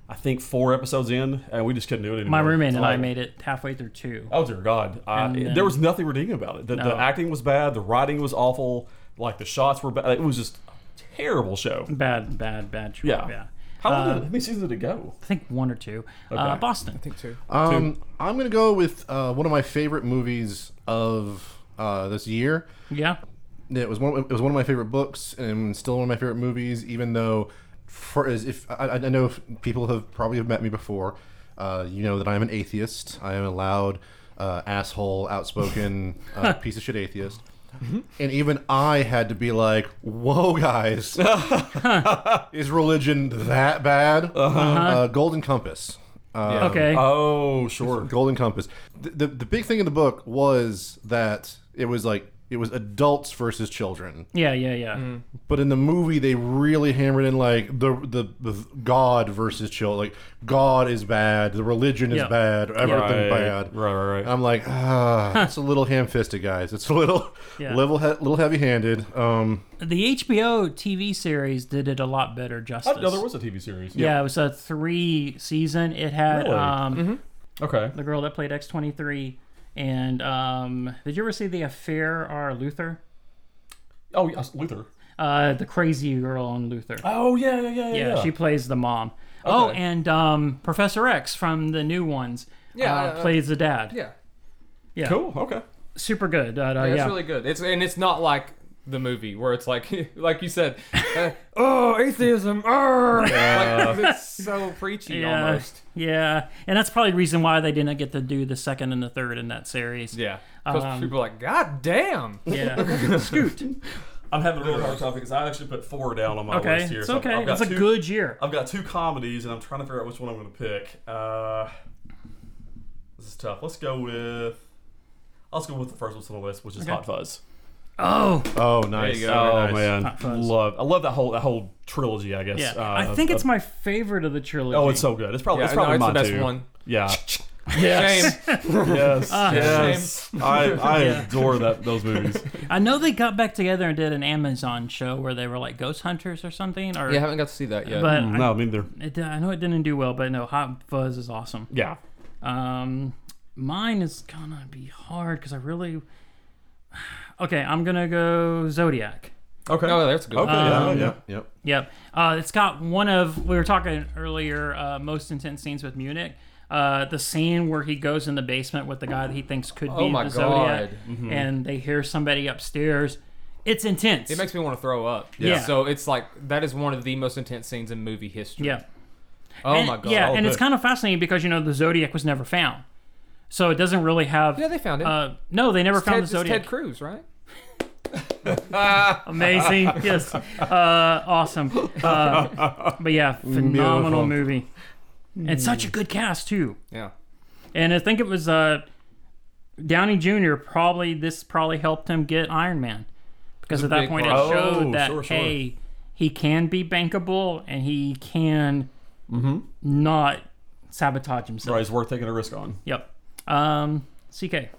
Speaker 5: I think, four episodes in, and we just couldn't do it anymore.
Speaker 3: My roommate and I
Speaker 5: Like,
Speaker 3: made it halfway through two.
Speaker 5: Oh dear God! I,
Speaker 3: And then-
Speaker 5: there was nothing redeeming about it. The, the
Speaker 3: No.
Speaker 5: acting was bad. The writing was awful. Like the shots were bad. It was just a terrible show.
Speaker 3: Bad, bad, bad show.
Speaker 5: Yeah.
Speaker 3: yeah.
Speaker 5: How, long
Speaker 3: Uh,
Speaker 5: did, it- how many seasons did it go?
Speaker 3: I think one or two. Uh,
Speaker 5: Okay.
Speaker 3: Boston.
Speaker 4: think too.
Speaker 1: Um, I'm gonna go with uh, one of my favorite movies of uh, this year.
Speaker 3: Yeah.
Speaker 1: It was one. It was one of my favorite books, and still one of my favorite movies. Even though, for as if I, I I know if people have probably have met me before, uh, you know that I am an atheist. I am a loud uh, asshole, outspoken uh, piece of shit atheist. And even I had to be like, "Whoa, guys, is religion that bad?" Uh-huh. Golden Compass. Uh,
Speaker 4: um,
Speaker 3: Okay.
Speaker 5: Oh, sure.
Speaker 1: Golden Compass. The, the the big thing in the book was that it was like it was adults versus children.
Speaker 3: yeah, yeah, yeah.
Speaker 4: mm.
Speaker 1: But in the movie, they really hammered in like the the, the God versus child. Like God is bad, the religion is
Speaker 3: Yeah.
Speaker 1: bad, everything's
Speaker 5: Right,
Speaker 1: bad.
Speaker 5: right, right, right.
Speaker 1: I'm like, ah, it's a little ham-fisted, guys. It's a little
Speaker 3: Yeah.
Speaker 1: level, he- little heavy-handed. Um,
Speaker 3: The HBO TV series did it a lot better
Speaker 5: I
Speaker 3: justice.
Speaker 5: didn't know there was a TV series.
Speaker 3: yeah, it was a three season. It had
Speaker 5: Really?
Speaker 3: um,
Speaker 4: Mm-hmm.
Speaker 5: Okay.
Speaker 3: the girl that played X twenty three, and um, did you ever see the affair or Luther?
Speaker 5: Oh, yes, Luther.
Speaker 3: Uh, the crazy girl on Luther.
Speaker 5: Oh, yeah, yeah, yeah,
Speaker 3: yeah,
Speaker 5: yeah.
Speaker 3: she plays the mom. Oh,
Speaker 5: Okay.
Speaker 3: and um, Professor X from the new ones.
Speaker 4: Yeah,
Speaker 3: uh,
Speaker 4: I- I-
Speaker 3: plays the dad.
Speaker 4: Yeah,
Speaker 5: Uh,
Speaker 3: yeah.
Speaker 5: cool. Okay.
Speaker 3: super good. Uh,
Speaker 4: that's
Speaker 3: yeah,
Speaker 4: really good. It's and it's not like the movie where it's like like you said, uh, oh atheism, arr! like, it's so preachy
Speaker 3: yeah,
Speaker 4: almost.
Speaker 3: yeah, and that's probably the reason why they didn't get to do the second and the third in that series.
Speaker 4: Yeah, because
Speaker 3: Um,
Speaker 4: people are like, God damn. Oh,
Speaker 3: yeah. Scoot.
Speaker 5: I'm having a real hard time because I actually put four down on my
Speaker 3: Okay,
Speaker 5: list here.
Speaker 3: it's
Speaker 5: so I've-
Speaker 3: okay.
Speaker 5: I've got
Speaker 3: It's a
Speaker 5: two-
Speaker 3: good year.
Speaker 5: I've got two comedies, and I'm trying to figure out which one I'm going to pick. Uh, this is tough. Let's go with. I'll just go with the first one on the list, which is
Speaker 3: Okay.
Speaker 5: Hot Fuzz.
Speaker 3: Oh,
Speaker 1: oh, nice.
Speaker 4: go.
Speaker 5: Oh
Speaker 4: Very nice.
Speaker 5: man,
Speaker 3: Hot Fuzz.
Speaker 5: love I love that whole that whole trilogy. I guess.
Speaker 3: yeah.
Speaker 5: uh,
Speaker 3: I think
Speaker 5: of-
Speaker 3: it's my favorite of the trilogy.
Speaker 5: Oh, it's so good. It's probably
Speaker 4: Yeah,
Speaker 5: it's
Speaker 4: no,
Speaker 5: probably
Speaker 4: it's
Speaker 5: my
Speaker 4: the best
Speaker 5: two.
Speaker 4: one.
Speaker 5: Yeah.
Speaker 4: Shame.
Speaker 5: yes. yes. I, I
Speaker 3: Ah. Yeah.
Speaker 5: adore that those movies.
Speaker 3: I know they got back together and did an Amazon show where they were like ghost hunters or something. Or
Speaker 4: Yeah, I haven't got to see that yet.
Speaker 3: but
Speaker 5: Mm, no, me neither.
Speaker 3: I, it, did- I know it didn't do well. But no, Hot Fuzz is awesome.
Speaker 5: Yeah.
Speaker 3: Um, mine is gonna be hard because I really. Okay, I'm gonna go Zodiac.
Speaker 5: Okay.
Speaker 4: oh, that's a good.
Speaker 5: okay.
Speaker 4: one.
Speaker 5: yeah,
Speaker 3: Um,
Speaker 5: yeah.
Speaker 1: Yep. Yep.
Speaker 3: Yep. Uh, it's got one of we were talking earlier uh, most intense scenes with Munich. Uh, the scene where he goes in the basement with the guy that he thinks could be
Speaker 4: Oh my
Speaker 3: the Zodiac,
Speaker 4: God. Mm-hmm.
Speaker 3: and they hear somebody upstairs. It's intense.
Speaker 4: It makes me want to throw up.
Speaker 3: Yeah.
Speaker 4: So it's like that is one of the most intense scenes in movie history.
Speaker 3: yeah.
Speaker 4: Oh
Speaker 3: And-
Speaker 4: my god.
Speaker 3: Yeah,
Speaker 5: I'll
Speaker 3: and it's
Speaker 5: bet.
Speaker 3: kind of fascinating because you know the Zodiac was never found, so it doesn't really have.
Speaker 4: Yeah, they found it.
Speaker 3: Uh, no, they never
Speaker 4: It's
Speaker 3: found
Speaker 4: Ted,
Speaker 3: the
Speaker 4: it's
Speaker 3: Zodiac.
Speaker 4: Ted Cruz, right?
Speaker 3: Amazing. yes. Uh, awesome. Uh, but yeah,
Speaker 1: Beautiful.
Speaker 3: phenomenal movie. And such a good cast too.
Speaker 4: Yeah.
Speaker 3: And I think it was uh, Downey Jr. Probably this probably helped him get Iron Man because at that
Speaker 4: big
Speaker 3: point it
Speaker 5: part.
Speaker 3: showed
Speaker 5: Oh,
Speaker 3: that
Speaker 5: sure, sure.
Speaker 3: hey, he can be bankable and he can not sabotage himself.
Speaker 5: Right, it's worth taking a risk on.
Speaker 3: Yep. Um, CK.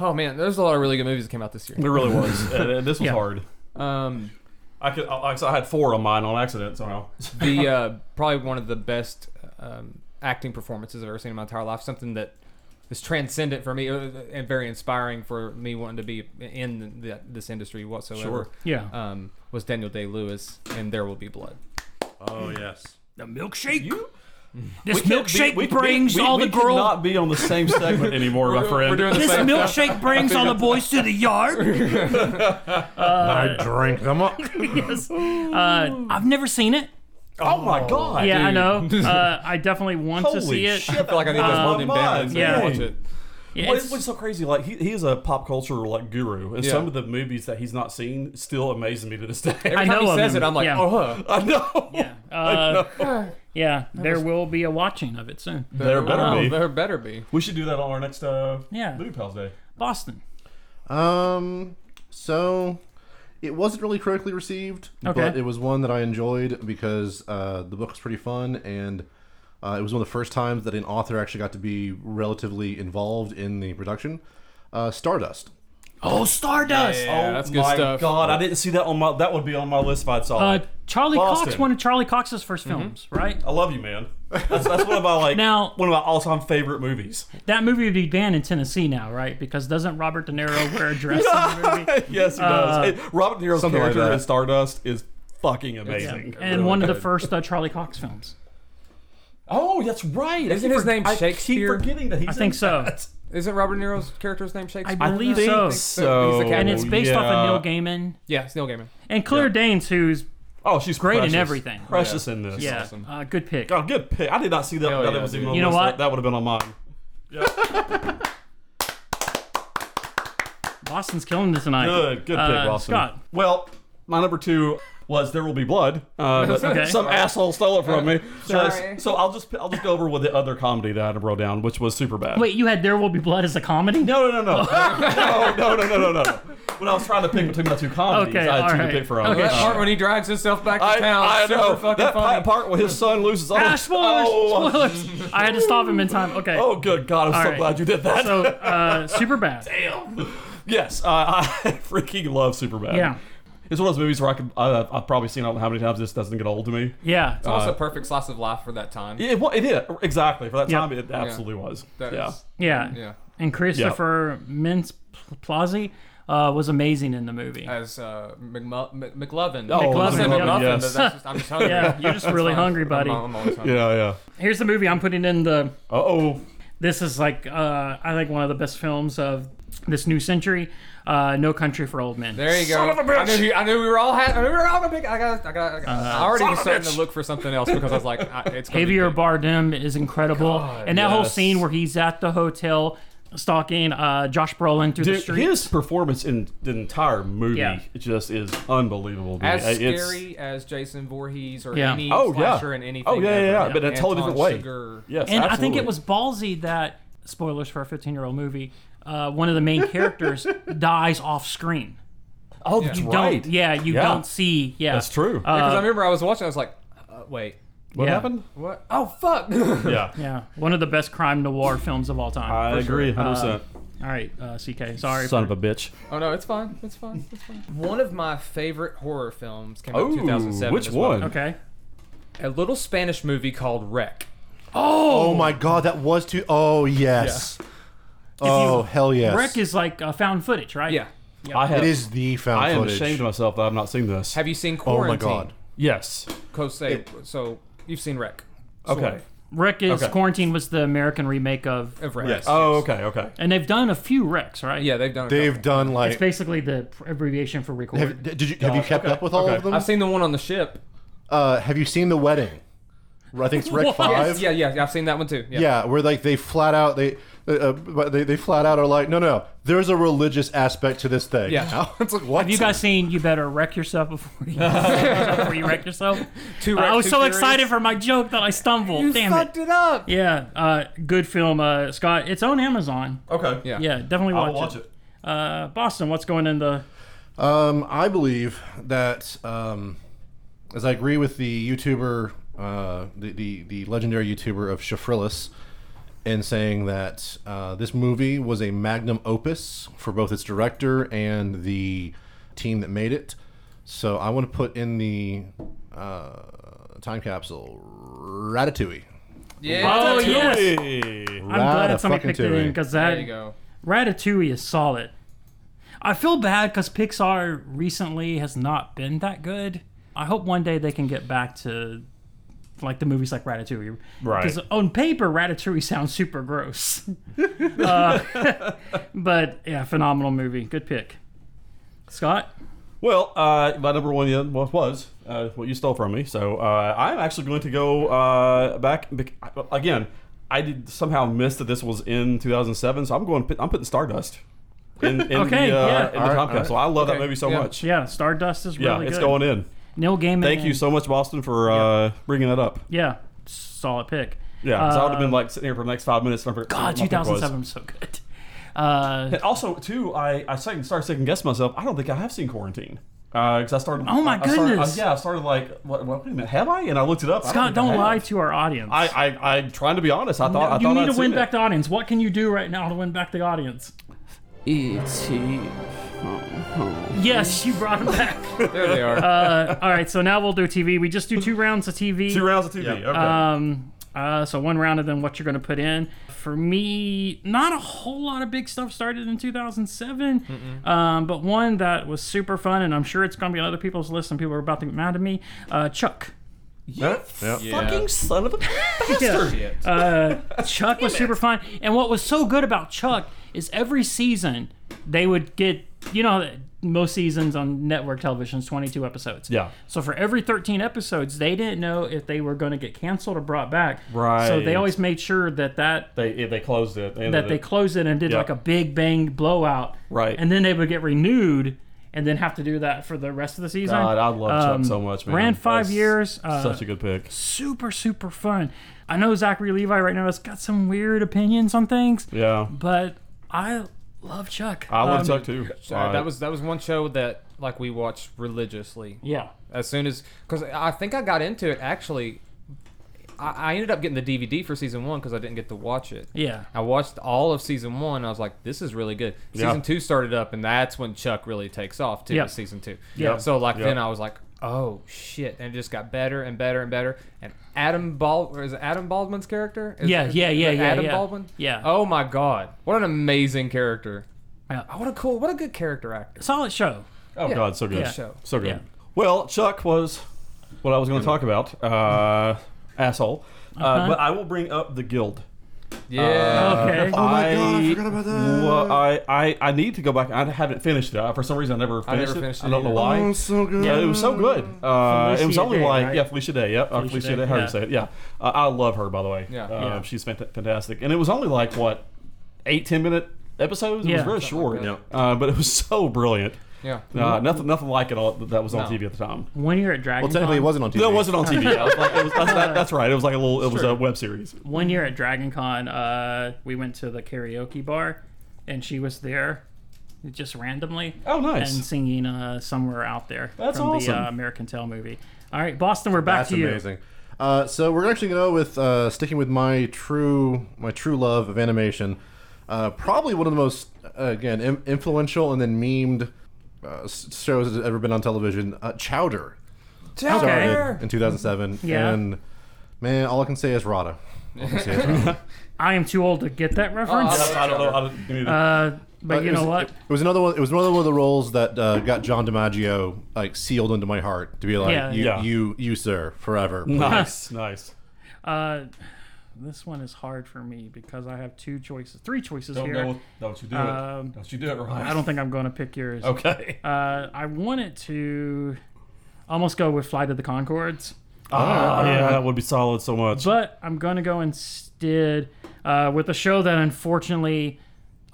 Speaker 4: Oh man, there's a lot of really good movies that came out this year.
Speaker 5: There really was. and, and this was
Speaker 3: Yeah.
Speaker 5: hard.
Speaker 4: Um,
Speaker 5: I could. I, I had four on mine on accident somehow.
Speaker 4: the uh, probably one of the best um, acting performances I've ever seen in my entire life. Something that is transcendent for me uh, and very inspiring for me wanting to be in the, this industry whatsoever.
Speaker 5: Sure.
Speaker 3: Yeah.
Speaker 4: Um, was Daniel Day Lewis and There Will Be Blood.
Speaker 1: Oh yes.
Speaker 3: the milkshake.
Speaker 5: You-
Speaker 3: this
Speaker 5: We can't be-
Speaker 3: milkshake
Speaker 5: we- we-
Speaker 3: brings
Speaker 5: we-
Speaker 3: all
Speaker 5: we
Speaker 3: the girls.
Speaker 5: cannot be on the same segment anymore, my friend.
Speaker 4: We're doing the
Speaker 3: This
Speaker 4: same.
Speaker 3: milkshake brings all the boys to the yard. Uh,
Speaker 1: I drank them up.
Speaker 3: yes. Uh, I've never seen it.
Speaker 5: oh my god!
Speaker 3: Yeah, I
Speaker 5: dude.
Speaker 3: know. Uh, I definitely want
Speaker 5: Holy
Speaker 3: to see it.
Speaker 5: shit!
Speaker 4: I feel like I need to
Speaker 5: Uh,
Speaker 4: hold him down and
Speaker 3: yeah.
Speaker 4: yeah. watch it.
Speaker 3: Yeah,
Speaker 5: Well,
Speaker 3: it's-
Speaker 5: it's, what's so crazy? Like he, he's a pop culture like guru, and
Speaker 4: Yeah.
Speaker 5: some of the movies that he's not seen still amaze me to this day.
Speaker 4: Every time
Speaker 3: know
Speaker 4: he
Speaker 3: of
Speaker 4: says
Speaker 3: him.
Speaker 4: it, I'm like,
Speaker 3: Yeah.
Speaker 4: oh, huh.
Speaker 5: I know.
Speaker 3: yeah, uh, yeah. There will be a watching of it soon.
Speaker 5: There better
Speaker 4: Oh,
Speaker 5: be.
Speaker 4: There better be.
Speaker 5: We should do that on our next uh,
Speaker 3: Yeah.
Speaker 5: movie pals day.
Speaker 3: Boston.
Speaker 1: Um, so it wasn't really critically received,
Speaker 3: Okay.
Speaker 1: but it was one that I enjoyed because uh, the book was pretty fun, and uh, it was one of the first times that an author actually got to be relatively involved in the production. Uh, Stardust.
Speaker 3: Oh, Stardust.
Speaker 4: Yeah, that's good
Speaker 5: Oh, my
Speaker 4: stuff.
Speaker 5: God, I didn't see that on my. That would be on my list if I saw
Speaker 3: Uh,
Speaker 5: it.
Speaker 3: Charlie Cox,
Speaker 5: Boston. Mm-hmm.
Speaker 3: one of Charlie Cox's first films, right?
Speaker 5: I love you, man. That's, that's one of my like
Speaker 3: Now-
Speaker 5: one of my all-time favorite movies.
Speaker 3: That movie would be banned in Tennessee now, right? Because doesn't Robert De Niro wear a dress in the movie?
Speaker 5: yes, he does. Hey, Robert De Niro's
Speaker 1: something like
Speaker 5: character
Speaker 1: that.
Speaker 5: in Stardust is fucking
Speaker 3: Uh, Yeah.
Speaker 5: amazing.
Speaker 3: And
Speaker 5: Really
Speaker 3: one of the
Speaker 5: good.
Speaker 3: first uh, Charlie Cox films.
Speaker 5: Oh, that's right. I
Speaker 4: Isn't
Speaker 5: keep
Speaker 4: his name
Speaker 5: I
Speaker 4: Shakespeare?
Speaker 5: keep forgetting that he's.
Speaker 3: I think
Speaker 5: in
Speaker 3: so.
Speaker 5: that.
Speaker 4: Isn't Robert De Niro's character's name Shakespeare?
Speaker 3: I believe so.
Speaker 4: so. He's the
Speaker 3: And
Speaker 4: captain.
Speaker 3: it's based off
Speaker 5: Oh, yeah.
Speaker 3: of Neil Gaiman
Speaker 4: yeah, it's Neil Gaiman.
Speaker 3: and Claire Danes, who's
Speaker 5: Oh, she's
Speaker 3: Great in
Speaker 5: precious.
Speaker 3: everything.
Speaker 5: Precious in this.
Speaker 3: yeah,
Speaker 4: awesome.
Speaker 3: uh, good pick.
Speaker 5: God, good pick. I did not see that.
Speaker 4: Hell
Speaker 5: that
Speaker 4: yeah,
Speaker 5: was even
Speaker 4: dude.
Speaker 5: on
Speaker 3: You
Speaker 5: the
Speaker 3: know
Speaker 5: list.
Speaker 3: what?
Speaker 5: That, that would have been on mine.
Speaker 3: Boston's killing this tonight.
Speaker 5: Good, good
Speaker 3: Uh,
Speaker 5: pick, Boston.
Speaker 3: Scott.
Speaker 5: Well, my number two was "There Will Be Blood." Uh, but
Speaker 3: Okay.
Speaker 5: Some asshole stole it from me. So-
Speaker 4: Sorry.
Speaker 5: So I'll just I'll just go over with the other comedy that I wrote down, which was super bad.
Speaker 3: Wait, you had There Will Be Blood as a comedy?
Speaker 5: No, no, no, no, no, no, no, no, no, no. When I was trying to pick between my two comedies,
Speaker 3: Okay,
Speaker 5: I had two
Speaker 3: all right.
Speaker 5: to pick from.
Speaker 3: Okay,
Speaker 4: That
Speaker 5: Uh,
Speaker 4: part when he drags himself back to
Speaker 5: I,
Speaker 4: town,
Speaker 5: I
Speaker 4: super
Speaker 5: know
Speaker 4: fucking
Speaker 5: that
Speaker 4: funny.
Speaker 5: part where his son loses. all
Speaker 3: Ah,
Speaker 5: his-
Speaker 3: spoilers!
Speaker 5: Oh,
Speaker 3: Spoilers! I had to stop him in time. Okay.
Speaker 5: oh, good God! I'm
Speaker 3: All
Speaker 5: so
Speaker 3: right.
Speaker 5: glad you did that.
Speaker 3: So, uh, super bad.
Speaker 5: yes, uh, I freaking love Superbad.
Speaker 3: Yeah.
Speaker 5: It's one of those movies where I could, I, I've probably seen I don't know how many times this doesn't get old to me.
Speaker 3: Yeah.
Speaker 4: It's also a perfect slice of life for that time.
Speaker 5: It, wa- it did exactly for that
Speaker 3: Yeah.
Speaker 5: time. It absolutely was.
Speaker 4: That
Speaker 5: yeah.
Speaker 4: is-
Speaker 3: yeah.
Speaker 4: yeah.
Speaker 3: And Christopher Mintz Plazi uh, was amazing in the movie.
Speaker 4: As uh, McMu- Mc- McLovin.
Speaker 5: Oh,
Speaker 4: I said
Speaker 3: McLovin,
Speaker 4: McMuffin,
Speaker 5: yes.
Speaker 4: but that's just, I'm just hungry.
Speaker 3: yeah, you're just really hungry, buddy.
Speaker 4: I'm, I'm always hungry.
Speaker 5: Yeah, yeah.
Speaker 3: Here's the movie I'm putting in the.
Speaker 5: Uh oh.
Speaker 3: This is like uh, I think one of the best films of this new century. Uh, no Country for Old Men.
Speaker 4: There you go.
Speaker 5: Son of a bitch.
Speaker 4: I knew, he, I knew we were all ha- I knew we were all gonna pick. I got. I got. I, got,
Speaker 3: Uh-huh.
Speaker 4: I already was starting to look for something else because I was like, I, it's gonna
Speaker 3: Javier
Speaker 4: be
Speaker 3: Bardem is incredible,
Speaker 5: God,
Speaker 3: and that whole
Speaker 5: yes.
Speaker 3: scene where he's at the hotel stalking uh, Josh Brolin through the
Speaker 5: Dude,
Speaker 3: street.
Speaker 5: his performance in the entire movie
Speaker 3: Yeah.
Speaker 5: just is unbelievable.
Speaker 4: as
Speaker 5: dude. It's-
Speaker 4: scary as Jason Voorhees or
Speaker 3: Yeah.
Speaker 4: any
Speaker 5: Oh, yeah.
Speaker 4: slasher and anything.
Speaker 5: Oh, yeah, yeah,
Speaker 4: ever.
Speaker 5: yeah, but in a totally
Speaker 4: Anton
Speaker 5: different way.
Speaker 4: Sugar.
Speaker 5: Yes,
Speaker 3: and I think
Speaker 5: absolutely.
Speaker 3: it was ballsy that spoilers for a 15 year old movie. Uh, one of the main characters dies off screen.
Speaker 5: Oh, that's
Speaker 3: You
Speaker 5: right.
Speaker 3: Don't, yeah, you
Speaker 5: Yeah.
Speaker 3: don't see. Yeah,
Speaker 5: That's true.
Speaker 4: Because I
Speaker 3: Uh,
Speaker 4: remember I was watching, I was like, uh, wait,
Speaker 5: what
Speaker 3: yeah.
Speaker 5: happened?
Speaker 4: what? Oh fuck! yeah.
Speaker 5: Yeah.
Speaker 3: Yeah, one of the best crime noir films of all time.
Speaker 5: I
Speaker 3: for sure.
Speaker 5: agree, hundred percent.
Speaker 3: All right, uh, CK. Sorry.
Speaker 5: Son
Speaker 3: for-
Speaker 5: of a bitch.
Speaker 4: Oh no, it's fine. It's fine. It's fine. One of my favorite horror films came out
Speaker 5: Ooh,
Speaker 4: in 2007.
Speaker 5: which
Speaker 4: as well.
Speaker 5: one?
Speaker 3: Okay.
Speaker 4: A little Spanish movie called Wreck.
Speaker 1: Oh my god, that was too. Oh yes. Oh
Speaker 3: you-
Speaker 1: hell yes.
Speaker 3: Wreck is like uh, found footage, right?
Speaker 4: Yeah.
Speaker 5: I have.
Speaker 1: it is the found
Speaker 5: I am
Speaker 1: footage.
Speaker 5: ashamed of myself that I've not seen this.
Speaker 4: Have you seen
Speaker 1: oh
Speaker 4: Quarantine?
Speaker 1: my god.
Speaker 5: yes.
Speaker 4: Close save. so you've seen Wreck.
Speaker 5: Okay.
Speaker 4: Sort of.
Speaker 3: Wreck is
Speaker 5: Okay.
Speaker 3: quarantine was the American remake of,
Speaker 4: Of Wreck.
Speaker 1: Yes.
Speaker 5: Oh, okay, okay.
Speaker 3: and they've done a few wrecks, right?
Speaker 4: Yeah, they've done. A
Speaker 1: They've
Speaker 4: couple.
Speaker 1: done
Speaker 3: It's
Speaker 1: like.
Speaker 3: basically the pr- abbreviation for record.
Speaker 1: Have, did you have you kept up with all
Speaker 5: okay.
Speaker 1: of them?
Speaker 4: I've seen the one on the ship.
Speaker 1: uh, have you seen the wedding? I think it's Rec
Speaker 3: What?
Speaker 1: Five.
Speaker 4: Yeah, yeah, I've seen that one too. Yeah.
Speaker 1: Yeah, where like they flat out they uh, uh, but they they flat out are like, no, no, there's a religious aspect to this thing.
Speaker 4: Yeah.
Speaker 1: now. it's like what?
Speaker 3: Have you guys seen You Better Wreck Yourself Before You, before you Wreck Yourself?
Speaker 4: Two
Speaker 3: I
Speaker 4: Wreck,
Speaker 3: was
Speaker 4: Two
Speaker 3: so
Speaker 4: Furies.
Speaker 3: excited for my joke that I stumbled.
Speaker 4: You
Speaker 3: Damn
Speaker 4: fucked
Speaker 3: it.
Speaker 4: it, up.
Speaker 3: Yeah, uh, good film, uh, Scott. It's on Amazon.
Speaker 5: Okay.
Speaker 4: Yeah.
Speaker 3: Yeah, definitely
Speaker 5: I
Speaker 3: watch,
Speaker 5: will watch it.
Speaker 3: Uh, Boston, what's going in the?
Speaker 1: Um, I believe that um, as I agree with the YouTuber, uh, the, the the legendary YouTuber of Shafrilis, in saying that uh, this movie was a magnum opus for both its director and the team that made it. So I want to put in the uh, time capsule Ratatouille.
Speaker 4: Yeah.
Speaker 3: Oh yes,
Speaker 5: Hey.
Speaker 3: I'm glad somebody
Speaker 1: Ratatouille.
Speaker 3: picked it in because that
Speaker 4: There you go.
Speaker 3: Ratatouille is solid. I feel bad because Pixar recently has not been that good. I hope one day they can get back to like the movies like Ratatouille.
Speaker 5: Right.
Speaker 3: Because on paper, Ratatouille sounds super gross. uh, but yeah, phenomenal movie. Good pick. Scott?
Speaker 5: Well, uh, my number one then was- was uh, what you stole from me. So uh, I'm actually going to go uh, back bec- again. I did somehow miss that this was in 2007, so I'm going. I'm putting Stardust in, in
Speaker 3: Okay,
Speaker 5: the, uh,
Speaker 3: yeah.
Speaker 5: in the
Speaker 1: All right,
Speaker 5: time
Speaker 1: all right.
Speaker 5: capsule. I love
Speaker 4: Okay,
Speaker 5: that movie so
Speaker 4: yeah.
Speaker 5: much.
Speaker 3: Yeah, Stardust is
Speaker 5: Yeah,
Speaker 3: really
Speaker 5: it's
Speaker 3: good.
Speaker 5: going in.
Speaker 3: Neil Gaiman.
Speaker 5: Thank you
Speaker 3: and-
Speaker 5: so much, Boston, for uh, bringing that up.
Speaker 3: Yeah, solid pick. Ah,
Speaker 5: Yeah, 'cause I would have been
Speaker 3: Um,
Speaker 5: like sitting here for the next five minutes. and I forgot
Speaker 3: God,
Speaker 5: what my pick was.
Speaker 3: 2007 was so good. Uh,
Speaker 5: And also, too, I I second, started second guessing myself. I don't think I have seen Quarantine because I started.
Speaker 3: Oh my
Speaker 5: I- I started-
Speaker 3: goodness.
Speaker 5: I- yeah, I started like, what, what, wait a minute, have I? And I looked it up. I
Speaker 3: Scott,
Speaker 5: don't,
Speaker 3: don't
Speaker 5: think I
Speaker 3: lie
Speaker 5: have.
Speaker 3: to our audience.
Speaker 5: I, I I'm trying to be honest. I thought I
Speaker 3: you
Speaker 5: thought
Speaker 3: need
Speaker 5: I'd
Speaker 3: to win
Speaker 5: seen it.
Speaker 3: back the audience. What can you do right now to win back the audience?
Speaker 2: E.T. oh,
Speaker 3: Yes, you brought him back.
Speaker 4: There they are.
Speaker 3: uh, all right, so now we'll do TV. We just do two rounds of TV.
Speaker 5: Two rounds of TV.
Speaker 1: Yeah.
Speaker 5: Okay.
Speaker 3: Um, uh, so one round and then what you're going to put in. For me, not a whole lot of big stuff started in 2007, um, but one that was super fun, and I'm sure it's going to be on other people's list, and people are about to get mad at me. Uh, Chuck.
Speaker 1: Yep.
Speaker 5: Fucking son of a bastard.
Speaker 4: Shit.
Speaker 3: Uh, Chuck was super fun, and what was so good about Chuck is every season they would get, you know, most seasons on network television is 22 episodes.
Speaker 5: Yeah.
Speaker 3: So for every 13 episodes, they didn't know if they were going to get canceled or brought back. So they
Speaker 5: Right.
Speaker 3: always made sure that that
Speaker 5: They yeah, they closed it. They
Speaker 3: that
Speaker 5: ended
Speaker 3: they
Speaker 5: it.
Speaker 3: closed it and did
Speaker 5: Yeah.
Speaker 3: like a big bang blowout.
Speaker 5: Right.
Speaker 3: And then they would get renewed and then have to do that for the rest of the season.
Speaker 5: God, I love Chuck
Speaker 3: Um,
Speaker 5: so much, man.
Speaker 3: Ran five
Speaker 5: That's
Speaker 3: years. Uh,
Speaker 5: Such a good pick.
Speaker 3: super, super fun. I know Zachary Levi right now has got some weird opinions on things,
Speaker 5: Yeah.
Speaker 3: but I love Chuck.
Speaker 5: I love
Speaker 3: Um,
Speaker 5: Chuck too.
Speaker 4: Sorry, that was that was one show that like we watched religiously.
Speaker 3: Yeah.
Speaker 4: As soon as because I think I got into it actually, I, I ended up getting the DVD for season one because I didn't get to watch it.
Speaker 3: Yeah.
Speaker 4: I watched all of season one. I was like, this is really good.
Speaker 5: Yeah.
Speaker 4: Season two started up, and that's when Chuck really takes off too.
Speaker 3: Yeah.
Speaker 4: is Season two.
Speaker 3: Yeah.
Speaker 4: So like
Speaker 5: Yeah.
Speaker 4: then I was like, oh shit, and it just got better and better and better. And Adam Bald or is it Adam Baldwin's character? Is-
Speaker 3: Yeah,
Speaker 4: is-
Speaker 3: yeah, yeah,
Speaker 4: is it
Speaker 3: yeah,
Speaker 4: Adam
Speaker 3: yeah.
Speaker 4: Baldwin.
Speaker 3: Yeah.
Speaker 4: Oh my god, what an amazing character.
Speaker 3: Yeah.
Speaker 4: Oh, what a cool, what a good character actor.
Speaker 3: Solid show.
Speaker 5: oh
Speaker 4: yeah.
Speaker 5: god, so good.
Speaker 3: Yeah.
Speaker 4: Show.
Speaker 5: So good.
Speaker 3: Yeah.
Speaker 5: Well, Chuck was what I was going to talk about. Uh, asshole. Uh,
Speaker 3: Uh-huh.
Speaker 5: But I will bring up the guild. Uh,
Speaker 4: Yeah.
Speaker 3: Okay.
Speaker 1: Oh my
Speaker 5: I,
Speaker 1: God, I forgot about that.
Speaker 5: Well, I, I, I need to go back. I haven't finished it. I, for some reason, I never
Speaker 4: I never
Speaker 5: finished it.
Speaker 4: finished it
Speaker 5: I don't know
Speaker 4: either.
Speaker 5: why.
Speaker 1: Oh, so good.
Speaker 5: Yeah, it was so good. Uh, it was
Speaker 3: Felicia
Speaker 5: only
Speaker 3: Day,
Speaker 5: like
Speaker 3: right?
Speaker 5: yeah, Felicia Day. Yep, uh,
Speaker 3: Felicia
Speaker 5: Felicia
Speaker 3: Day,
Speaker 5: Day. How
Speaker 3: yeah.
Speaker 5: to say it? Yeah, uh, I love her by the way.
Speaker 4: Yeah.
Speaker 5: Uh,
Speaker 4: Yeah.
Speaker 5: she's fant- fantastic. And it was only like what eight ten minute episodes. It
Speaker 3: Yeah.
Speaker 5: was really short.
Speaker 4: that. Yeah.
Speaker 5: Uh, but it was so brilliant.
Speaker 4: Yeah.
Speaker 5: Uh, nothing nothing like it all that was on
Speaker 4: No.
Speaker 5: TV at the time.
Speaker 3: One year at Dragon
Speaker 1: Well, technically, it
Speaker 3: Con.
Speaker 1: wasn't on TV.
Speaker 5: No, it wasn't on TV. I was like, it was, that's, that, that's right. It was like a little. It was
Speaker 4: Sure.
Speaker 5: a web series.
Speaker 3: One year at Dragon Con, uh, we went to the karaoke bar and she was there just randomly.
Speaker 5: Oh, nice.
Speaker 3: And singing uh, Somewhere Out There
Speaker 5: That's
Speaker 3: from
Speaker 5: awesome.
Speaker 3: the uh, American Tail movie. All right, Boston, we're back
Speaker 1: That's
Speaker 3: to you.
Speaker 1: amazing. Uh, so we're actually going to go with uh, sticking with my true my true love of animation. Uh, probably one of the most uh, again Im- influential and then memed uh, s- shows that's ever been on television. Uh, Chowder started in 2007,
Speaker 3: Yeah.
Speaker 1: and man, all I can say is Rada. All I can say is Rada.
Speaker 3: I am too old to get that reference,
Speaker 4: Oh,
Speaker 5: I don't know. I don't, you know,
Speaker 3: uh, but
Speaker 1: Uh,
Speaker 3: you
Speaker 1: it was-
Speaker 3: know what?
Speaker 1: It was another one. It was another one of the roles that uh, got John DiMaggio like sealed into my heart to be like,
Speaker 3: Yeah.
Speaker 1: you,
Speaker 5: Yeah.
Speaker 1: you, you, sir, forever.
Speaker 5: nice, nice.
Speaker 3: Uh, this one is hard for me because I have two choices, three choices
Speaker 5: Don't
Speaker 3: here.
Speaker 5: know. What, don't you do
Speaker 3: Um,
Speaker 5: it? Don't you do it, Ryan?
Speaker 3: I don't think I'm going to pick yours.
Speaker 5: Okay.
Speaker 3: Uh, I wanted to almost go with Flight of the Concords,
Speaker 5: Ah, yeah, that would be solid so much.
Speaker 3: but I'm going to go instead uh, with a show that unfortunately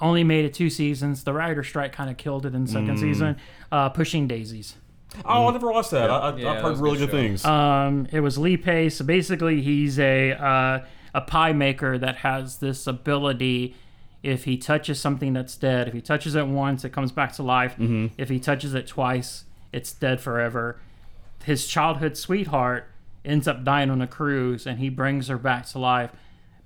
Speaker 3: only made it two seasons. The writer strike kind of killed it in the
Speaker 5: Mm.
Speaker 3: second season. Uh, Pushing Daisies.
Speaker 5: Oh, I never watched that. I, I,
Speaker 4: Yeah,
Speaker 5: I've
Speaker 4: that
Speaker 5: heard
Speaker 4: was a
Speaker 5: really
Speaker 4: good
Speaker 5: good
Speaker 4: show.
Speaker 5: things.
Speaker 3: Um, it was Lee Pace. Basically, he's a uh, a pie maker that has this ability. If he touches something that's dead, if he touches it once, it comes back to life. If he touches it twice, it's dead forever. His childhood sweetheart ends up dying on a cruise, and he brings her back to life,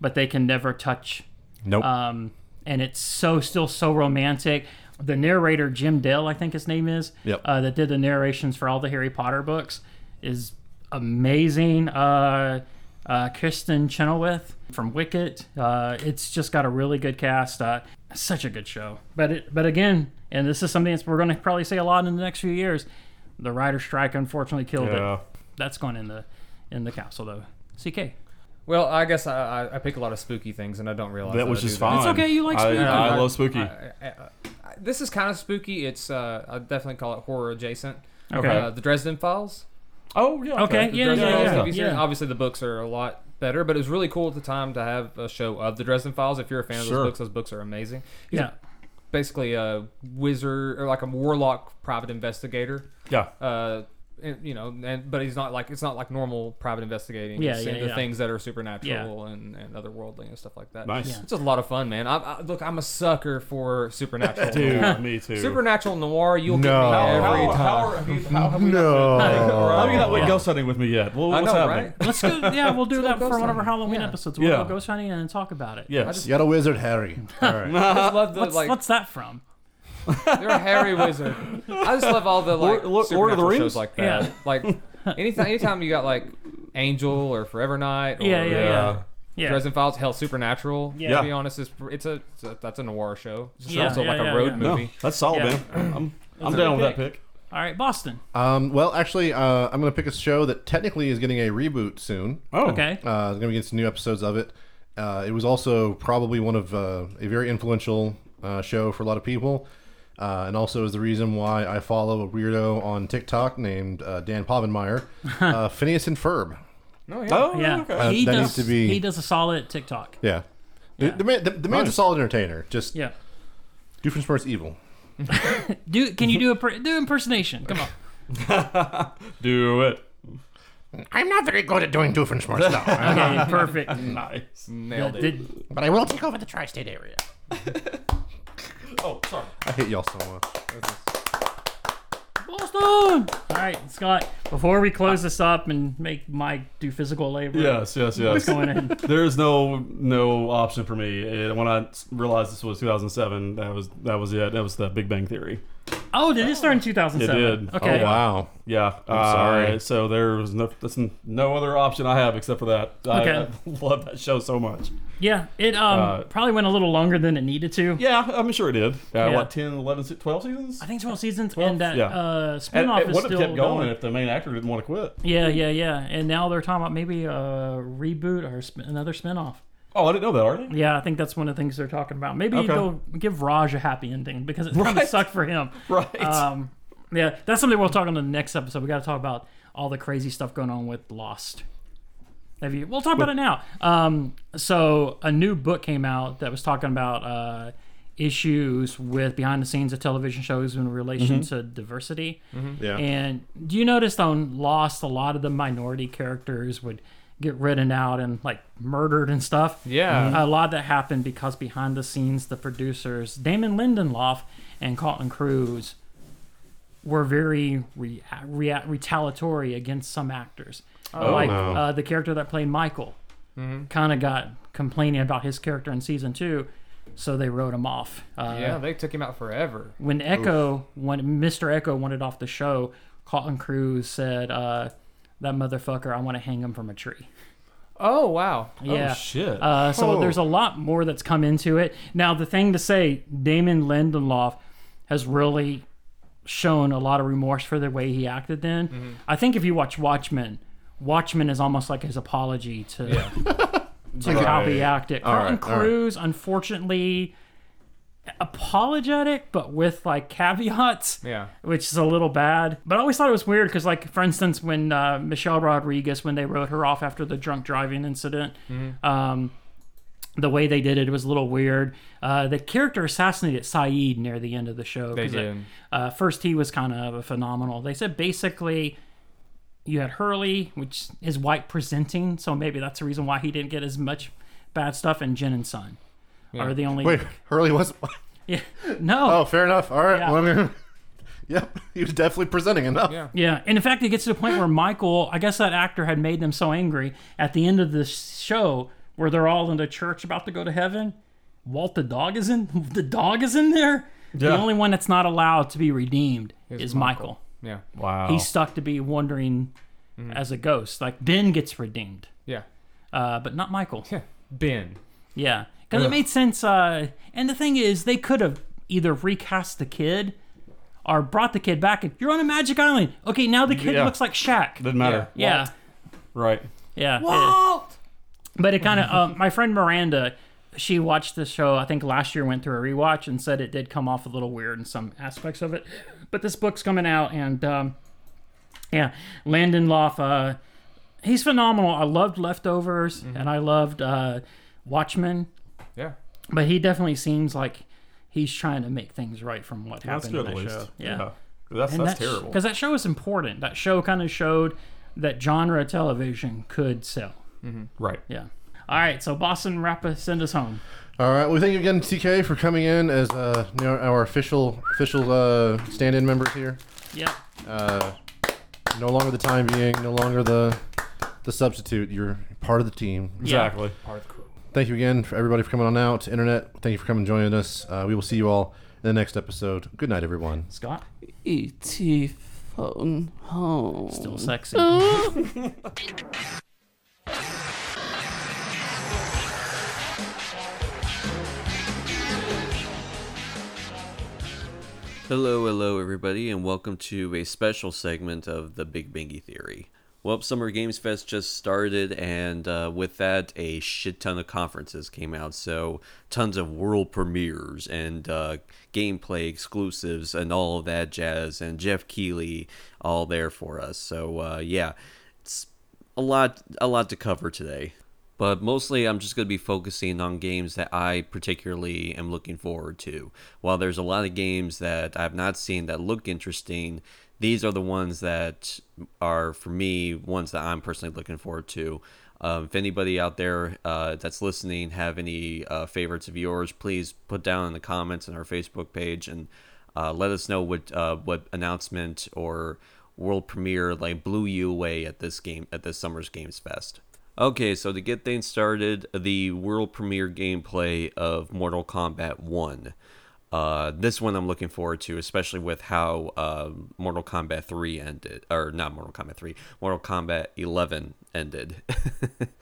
Speaker 3: but they can never touch
Speaker 1: Nope.
Speaker 3: um, and it's so still so romantic. The narrator Jim Dale, I think his name is,
Speaker 1: Yep.
Speaker 3: uh, that did the narrations for all the Harry Potter books, is amazing. Uh, uh, Kristen Chenoweth from Wicked. Uh, it's just got a really good cast. Uh, such a good show. But it, but again, and this is something that's we're going to probably say a lot in the next few years. The writer strike unfortunately killed
Speaker 5: yeah.
Speaker 3: it. That's gone in the in the council though. CK.
Speaker 4: Well, I guess I, I, I pick a lot of spooky things, and I don't realize
Speaker 5: That was
Speaker 4: I
Speaker 5: just
Speaker 4: do that.
Speaker 5: fine.
Speaker 3: It's okay, you like
Speaker 5: I-
Speaker 3: spooky.
Speaker 5: I, love spooky.
Speaker 4: I- I- I- I- this is kind of spooky. It's uh, I definitely call it horror adjacent.
Speaker 3: Okay.
Speaker 4: Uh, the Dresden Files.
Speaker 5: oh, yeah.
Speaker 3: Okay, yeah,
Speaker 4: Dresden
Speaker 3: yeah,
Speaker 4: Files
Speaker 3: yeah,
Speaker 4: TV series.
Speaker 3: yeah.
Speaker 4: Obviously, the books are a lot better, but it was really cool at the time to have a show of the Dresden Files. If you're a fan of
Speaker 5: Sure.
Speaker 4: those books, those books are amazing. He's
Speaker 3: Yeah.
Speaker 4: basically a wizard or like a warlock private investigator.
Speaker 5: Yeah.
Speaker 4: Uh, and, you know, and but he's not like it's not like normal private investigating.
Speaker 3: Yeah,
Speaker 4: He's
Speaker 3: yeah,
Speaker 4: into
Speaker 3: yeah.
Speaker 4: things that are supernatural and, and otherworldly and stuff like that.
Speaker 5: Nice.
Speaker 3: Yeah.
Speaker 4: It's just a lot of fun, man. I, I, look, I'm a sucker for supernatural. noir.
Speaker 5: Dude, me too.
Speaker 4: Supernatural noir, you'll
Speaker 1: No.
Speaker 4: get me
Speaker 5: How,
Speaker 4: every
Speaker 5: how,
Speaker 4: time.
Speaker 5: how, are you- how, have we not-
Speaker 1: no.
Speaker 5: How have you not
Speaker 3: Oh.
Speaker 5: went ghost hunting with me yet? Well,
Speaker 4: I
Speaker 5: what's
Speaker 4: know,
Speaker 5: happening?
Speaker 4: right?
Speaker 3: Let's go. Yeah, we'll do that
Speaker 4: go
Speaker 3: for one of our
Speaker 4: signing.
Speaker 3: Halloween
Speaker 4: Yeah.
Speaker 3: episodes. We'll
Speaker 5: Yeah.
Speaker 3: go ghost hunting and then talk about it.
Speaker 5: Yes.
Speaker 1: You got a wizard, Harry. All right.
Speaker 4: I just love the
Speaker 3: What's,
Speaker 4: like.
Speaker 3: what's that from?
Speaker 4: They're a hairy wizard. I just love all the like
Speaker 5: Lord- Lord- Lord of the
Speaker 4: supernatural
Speaker 5: Rings?
Speaker 4: shows like that.
Speaker 3: Yeah.
Speaker 4: Like anytime, anytime you got like Angel or Forever Night or
Speaker 3: Yeah, yeah, yeah.
Speaker 5: oh, Yeah.
Speaker 3: Yeah.
Speaker 4: Dresden Files, Hell, Supernatural. Yeah.
Speaker 5: Yeah.
Speaker 4: To be honest, it's, it's, a, it's a that's a noir show. It's just
Speaker 3: Yeah,
Speaker 4: also
Speaker 3: yeah,
Speaker 4: like
Speaker 3: yeah,
Speaker 4: a road
Speaker 3: yeah.
Speaker 4: movie.
Speaker 5: No, that's solid,
Speaker 3: Yeah.
Speaker 5: man. I'm, I'm
Speaker 3: a
Speaker 5: down with
Speaker 3: good
Speaker 5: that pick.
Speaker 3: All right, Boston.
Speaker 1: Um, well, actually, uh, I'm going to pick a show that technically is getting a reboot soon.
Speaker 5: Oh,
Speaker 3: Okay.
Speaker 1: Uh, there's going to be getting some new episodes of it. Uh, it was also probably one of uh, a very influential uh, show for a lot of people, uh, and also is the reason why I follow a weirdo on TikTok named uh, Dan Povenmire, uh, Phineas and Ferb.
Speaker 4: No, yeah.
Speaker 5: Oh,
Speaker 3: Yeah.
Speaker 5: okay.
Speaker 1: Uh,
Speaker 3: he
Speaker 1: that
Speaker 3: does
Speaker 1: needs to be-
Speaker 3: he does a solid TikTok.
Speaker 1: Yeah, the, the man, the, the man's a solid entertainer. Just
Speaker 3: Yeah.
Speaker 1: Doofenshmirtz evil.
Speaker 3: Do can you do a per, do impersonation? Come on.
Speaker 5: Do it.
Speaker 1: I'm not very good at doing Doofenshmirtz though,
Speaker 3: Okay, perfect.
Speaker 5: Nice.
Speaker 4: nailed it.
Speaker 3: Did-
Speaker 1: but I will take over the tri-state area.
Speaker 5: Oh, sorry.
Speaker 1: I hate y'all so much.
Speaker 3: Boston. All right, Scott. Before we close this up and make Mike do physical labor,
Speaker 5: Yes, yes, yes.
Speaker 3: go in and-
Speaker 5: There is no no option for me. And when I s- realized this was 2007, that was that was it. That was the Big Bang Theory.
Speaker 3: Oh, did it start in 2007?
Speaker 5: It did.
Speaker 3: Okay.
Speaker 1: Oh wow.
Speaker 5: Yeah, I'm
Speaker 1: sorry.
Speaker 5: So there was no that's n- no other option I have except for that. I-
Speaker 3: Okay.
Speaker 5: I, love that show so much.
Speaker 3: Yeah, it um
Speaker 5: Uh,
Speaker 3: probably went a little longer than it needed to.
Speaker 5: Yeah, I'm sure it did. Uh,
Speaker 3: Yeah.
Speaker 5: What 10, 11, se- 12 seasons?
Speaker 3: I think 12 seasons, and that
Speaker 5: yeah.
Speaker 3: uh,
Speaker 5: And
Speaker 3: spinoff
Speaker 5: it
Speaker 3: is
Speaker 5: would have
Speaker 3: still
Speaker 5: kept going,
Speaker 3: going.
Speaker 5: if the main actor didn't want to quit.
Speaker 3: Yeah, yeah, yeah. And now they're talking about maybe a reboot or sp- another spinoff.
Speaker 5: Oh, I didn't know that already.
Speaker 3: Yeah, I think that's one of the things they're talking about. Maybe
Speaker 5: Okay.
Speaker 3: they'll give Raj a happy ending because it kind of
Speaker 5: Right.
Speaker 3: sucked for him.
Speaker 5: Right.
Speaker 3: Um, yeah, that's something we'll talk on the next episode. We got to talk about all the crazy stuff going on with Lost. Have you? We'll talk about it now. Um, so a new book came out that was talking about uh, issues with behind the scenes of television shows in relation to diversity.
Speaker 1: Yeah.
Speaker 3: And do you notice on Lost, a lot of the minority characters would get written out and like murdered and stuff? A
Speaker 4: Yeah.
Speaker 3: lot of that happened because behind the scenes, the producers, Damon Lindelof and Colton Cruz, were very re- rea retaliatory against some actors. like
Speaker 1: no.
Speaker 3: uh, the character that played Michael
Speaker 5: Mm-hmm.
Speaker 3: kind of got complaining about his character in season two. So they wrote him off. Uh,
Speaker 4: yeah, they took him out forever.
Speaker 3: when Echo, when Mr. Echo wanted off the show, Colton Cruz said, uh, "That motherfucker, I want to hang him from a tree."
Speaker 4: Oh wow.
Speaker 3: Yeah.
Speaker 5: Oh shit.
Speaker 3: Uh, so
Speaker 1: Oh.
Speaker 3: there's a lot more that's come into it. Now the thing to say, Damon Lindelof has really shown a lot of remorse for the way he acted. Then
Speaker 1: Mm-hmm.
Speaker 3: I think if you watch Watchmen, Watchmen is almost like his apology to to how he acted.
Speaker 1: All
Speaker 3: Carlton
Speaker 1: right, all right.
Speaker 3: Cruz, unfortunately, apologetic, but with like caveats
Speaker 4: Yeah.
Speaker 3: which is a little bad. But I always thought it was weird because, like, for instance, when uh, Michelle Rodriguez, when they wrote her off after the drunk driving incident,
Speaker 4: Mm-hmm.
Speaker 3: um, the way they did it was a little weird. Uh, the character assassinated Saeed near the end of the show.
Speaker 4: They
Speaker 3: 'cause it-
Speaker 4: did.
Speaker 3: uh, first, he was kind of phenomenal. They said basically you had Hurley, which is white presenting, so maybe that's the reason why he didn't get as much bad stuff, and Jen and Son. Are the only
Speaker 1: Wait, Hurley was.
Speaker 3: yeah no
Speaker 1: Oh, fair enough. All right.
Speaker 3: Yeah.
Speaker 1: Well, I mean, yep, he was definitely presenting enough.
Speaker 4: Yeah.
Speaker 3: Yeah, and in fact, it gets to the point where Michael, I guess that actor had made them so angry at the end of the show where they're all in the church about to go to heaven. Walt the dog is in. The dog is in there. The
Speaker 5: Yeah.
Speaker 3: only one that's not allowed to be redeemed is Michael.
Speaker 4: Yeah.
Speaker 5: wow.
Speaker 3: He's stuck to be wandering as a ghost. Like Ben gets redeemed,
Speaker 4: Yeah.
Speaker 3: uh, but not Michael.
Speaker 4: Yeah. Ben.
Speaker 3: Yeah, because it
Speaker 5: Ugh.
Speaker 3: made sense. Uh, and the thing is, they could have either recast the kid or brought the kid back. And you're on a magic island. Okay, now the kid
Speaker 5: Yeah.
Speaker 3: looks like Shaq.
Speaker 5: Doesn't matter.
Speaker 3: yeah.
Speaker 5: Right.
Speaker 3: Yeah. it- but it kind of, uh, my friend Miranda, she watched the show, I think last year, went through a rewatch and said it did come off a little weird in some aspects of it. But this book's coming out, and um, yeah, Landon Loff, uh, he's phenomenal. I loved Leftovers,
Speaker 5: Mm-hmm.
Speaker 3: and I loved uh, Watchmen,
Speaker 4: Yeah.
Speaker 3: but he definitely seems like he's trying to make things right from what
Speaker 5: That's
Speaker 3: happened
Speaker 5: good
Speaker 3: in
Speaker 5: at
Speaker 3: the
Speaker 5: least.
Speaker 3: show. Yeah.
Speaker 5: That's that's terrible.
Speaker 3: Because that show is important. That show kind of showed that genre of television could sell.
Speaker 5: Right.
Speaker 3: Yeah. All right, so Boston Rappa, send us home.
Speaker 1: All right. Well, thank you again, TK, for coming in as uh, you know, our official official uh, stand-in members here.
Speaker 3: Yep.
Speaker 1: Uh, no longer the time being, no longer the the substitute. You're part of the team.
Speaker 5: Exactly.
Speaker 1: Thank you again for everybody for coming on out. Internet, thank you for coming and joining us. Uh, we will see you all in the next episode. Good night, everyone.
Speaker 3: Scott,
Speaker 2: E.T. phone home.
Speaker 3: still sexy.
Speaker 6: Hello, hello, everybody, and welcome to a special segment of the Big Bingy Theory. Well, Summer Games Fest just started, and uh, with that, a shit ton of conferences came out. So, tons of world premieres and uh, gameplay exclusives and all of that jazz, and Jeff Keighley all there for us. So, uh, yeah, it's a lot, a lot to cover today. But mostly, I'm just going to be focusing on games that I particularly am looking forward to. While there's a lot of games that I've not seen that look interesting, these are the ones that are, for me, ones that I'm personally looking forward to. Um, if anybody out there uh, that's listening have any uh, favorites of yours, please put down in the comments on our Facebook page and uh, let us know what uh, what announcement or world premiere like blew you away at this game at this summer's Games Fest. Okay, so to get things started, the world premiere gameplay of Mortal Kombat 1. Uh, this one I'm looking forward to, especially with how uh, Mortal Kombat 3 ended, or not Mortal Kombat 3, Mortal Kombat 11 ended.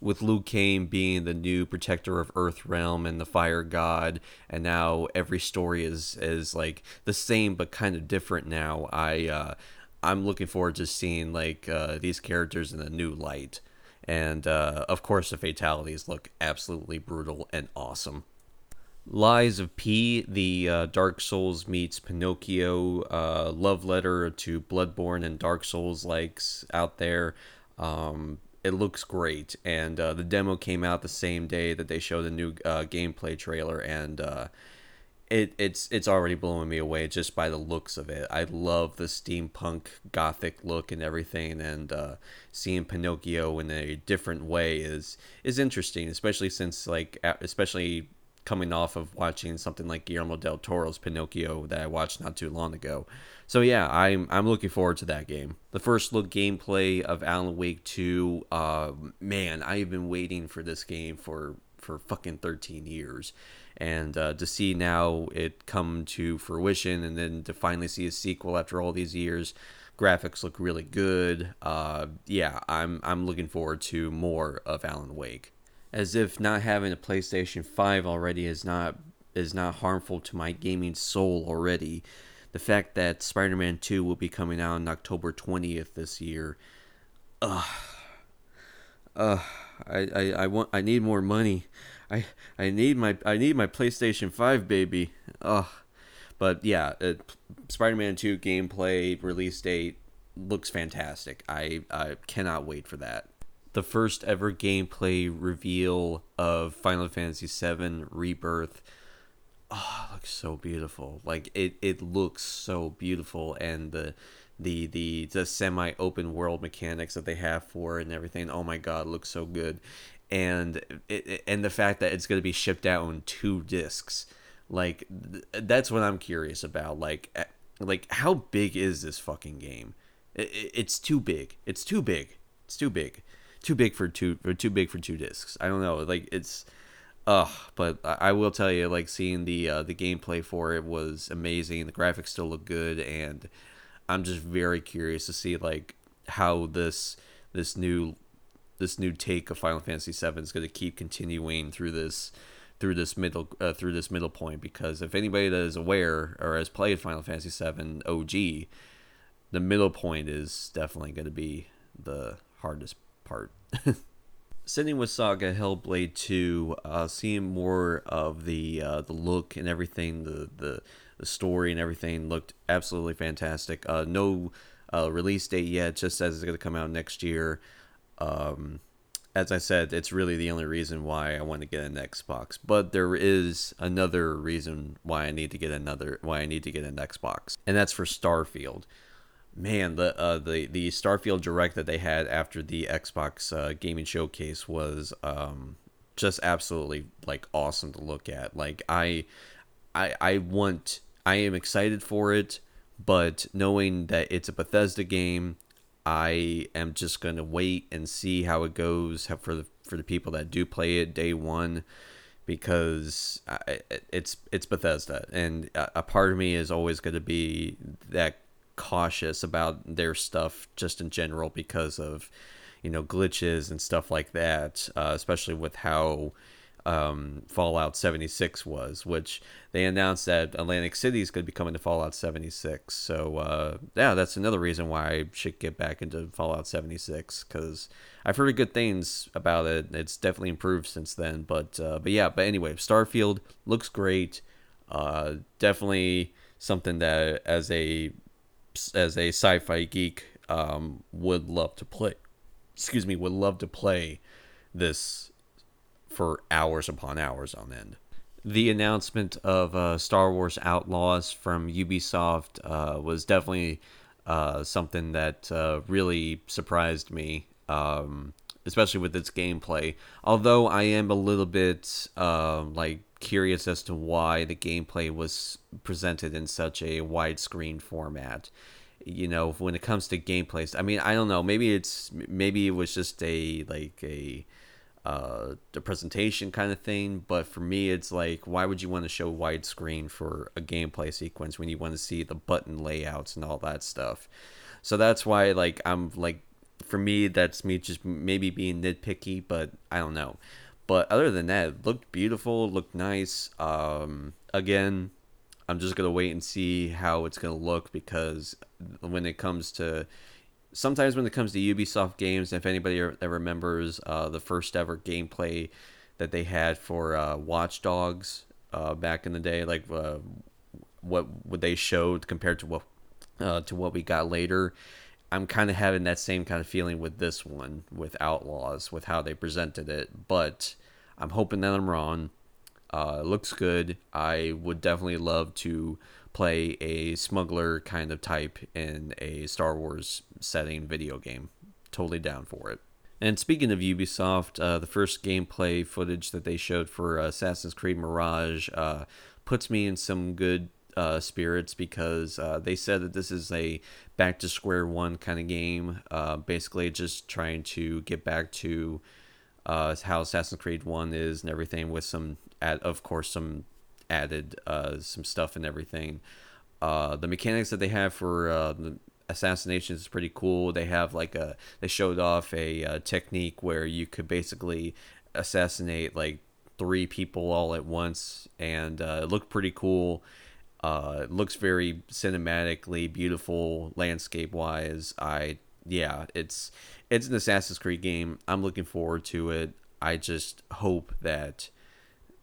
Speaker 6: with Liu Kang being the new protector of Earth Realm and the Fire God, and now every story is is like the same but kind of different now. I uh, I'm looking forward to seeing like uh, these characters in a new light, and uh, of course the fatalities look absolutely brutal and awesome. Lies of P, the uh, Dark Souls meets Pinocchio uh, love letter to Bloodborne and Dark Souls likes out there. Um, it looks great, and uh, the demo came out the same day that they showed the new uh, gameplay trailer, and uh, it it's it's already blowing me away just by the looks of it. I love the steampunk gothic look and everything, and uh, seeing Pinocchio in a different way is is interesting, especially since like a- especially coming off of watching something like Guillermo del Toro's Pinocchio that I watched not too long ago. So yeah, I'm I'm looking forward to that game. The first look gameplay of Alan Wake 2, uh, man, I have been waiting for this game for for fucking 13 years and uh, to see now it come to fruition and then to finally see a sequel after all these years graphics look really good uh, yeah i'm i'm looking forward to more of alan wake as if not having a playstation 5 already is not is not harmful to my gaming soul already the fact that spider-man 2 will be coming out on october 20th this year I, I, I want I need more money. I I need my I need my PlayStation 5 baby. Ugh. But yeah, uh, Spider-Man 2 gameplay release date looks fantastic. I I cannot wait for that. The first ever gameplay reveal of Final Fantasy 7 Rebirth oh, it looks so beautiful. Like it, it looks so beautiful, and the the the the semi open world mechanics that they have for it and everything. Oh my god, looks so good, and it, it- and the fact that it's gonna be shipped out in two discs, like th- that's what I'm curious about. Like eh, like how big is this fucking game? It, it- it's too big. It's too big. It's too big. Too big for two or too big for two discs. I don't know. Like it's Ugh, but I I will tell you, like seeing the uh, the gameplay for it was amazing. The graphics still look good, and I'm just very curious to see like how this this new this new take of Final Fantasy VII is going to keep continuing through this through this middle uh, through this middle point. Because if anybody that is aware or has played Final Fantasy VII OG, the middle point is definitely going to be the hardest part. sitting with Saga Hellblade 2, uh, seeing more of the uh, the look and everything, the, the the story and everything looked absolutely fantastic. Uh, no uh, release date yet, just as it's going to come out next year. Um, as I said, it's really the only reason why I want to get an Xbox. But there is another reason why I need to get another why I need to get an Xbox, and that's for Starfield man the uh, the the Starfield direct that they had after the Xbox uh, gaming showcase was um, just absolutely like awesome to look at. Like I I I want I am excited for it, but knowing that it's a Bethesda game, I am just gonna wait and see how it goes how- for the for the people that do play it day one because I, it- it's it's Bethesda, and a a part of me is always going to be that cautious about their stuff just in general because of you know glitches and stuff like that, uh, especially with how um, Fallout 76 was, which they announced that Atlantic City is going to be coming to Fallout 76. So, uh, yeah, that's another reason why I should get back into Fallout 76 because I've heard good things about it. It's definitely improved since then. But, uh, but yeah, but anyway, Starfield looks great. Uh, definitely something that as a as a sci-fi geek um, would love to play. Excuse me, would love to play this for hours upon hours on end. The announcement of uh, Star Wars Outlaws from Ubisoft uh, was definitely uh, something that uh, really surprised me, um, especially with its gameplay. Although I am a little bit uh, like curious as to why the gameplay was presented in such a widescreen format you know when it comes to gameplays i mean i don't know maybe it's maybe it was just a like a uh a presentation kind of thing but for me it's like why would you want to show widescreen for a gameplay sequence when you want to see the button layouts and all that stuff so that's why like i'm like for me that's me just maybe being nitpicky but i don't know but other than that it looked beautiful looked nice um again I'm just gonna wait and see how it's gonna look because when it comes to sometimes when it comes to Ubisoft games, if anybody re- that remembers uh, the first ever gameplay that they had for uh, Watch Dogs uh, back in the day, like uh, what what they showed compared to what uh, to what we got later. I'm kind of having that same kind of feeling with this one with Outlaws with how they presented it, but I'm hoping that I'm wrong. Uh, it looks good. I would definitely love to play a smuggler kind of type in a Star Wars setting video game. Totally down for it. And speaking of Ubisoft, uh, the first gameplay footage that they showed for Assassin's Creed Mirage uh, puts me in some good uh, spirits because uh, they said that this is a back to square one kind of game. Uh, basically, just trying to get back to uh, how Assassin's Creed One is and everything, with some, add, of course, some added uh, some stuff and everything. Uh, the mechanics that they have for uh, the assassinations is pretty cool. They have like a they showed off a uh, technique where you could basically assassinate like three people all at once, and uh, it looked pretty cool. Uh, it looks very cinematically beautiful, landscape wise. I yeah, it's it's an Assassin's Creed game. I'm looking forward to it. I just hope that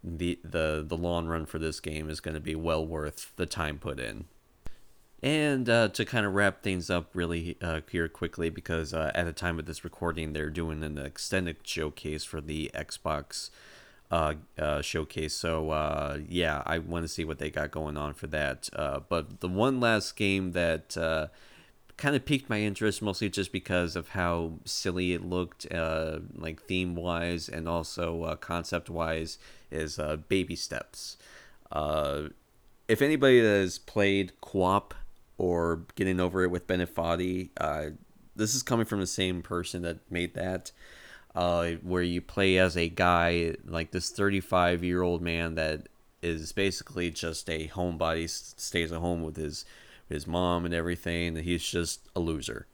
Speaker 6: the the the long run for this game is going to be well worth the time put in. And uh, to kind of wrap things up really uh, here quickly, because uh, at the time of this recording, they're doing an extended showcase for the Xbox uh, uh, showcase. So uh, yeah, I want to see what they got going on for that. Uh, but the one last game that uh, kind of piqued my interest, mostly just because of how silly it looked, uh, like theme wise and also uh, concept wise, is uh, Baby Steps. Uh, if anybody that has played Co-op or Getting Over It with Benefotti, uh, this is coming from the same person that made that, uh, where you play as a guy, like this 35 year old man that is basically just a homebody, s- stays at home with his his mom and everything. and He's just a loser.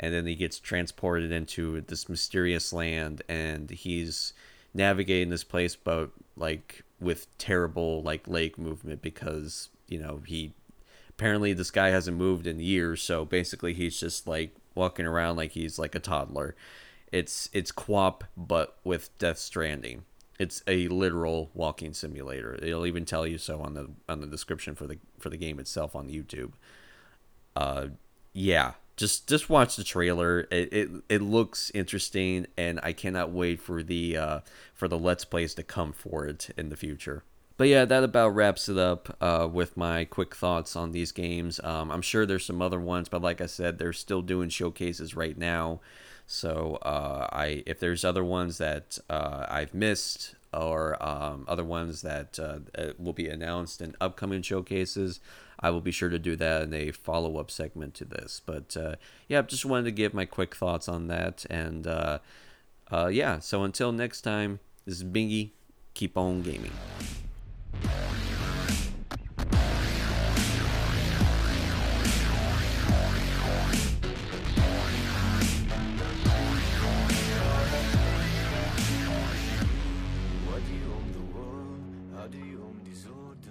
Speaker 6: And then he gets transported into this mysterious land and he's navigating this place, but like with terrible like leg movement because, you know, he apparently this guy hasn't moved in years so basically he's just like walking around like he's like a toddler it's it's quap but with death stranding it's a literal walking simulator it'll even tell you so on the on the description for the for the game itself on youtube uh yeah just just watch the trailer it it, it looks interesting and i cannot wait for the uh for the let's plays to come for it in the future but yeah that about wraps it up uh with my quick thoughts on these games um i'm sure there's some other ones but like i said they're still doing showcases right now so uh i if there's other ones that uh i've missed or um, other ones that uh, uh, will be announced in upcoming showcases. I will be sure to do that in a follow up segment to this. But uh, yeah, just wanted to give my quick thoughts on that. And uh, uh, yeah, so until next time, this is Bingy Keep on gaming.